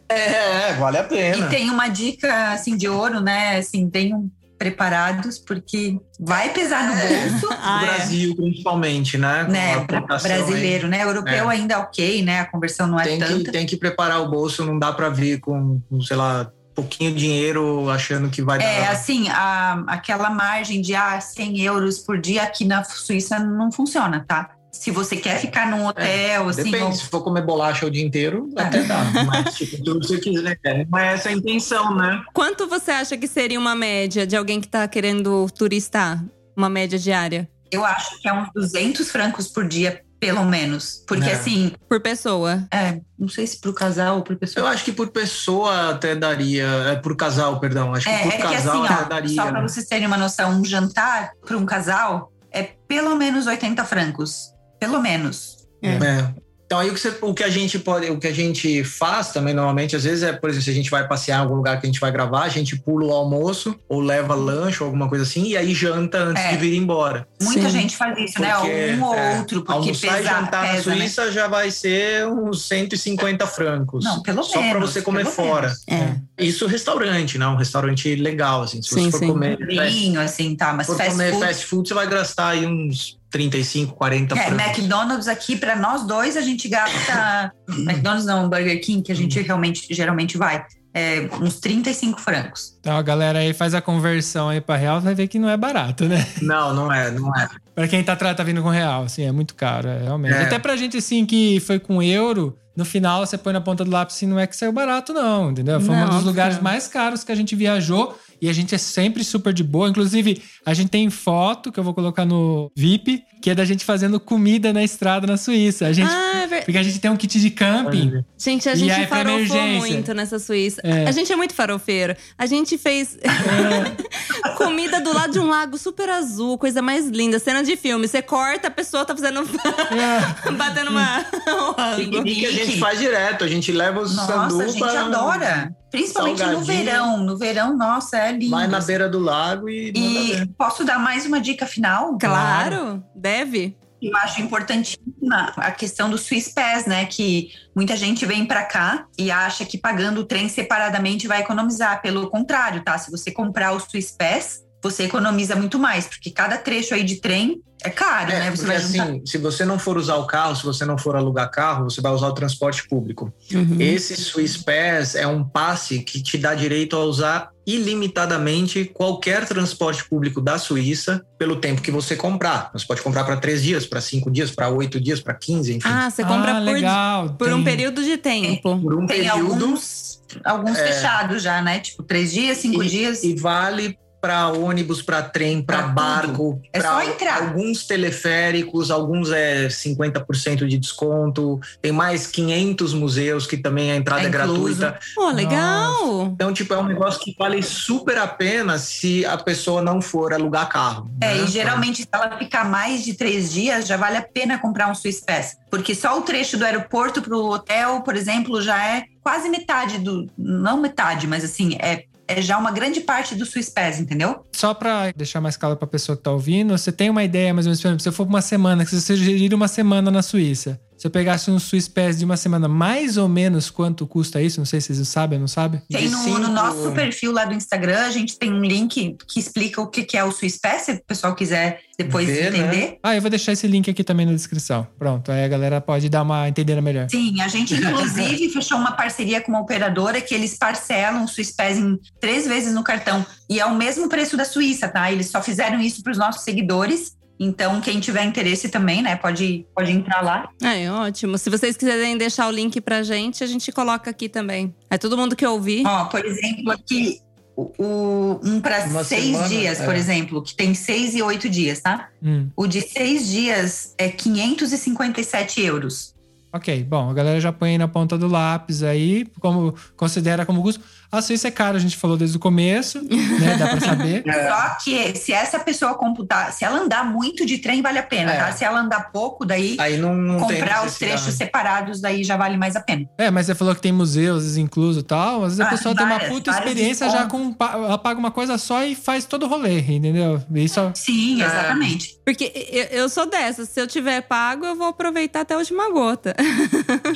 Speaker 4: é, vale a
Speaker 2: e
Speaker 4: pena.
Speaker 2: tem uma dica, assim, de ouro, né, assim, tenham preparados, porque vai pesar no bolso,
Speaker 4: No
Speaker 1: Ah, é.
Speaker 4: Brasil, principalmente, né? Com a
Speaker 2: né, pra-
Speaker 4: cotação
Speaker 2: brasileiro, né? Europeu ainda ok, né? A conversão não é
Speaker 4: aí. É. Tem que,
Speaker 2: tanta.
Speaker 4: tem que preparar o bolso, não dá pra vir com, com, sei lá, pouquinho dinheiro achando que vai
Speaker 2: É,
Speaker 4: dar.
Speaker 2: assim, a, aquela margem de ah, 100 euros por dia aqui na Suíça não funciona, tá? Se você quer ficar num hotel, assim,
Speaker 4: É.
Speaker 2: É.
Speaker 4: Depende,
Speaker 2: ou-
Speaker 4: se for comer bolacha o dia inteiro, até dá. Mas, tipo, tudo que você quiser. Não é essa a intenção, né?
Speaker 1: Quanto você acha que seria uma média de alguém que tá querendo turistar? Uma média diária?
Speaker 2: eu acho que é uns 200 francos por dia, pelo menos. Porque,
Speaker 4: É.
Speaker 2: assim,
Speaker 1: Por pessoa.
Speaker 2: é, não sei se pro casal ou pro
Speaker 4: Eu
Speaker 2: pessoal.
Speaker 4: acho que por pessoa até daria. É, por casal, perdão. Acho que
Speaker 2: É,
Speaker 4: por
Speaker 2: é que assim,
Speaker 4: casal até
Speaker 2: ó,
Speaker 4: daria.
Speaker 2: só pra
Speaker 4: né?
Speaker 2: vocês terem uma noção, um jantar para um casal é pelo menos 80 francos. Pelo menos.
Speaker 1: É.
Speaker 4: É. Então aí o que, você- o que a gente pode, o que a gente faz também normalmente, às vezes é, por exemplo, se a gente vai passear em algum lugar que a gente vai gravar, a gente pula o almoço ou leva lanche ou alguma coisa assim e aí janta antes
Speaker 2: Uhum. É.
Speaker 4: de vir embora.
Speaker 2: Muita
Speaker 1: Sim.
Speaker 2: gente faz isso, né?
Speaker 4: Porque,
Speaker 2: Um ou
Speaker 4: é,
Speaker 2: outro, porque
Speaker 4: Almoçar
Speaker 2: pesa,
Speaker 4: e jantar na
Speaker 2: pesa, né?
Speaker 4: Suíça já vai ser uns 150 francos.
Speaker 2: Não, pelo
Speaker 4: só para
Speaker 2: menos,
Speaker 4: você comer
Speaker 2: pelo
Speaker 4: fora.
Speaker 2: menos.
Speaker 1: É.
Speaker 4: Isso restaurante, né? Um restaurante legal assim, se
Speaker 1: Sim,
Speaker 4: você for
Speaker 1: sim.
Speaker 4: comer fast
Speaker 2: Vinho, assim, tá, mas
Speaker 4: for
Speaker 2: fast
Speaker 4: comer
Speaker 2: food.
Speaker 4: fast food, você vai gastar aí uns 35, 40
Speaker 2: É,
Speaker 4: francos.
Speaker 2: McDonald's aqui, para nós dois, a gente gasta. McDonald's não, Burger King, que a gente realmente geralmente vai. É, uns 35 francos.
Speaker 3: Então a galera aí faz a conversão aí pra real, vai ver que não é barato, né?
Speaker 4: Não, não é, não é.
Speaker 3: Pra quem tá, tra- tá vindo com real, assim, é muito caro, é, realmente.
Speaker 4: É.
Speaker 3: Até pra gente, assim, que foi com euro, no final você põe na ponta do lápis e não é que saiu barato, não, entendeu? Foi um
Speaker 1: Não, é.
Speaker 3: dos lugares
Speaker 1: não.
Speaker 3: mais caros que a gente viajou e a gente é sempre super de boa. Inclusive, a gente tem foto que eu vou colocar no VIP, que é da gente fazendo comida na estrada na Suíça. A gente,
Speaker 1: Ah, é ver...
Speaker 3: Porque a gente tem um kit de camping.
Speaker 1: Gente,
Speaker 3: E
Speaker 1: a gente
Speaker 3: aí, pra
Speaker 1: farofou
Speaker 3: emergência.
Speaker 1: muito nessa Suíça.
Speaker 3: É.
Speaker 1: A gente é muito farofeiro. A gente fez
Speaker 3: É.
Speaker 1: comida do lado de um lago super azul, coisa mais linda. Cena de filme. Você corta, a pessoa tá fazendo. batendo uma. um rango.
Speaker 4: E que a gente faz direto, a gente leva os
Speaker 2: Nossa, a
Speaker 4: sanduba,
Speaker 2: gente adora. Principalmente no
Speaker 4: salgadinho.
Speaker 2: verão. No verão, nossa, é lindo.
Speaker 4: vai na beira do lago e, manda
Speaker 2: E
Speaker 4: ver.
Speaker 2: posso dar mais uma dica final?
Speaker 1: Claro, deve.
Speaker 2: Eu acho importantíssima a questão do Swiss Pass, né? Que muita gente vem para cá e acha que pagando o trem separadamente vai economizar. Pelo contrário, tá? Se você comprar o Swiss Pass, você economiza muito mais, porque cada trecho aí de trem é caro,
Speaker 4: É,
Speaker 2: né? Você
Speaker 4: porque
Speaker 2: vai juntar.
Speaker 4: assim, se você não for usar o carro, se você não for alugar carro, você vai usar o transporte público.
Speaker 3: Uhum.
Speaker 4: Esse Swiss Pass é um passe que te dá direito a usar ilimitadamente qualquer transporte público da Suíça pelo tempo que você comprar. Você pode comprar para três dias, para cinco dias, para oito dias, para 15, enfim.
Speaker 1: Ah, você compra
Speaker 3: Ah,
Speaker 1: por,
Speaker 3: legal,
Speaker 1: por um
Speaker 3: tem-
Speaker 1: período de tempo.
Speaker 4: por um
Speaker 2: Tem
Speaker 4: período é.
Speaker 2: alguns, alguns fechados já, né? Tipo, três dias, cinco dias.
Speaker 4: e vale para ônibus, para trem, para
Speaker 2: Pra
Speaker 4: barco,
Speaker 2: É
Speaker 4: pra
Speaker 2: só entrar.
Speaker 4: alguns teleféricos, alguns é 50% de desconto, tem mais 500 museus que também a entrada
Speaker 2: É
Speaker 4: é,
Speaker 2: incluso.
Speaker 4: gratuita.
Speaker 1: Pô, legal!
Speaker 4: Então, tipo, é um negócio que vale super a pena se a pessoa não for alugar carro.
Speaker 2: É,
Speaker 4: né?
Speaker 2: e geralmente, se ela ficar mais de três dias, já vale a pena comprar um Swiss Pass. Porque só o trecho do aeroporto para o hotel, por exemplo, já é quase metade do. Não metade, mas assim, é, é já uma grande parte do Swiss Pass, entendeu?
Speaker 3: Só pra deixar mais claro pra pessoa que tá ouvindo, você tem uma ideia mais ou menos, por exemplo, se eu for pra uma semana, se você gerir uma semana na Suíça, se eu pegasse um Swiss Pass de uma semana, mais ou menos quanto custa isso? Não sei se vocês sabem, não sabem?
Speaker 4: De
Speaker 2: Tem no,
Speaker 4: cinco-
Speaker 2: no nosso perfil lá do Instagram, a gente tem um link que explica o que, que é o Swiss Pass, se o pessoal quiser depois
Speaker 4: Ver, né?
Speaker 2: entender.
Speaker 3: Ah, eu vou deixar esse link aqui também na descrição. Pronto, aí a galera pode dar uma entendida melhor.
Speaker 2: Sim, a gente inclusive fechou uma parceria com uma operadora que eles parcelam o Suíspes em três vezes no cartão. E é o mesmo preço da Suíça, tá? Eles só fizeram isso para os nossos seguidores. Então, quem tiver interesse também, né, pode, pode entrar lá.
Speaker 1: É, ótimo. Se vocês quiserem deixar o link pra gente, a gente coloca aqui também. É todo mundo que ouvir.
Speaker 2: Ó, por exemplo, aqui, o, o- um para
Speaker 4: Uma
Speaker 2: seis
Speaker 4: semana,
Speaker 2: dias,
Speaker 4: é.
Speaker 2: por exemplo, que tem seis e oito dias, tá?
Speaker 3: Hum,
Speaker 2: O de seis dias é 557 euros.
Speaker 3: ok, bom, a galera já põe aí na ponta do lápis aí, como considera como custo. A Suíça é cara, a gente falou desde o começo, né? Dá pra saber.
Speaker 4: É.
Speaker 2: Só que se essa pessoa computar, se ela andar muito de trem, vale a pena,
Speaker 4: É.
Speaker 2: tá? Se ela andar pouco, daí
Speaker 4: Aí não, não tem
Speaker 2: comprar os
Speaker 4: necessidade.
Speaker 2: trechos separados, daí já vale mais a pena.
Speaker 3: É, mas você falou que tem museus incluso e tal. Às vezes a
Speaker 2: Ah,
Speaker 3: pessoa tem
Speaker 2: várias,
Speaker 3: uma puta
Speaker 2: várias
Speaker 3: experiência já com. um pa- Ela paga uma coisa só e faz todo o rolê, entendeu? Isso
Speaker 2: Sim,
Speaker 4: É.
Speaker 2: exatamente.
Speaker 1: Porque eu, eu sou dessa. Se eu tiver pago, eu vou aproveitar até a última gota.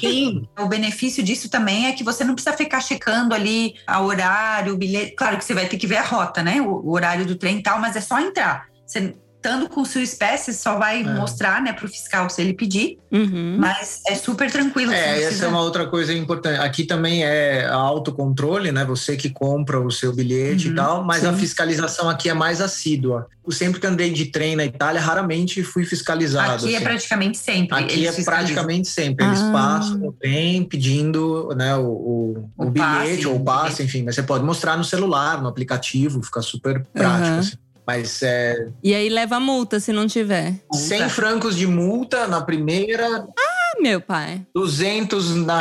Speaker 4: Sim,
Speaker 2: O benefício disso também é que você não precisa ficar checando ali a horário, o bilhete. Claro que você vai ter que ver a rota, né? O, o horário do trem e tal, mas é só entrar. Você estando com sua espécie, só
Speaker 4: É.
Speaker 2: vai mostrar, né, pro fiscal se ele pedir,
Speaker 1: Uhum.
Speaker 2: mas é super tranquilo. você não
Speaker 4: é, essa
Speaker 2: precisa-
Speaker 4: é uma outra coisa importante. Aqui também é autocontrole, né? Você que compra o seu bilhete
Speaker 2: Uhum,
Speaker 4: e tal, mas a
Speaker 1: sim.
Speaker 4: fiscalização aqui é mais assídua. Eu sempre que andei de trem na Itália, raramente fui fiscalizado.
Speaker 2: Aqui é
Speaker 4: assim.
Speaker 2: praticamente sempre.
Speaker 4: Aqui
Speaker 2: eles
Speaker 4: é
Speaker 2: fiscalizam.
Speaker 4: praticamente sempre. Eles
Speaker 1: Ah.
Speaker 4: passam o trem pedindo né, o, o-
Speaker 2: O
Speaker 4: o bilhete
Speaker 2: passe, né?
Speaker 4: ou
Speaker 2: o
Speaker 4: o passe, enfim. Mas você pode mostrar no celular, no aplicativo, fica super prático.
Speaker 1: Aham.
Speaker 4: assim. Mas é,
Speaker 1: E aí leva multa se não tiver.
Speaker 2: Multa.
Speaker 4: 100 francos de multa na primeira,
Speaker 1: Ah, meu pai.
Speaker 4: 200 na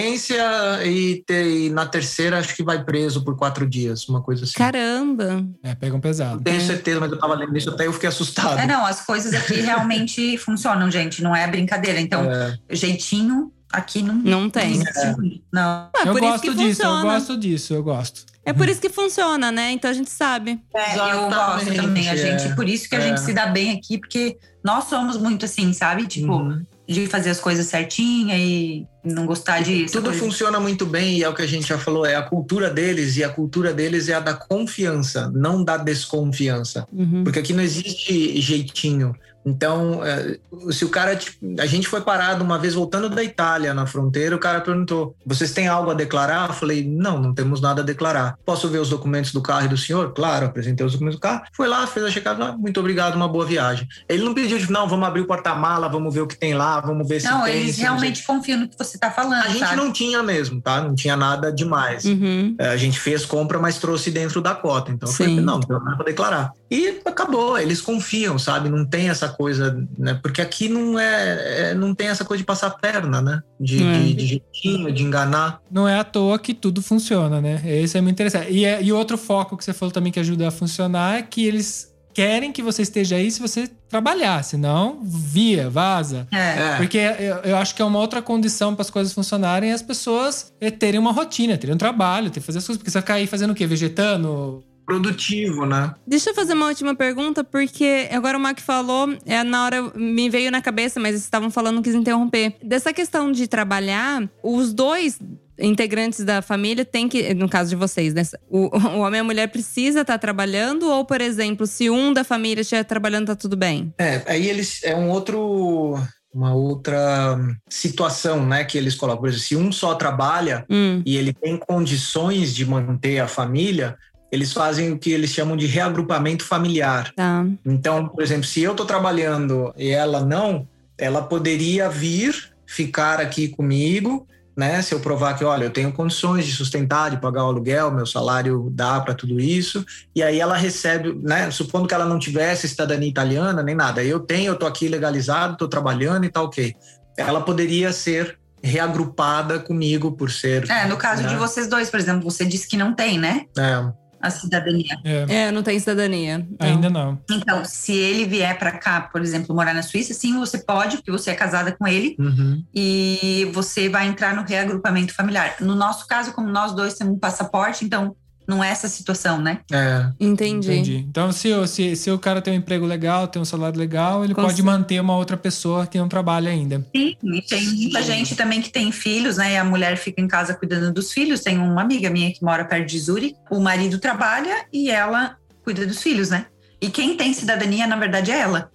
Speaker 4: recorrência e, te- e na terceira acho que vai preso por quatro dias, uma coisa assim.
Speaker 1: Caramba.
Speaker 3: É, pegam pesado.
Speaker 4: Não tenho certeza, mas eu tava lendo isso até eu fiquei assustado.
Speaker 2: É, não, as coisas aqui realmente funcionam, gente. Não é brincadeira. Então,
Speaker 4: É.
Speaker 2: jeitinho aqui não,
Speaker 1: Não tem.
Speaker 2: existe. Não.
Speaker 1: É
Speaker 3: eu
Speaker 1: por isso
Speaker 3: gosto
Speaker 1: que
Speaker 3: disso,
Speaker 1: funciona.
Speaker 3: eu gosto disso, eu gosto.
Speaker 1: É por isso que funciona, né? Então a gente sabe.
Speaker 4: É,
Speaker 2: eu gosto
Speaker 4: Exatamente,
Speaker 2: também. A gente,
Speaker 4: é.
Speaker 2: por isso que a
Speaker 4: É.
Speaker 2: gente se dá bem aqui, porque nós somos muito assim, sabe? Tipo,
Speaker 4: Uhum.
Speaker 2: de fazer as coisas certinha e não gostar de. essa
Speaker 4: Tudo
Speaker 2: coisa.
Speaker 4: funciona muito bem e é o que a gente já falou, é a cultura deles e a cultura deles é a da confiança, não da desconfiança.
Speaker 1: Uhum.
Speaker 4: Porque aqui não existe jeitinho. Então, eh, se o cara. te- A gente foi parado uma vez voltando da Itália na fronteira, o cara perguntou: vocês têm algo a declarar? Eu falei: não, não temos nada a declarar. Posso ver os documentos do carro e do senhor? Claro, apresentei os documentos do carro. Foi lá, fez a checagem, "Ah, muito obrigado, uma boa viagem. Ele não pediu, tipo, não, vamos abrir o porta-mala, vamos ver o que tem lá, vamos ver se
Speaker 2: Não,
Speaker 4: tem.
Speaker 2: eles
Speaker 4: se
Speaker 2: realmente confiam no que você tá falando.
Speaker 4: né, A gente
Speaker 2: sabe?
Speaker 4: não tinha mesmo, tá? Não tinha nada demais.
Speaker 1: Uhum.
Speaker 4: É, A gente fez compra, mas trouxe dentro da cota. Então, eu falei,
Speaker 1: Sim.
Speaker 4: não, não dá pra declarar. E acabou, eles confiam, sabe? Não tem essa coisa, né? Porque aqui não é, é- não tem essa coisa de passar a perna, né? De,
Speaker 1: É.
Speaker 4: de, de jeitinho, de enganar.
Speaker 3: Não é à toa que tudo funciona, né? Esse é muito interessante. E, é- e outro foco que você falou também que ajuda a funcionar é que eles querem que você esteja aí se você trabalhar, senão via, vaza.
Speaker 2: É.
Speaker 4: É.
Speaker 3: Porque eu, eu acho que é uma outra condição para as coisas funcionarem é as pessoas eh, terem uma rotina, terem um trabalho, terem que fazer as coisas. Porque você vai ficar aí fazendo o quê? Vegetando?
Speaker 4: Produtivo, né?
Speaker 1: Deixa eu fazer uma última pergunta, porque agora o Mac falou, é, na hora eu- me veio na cabeça, mas vocês estavam falando, quis interromper. Dessa questão de trabalhar, os dois integrantes da família têm que, no caso de vocês, né? O, o homem e a mulher precisa estar trabalhando, ou, por exemplo, se um da família estiver trabalhando, tá tudo bem?
Speaker 4: É, aí eles é um outro uma outra situação, né, que eles colocam, por exemplo, se um só trabalha
Speaker 3: É.
Speaker 1: Hum.
Speaker 4: e ele tem condições de manter a família, eles fazem o que eles chamam de reagrupamento familiar.
Speaker 1: Tá.
Speaker 4: Então, por exemplo, se eu estou trabalhando e ela não, ela poderia vir ficar aqui comigo, né? Se eu provar que, olha, eu tenho condições de sustentar, de pagar o aluguel, meu salário dá para tudo isso, e aí ela recebe, né? Supondo que ela não tivesse cidadania italiana nem nada, eu tenho, eu estou aqui legalizado, estou trabalhando e tá ok. Ela poderia ser reagrupada comigo por ser.
Speaker 2: É, no caso
Speaker 4: né?
Speaker 2: de vocês dois, por exemplo, você disse que não tem, né?
Speaker 4: É,
Speaker 2: A cidadania.
Speaker 3: É,
Speaker 1: É, não tem cidadania. Não.
Speaker 3: ainda não.
Speaker 2: Então, se ele vier para cá, por exemplo, morar na Suíça, sim, você pode, porque você é casada com ele
Speaker 4: uhum.
Speaker 2: e você vai entrar no reagrupamento familiar. No nosso caso, como nós dois temos um passaporte, então não é essa situação, né?
Speaker 4: é.
Speaker 1: Entendi.
Speaker 3: Então, se, o- se, se o cara tem um emprego legal, tem um salário legal, ele
Speaker 1: Com
Speaker 3: pode
Speaker 1: cer-
Speaker 3: manter uma outra pessoa que não trabalha ainda.
Speaker 2: Sim, e tem muita gente também que tem filhos, né? E a mulher fica em casa cuidando dos filhos. Tem uma amiga minha que mora perto de Zurique. O marido trabalha e ela cuida dos filhos, né? E quem tem cidadania, na verdade, é ela.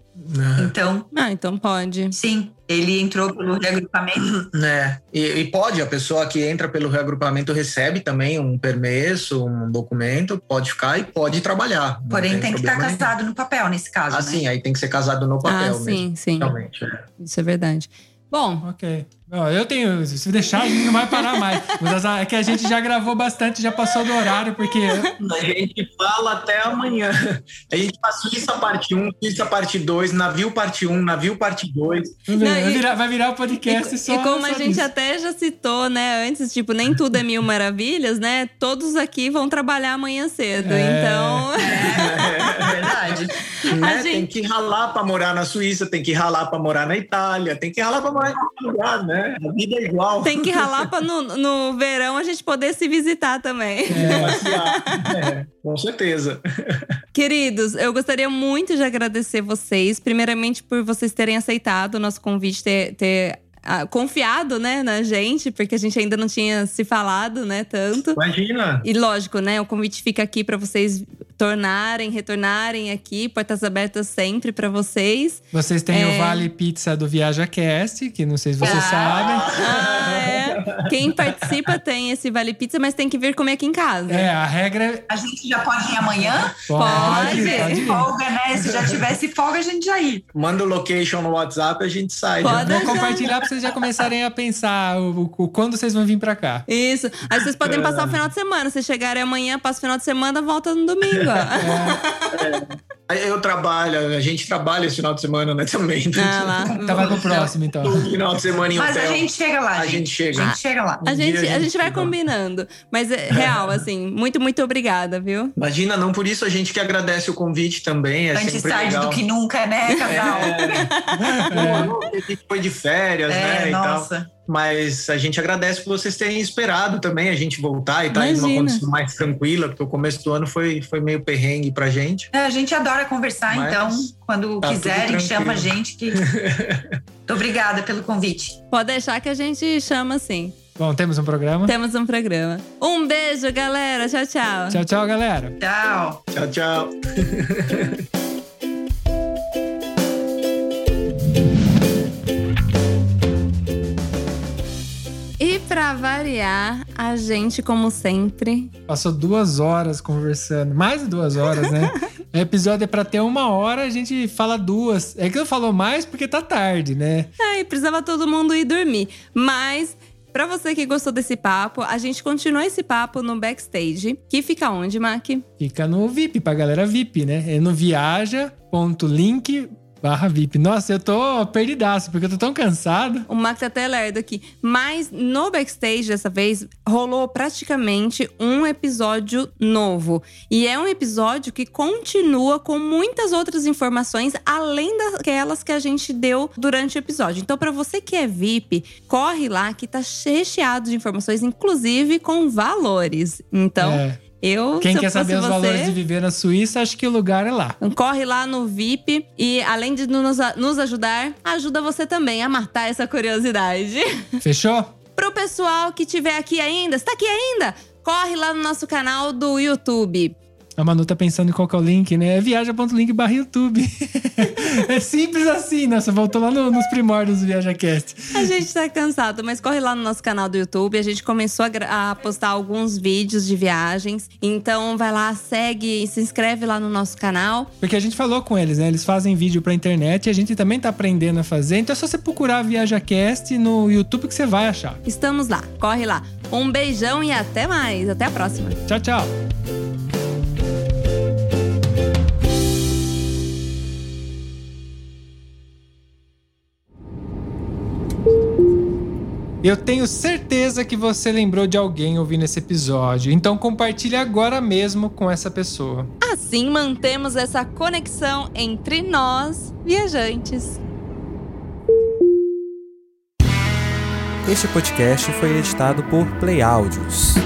Speaker 4: É.
Speaker 2: Então,
Speaker 1: Ah, então pode.
Speaker 2: sim, ele entrou pelo reagrupamento.
Speaker 4: né? E, e pode, a pessoa que entra pelo reagrupamento recebe também um permesso, um documento, pode ficar e pode trabalhar. não
Speaker 2: Porém, tem que estar
Speaker 4: problema nenhum.
Speaker 2: casado no papel nesse caso,
Speaker 4: Ah,
Speaker 2: né?
Speaker 4: sim, aí tem que ser casado no
Speaker 1: Ah,
Speaker 4: papel mesmo.
Speaker 1: sim, sim.
Speaker 4: Realmente. é.
Speaker 1: Isso é verdade. Bom,
Speaker 3: Ok. Ó, eu tenho. Se deixar, a gente não vai parar mais. Mas azar é que a gente já gravou bastante, já passou do horário, porque.
Speaker 4: A gente fala até amanhã. A gente faz Suíça parte 1, Suíça parte 2, navio parte 1, navio parte 2.
Speaker 1: Não,
Speaker 3: vai,
Speaker 1: e-
Speaker 3: virar, vai virar o podcast
Speaker 1: e,
Speaker 3: é só.
Speaker 1: e como
Speaker 3: só
Speaker 1: a gente
Speaker 3: disso.
Speaker 1: até já citou, né, antes, tipo, nem tudo é mil maravilhas, né? Todos aqui vão trabalhar amanhã cedo.
Speaker 3: É.
Speaker 1: Então,
Speaker 2: É verdade.
Speaker 4: Né? Tem
Speaker 1: gente-
Speaker 4: que ralar para morar na Suíça, tem que ralar para morar na Itália, tem que ralar para morar em qualquer lugar, né? A vida é igual.
Speaker 1: tem que ralar pra no, no verão a gente poder se visitar também.
Speaker 4: Passear. É, com certeza.
Speaker 1: Queridos, eu gostaria muito de agradecer vocês, primeiramente por vocês terem aceitado o nosso convite, ter, ter, ah, confiado, né, na gente, porque a gente ainda não tinha se falado, né, tanto.
Speaker 4: Imagina.
Speaker 1: E lógico, né? O convite fica aqui para vocês tornarem, retornarem aqui, portas abertas sempre para vocês.
Speaker 3: Vocês têm
Speaker 1: É.
Speaker 3: o Vale Pizza do Viaja Cast, que não sei se vocês
Speaker 2: Ah.
Speaker 3: sabem.
Speaker 1: Ah, é. Quem participa tem esse Vale Pizza, mas tem que vir comer aqui em casa.
Speaker 3: É, a regra é.
Speaker 2: A gente já pode ir amanhã?
Speaker 1: Pode.
Speaker 3: pode ir.
Speaker 2: Folga, né? Se já tivesse folga, a gente já ia.
Speaker 4: Manda o location no WhatsApp e a gente sai.
Speaker 1: Pode.
Speaker 3: Vou compartilhar pra vocês já começarem a pensar o, o- o quando vocês vão vir pra cá.
Speaker 1: Isso. Aí vocês podem
Speaker 3: É. É.
Speaker 1: passar o final de semana. Se chegarem amanhã, passa o final de semana, volta no domingo. ó.
Speaker 4: Eu trabalho, a gente trabalha esse final de semana, né? Também. né?
Speaker 1: Ah, lá.
Speaker 3: Então vai pro próximo, então.
Speaker 4: Todo final de semana em
Speaker 2: Mas a
Speaker 4: hotel.
Speaker 2: gente chega lá,
Speaker 4: A gente chega.
Speaker 2: A gente chega lá.
Speaker 1: A
Speaker 4: Um dia
Speaker 1: gente, a gente vai
Speaker 4: chega.
Speaker 1: combinando. Mas é real, assim, muito, muito obrigada, viu?
Speaker 4: Imagina, não por isso a gente que agradece o convite também. É
Speaker 2: Antes
Speaker 4: sempre
Speaker 2: tarde
Speaker 4: legal. É,
Speaker 2: do que nunca, né, casal?
Speaker 4: Pô, a gente foi de férias, né?
Speaker 2: É,
Speaker 4: E tal.
Speaker 2: nossa.
Speaker 4: Mas a gente agradece por vocês terem esperado também a gente voltar e estar em uma
Speaker 1: Imagina.
Speaker 4: condição mais tranquila, porque o começo do ano foi, foi meio perrengue pra gente.
Speaker 2: É, a gente adora conversar,
Speaker 4: Mas
Speaker 2: então, quando
Speaker 4: tá tudo
Speaker 2: quiserem,
Speaker 4: tranquilo.
Speaker 2: chama a gente que. Muito obrigada pelo convite.
Speaker 1: Pode deixar que a gente chama assim.
Speaker 3: Bom, temos um programa.
Speaker 1: Temos um programa. Um beijo, galera. Tchau, tchau.
Speaker 3: Tchau, tchau, galera.
Speaker 2: Tchau.
Speaker 4: Tchau, tchau.
Speaker 1: E pra variar, a gente, como sempre,
Speaker 3: Passou duas horas conversando, mais de duas horas, né? o episódio é pra ter uma hora, a gente fala duas. É que eu falou mais porque tá tarde, né?
Speaker 1: Ai, precisava todo mundo ir dormir. Mas, pra você que gostou desse papo, a gente continua esse papo no backstage, que fica onde, Mac?
Speaker 3: Fica no VIP, pra galera VIP, né? É no viaja.link barra VIP. Nossa, eu tô perdidaço, porque eu tô tão cansado.
Speaker 1: O Mac tá até lerdo aqui. Mas no backstage dessa vez rolou praticamente um episódio novo. E é um episódio que continua com muitas outras informações além daquelas que a gente deu durante o episódio. Então, pra você que é VIP, corre lá que tá recheado de informações, inclusive com valores. Então,
Speaker 3: É,
Speaker 1: eu
Speaker 3: quem
Speaker 1: se eu
Speaker 3: quer saber os
Speaker 1: fosse você, então
Speaker 3: valores de viver na Suíça, acho que o lugar é lá.
Speaker 1: Corre lá no VIP e, além de nos, nos ajudar, ajuda você também a matar essa curiosidade.
Speaker 3: Fechou?
Speaker 1: Pro pessoal que estiver aqui ainda, está aqui ainda? Corre lá no nosso canal do YouTube.
Speaker 3: A Manu tá pensando em qual que é o link, né? É viaja.link barra YouTube. é simples assim, né? Você voltou lá no- nos primórdios do ViajaCast.
Speaker 1: A gente tá cansado, mas corre lá no nosso canal do YouTube. A gente começou a, gra- a postar alguns vídeos de viagens. Então vai lá, segue e se inscreve lá no nosso canal.
Speaker 3: Porque a gente falou com eles, né? Eles fazem vídeo pra internet e a gente também tá aprendendo a fazer. Então é só você procurar a ViajaCast no YouTube que você vai achar.
Speaker 1: Estamos lá, corre lá. Um beijão e até mais. Até a próxima.
Speaker 3: Tchau, tchau. Eu tenho certeza que você lembrou de alguém ouvindo esse episódio, então compartilhe agora mesmo com essa pessoa.
Speaker 1: Assim mantemos essa conexão entre nós, viajantes.
Speaker 6: Este podcast foi editado por Play Áudios.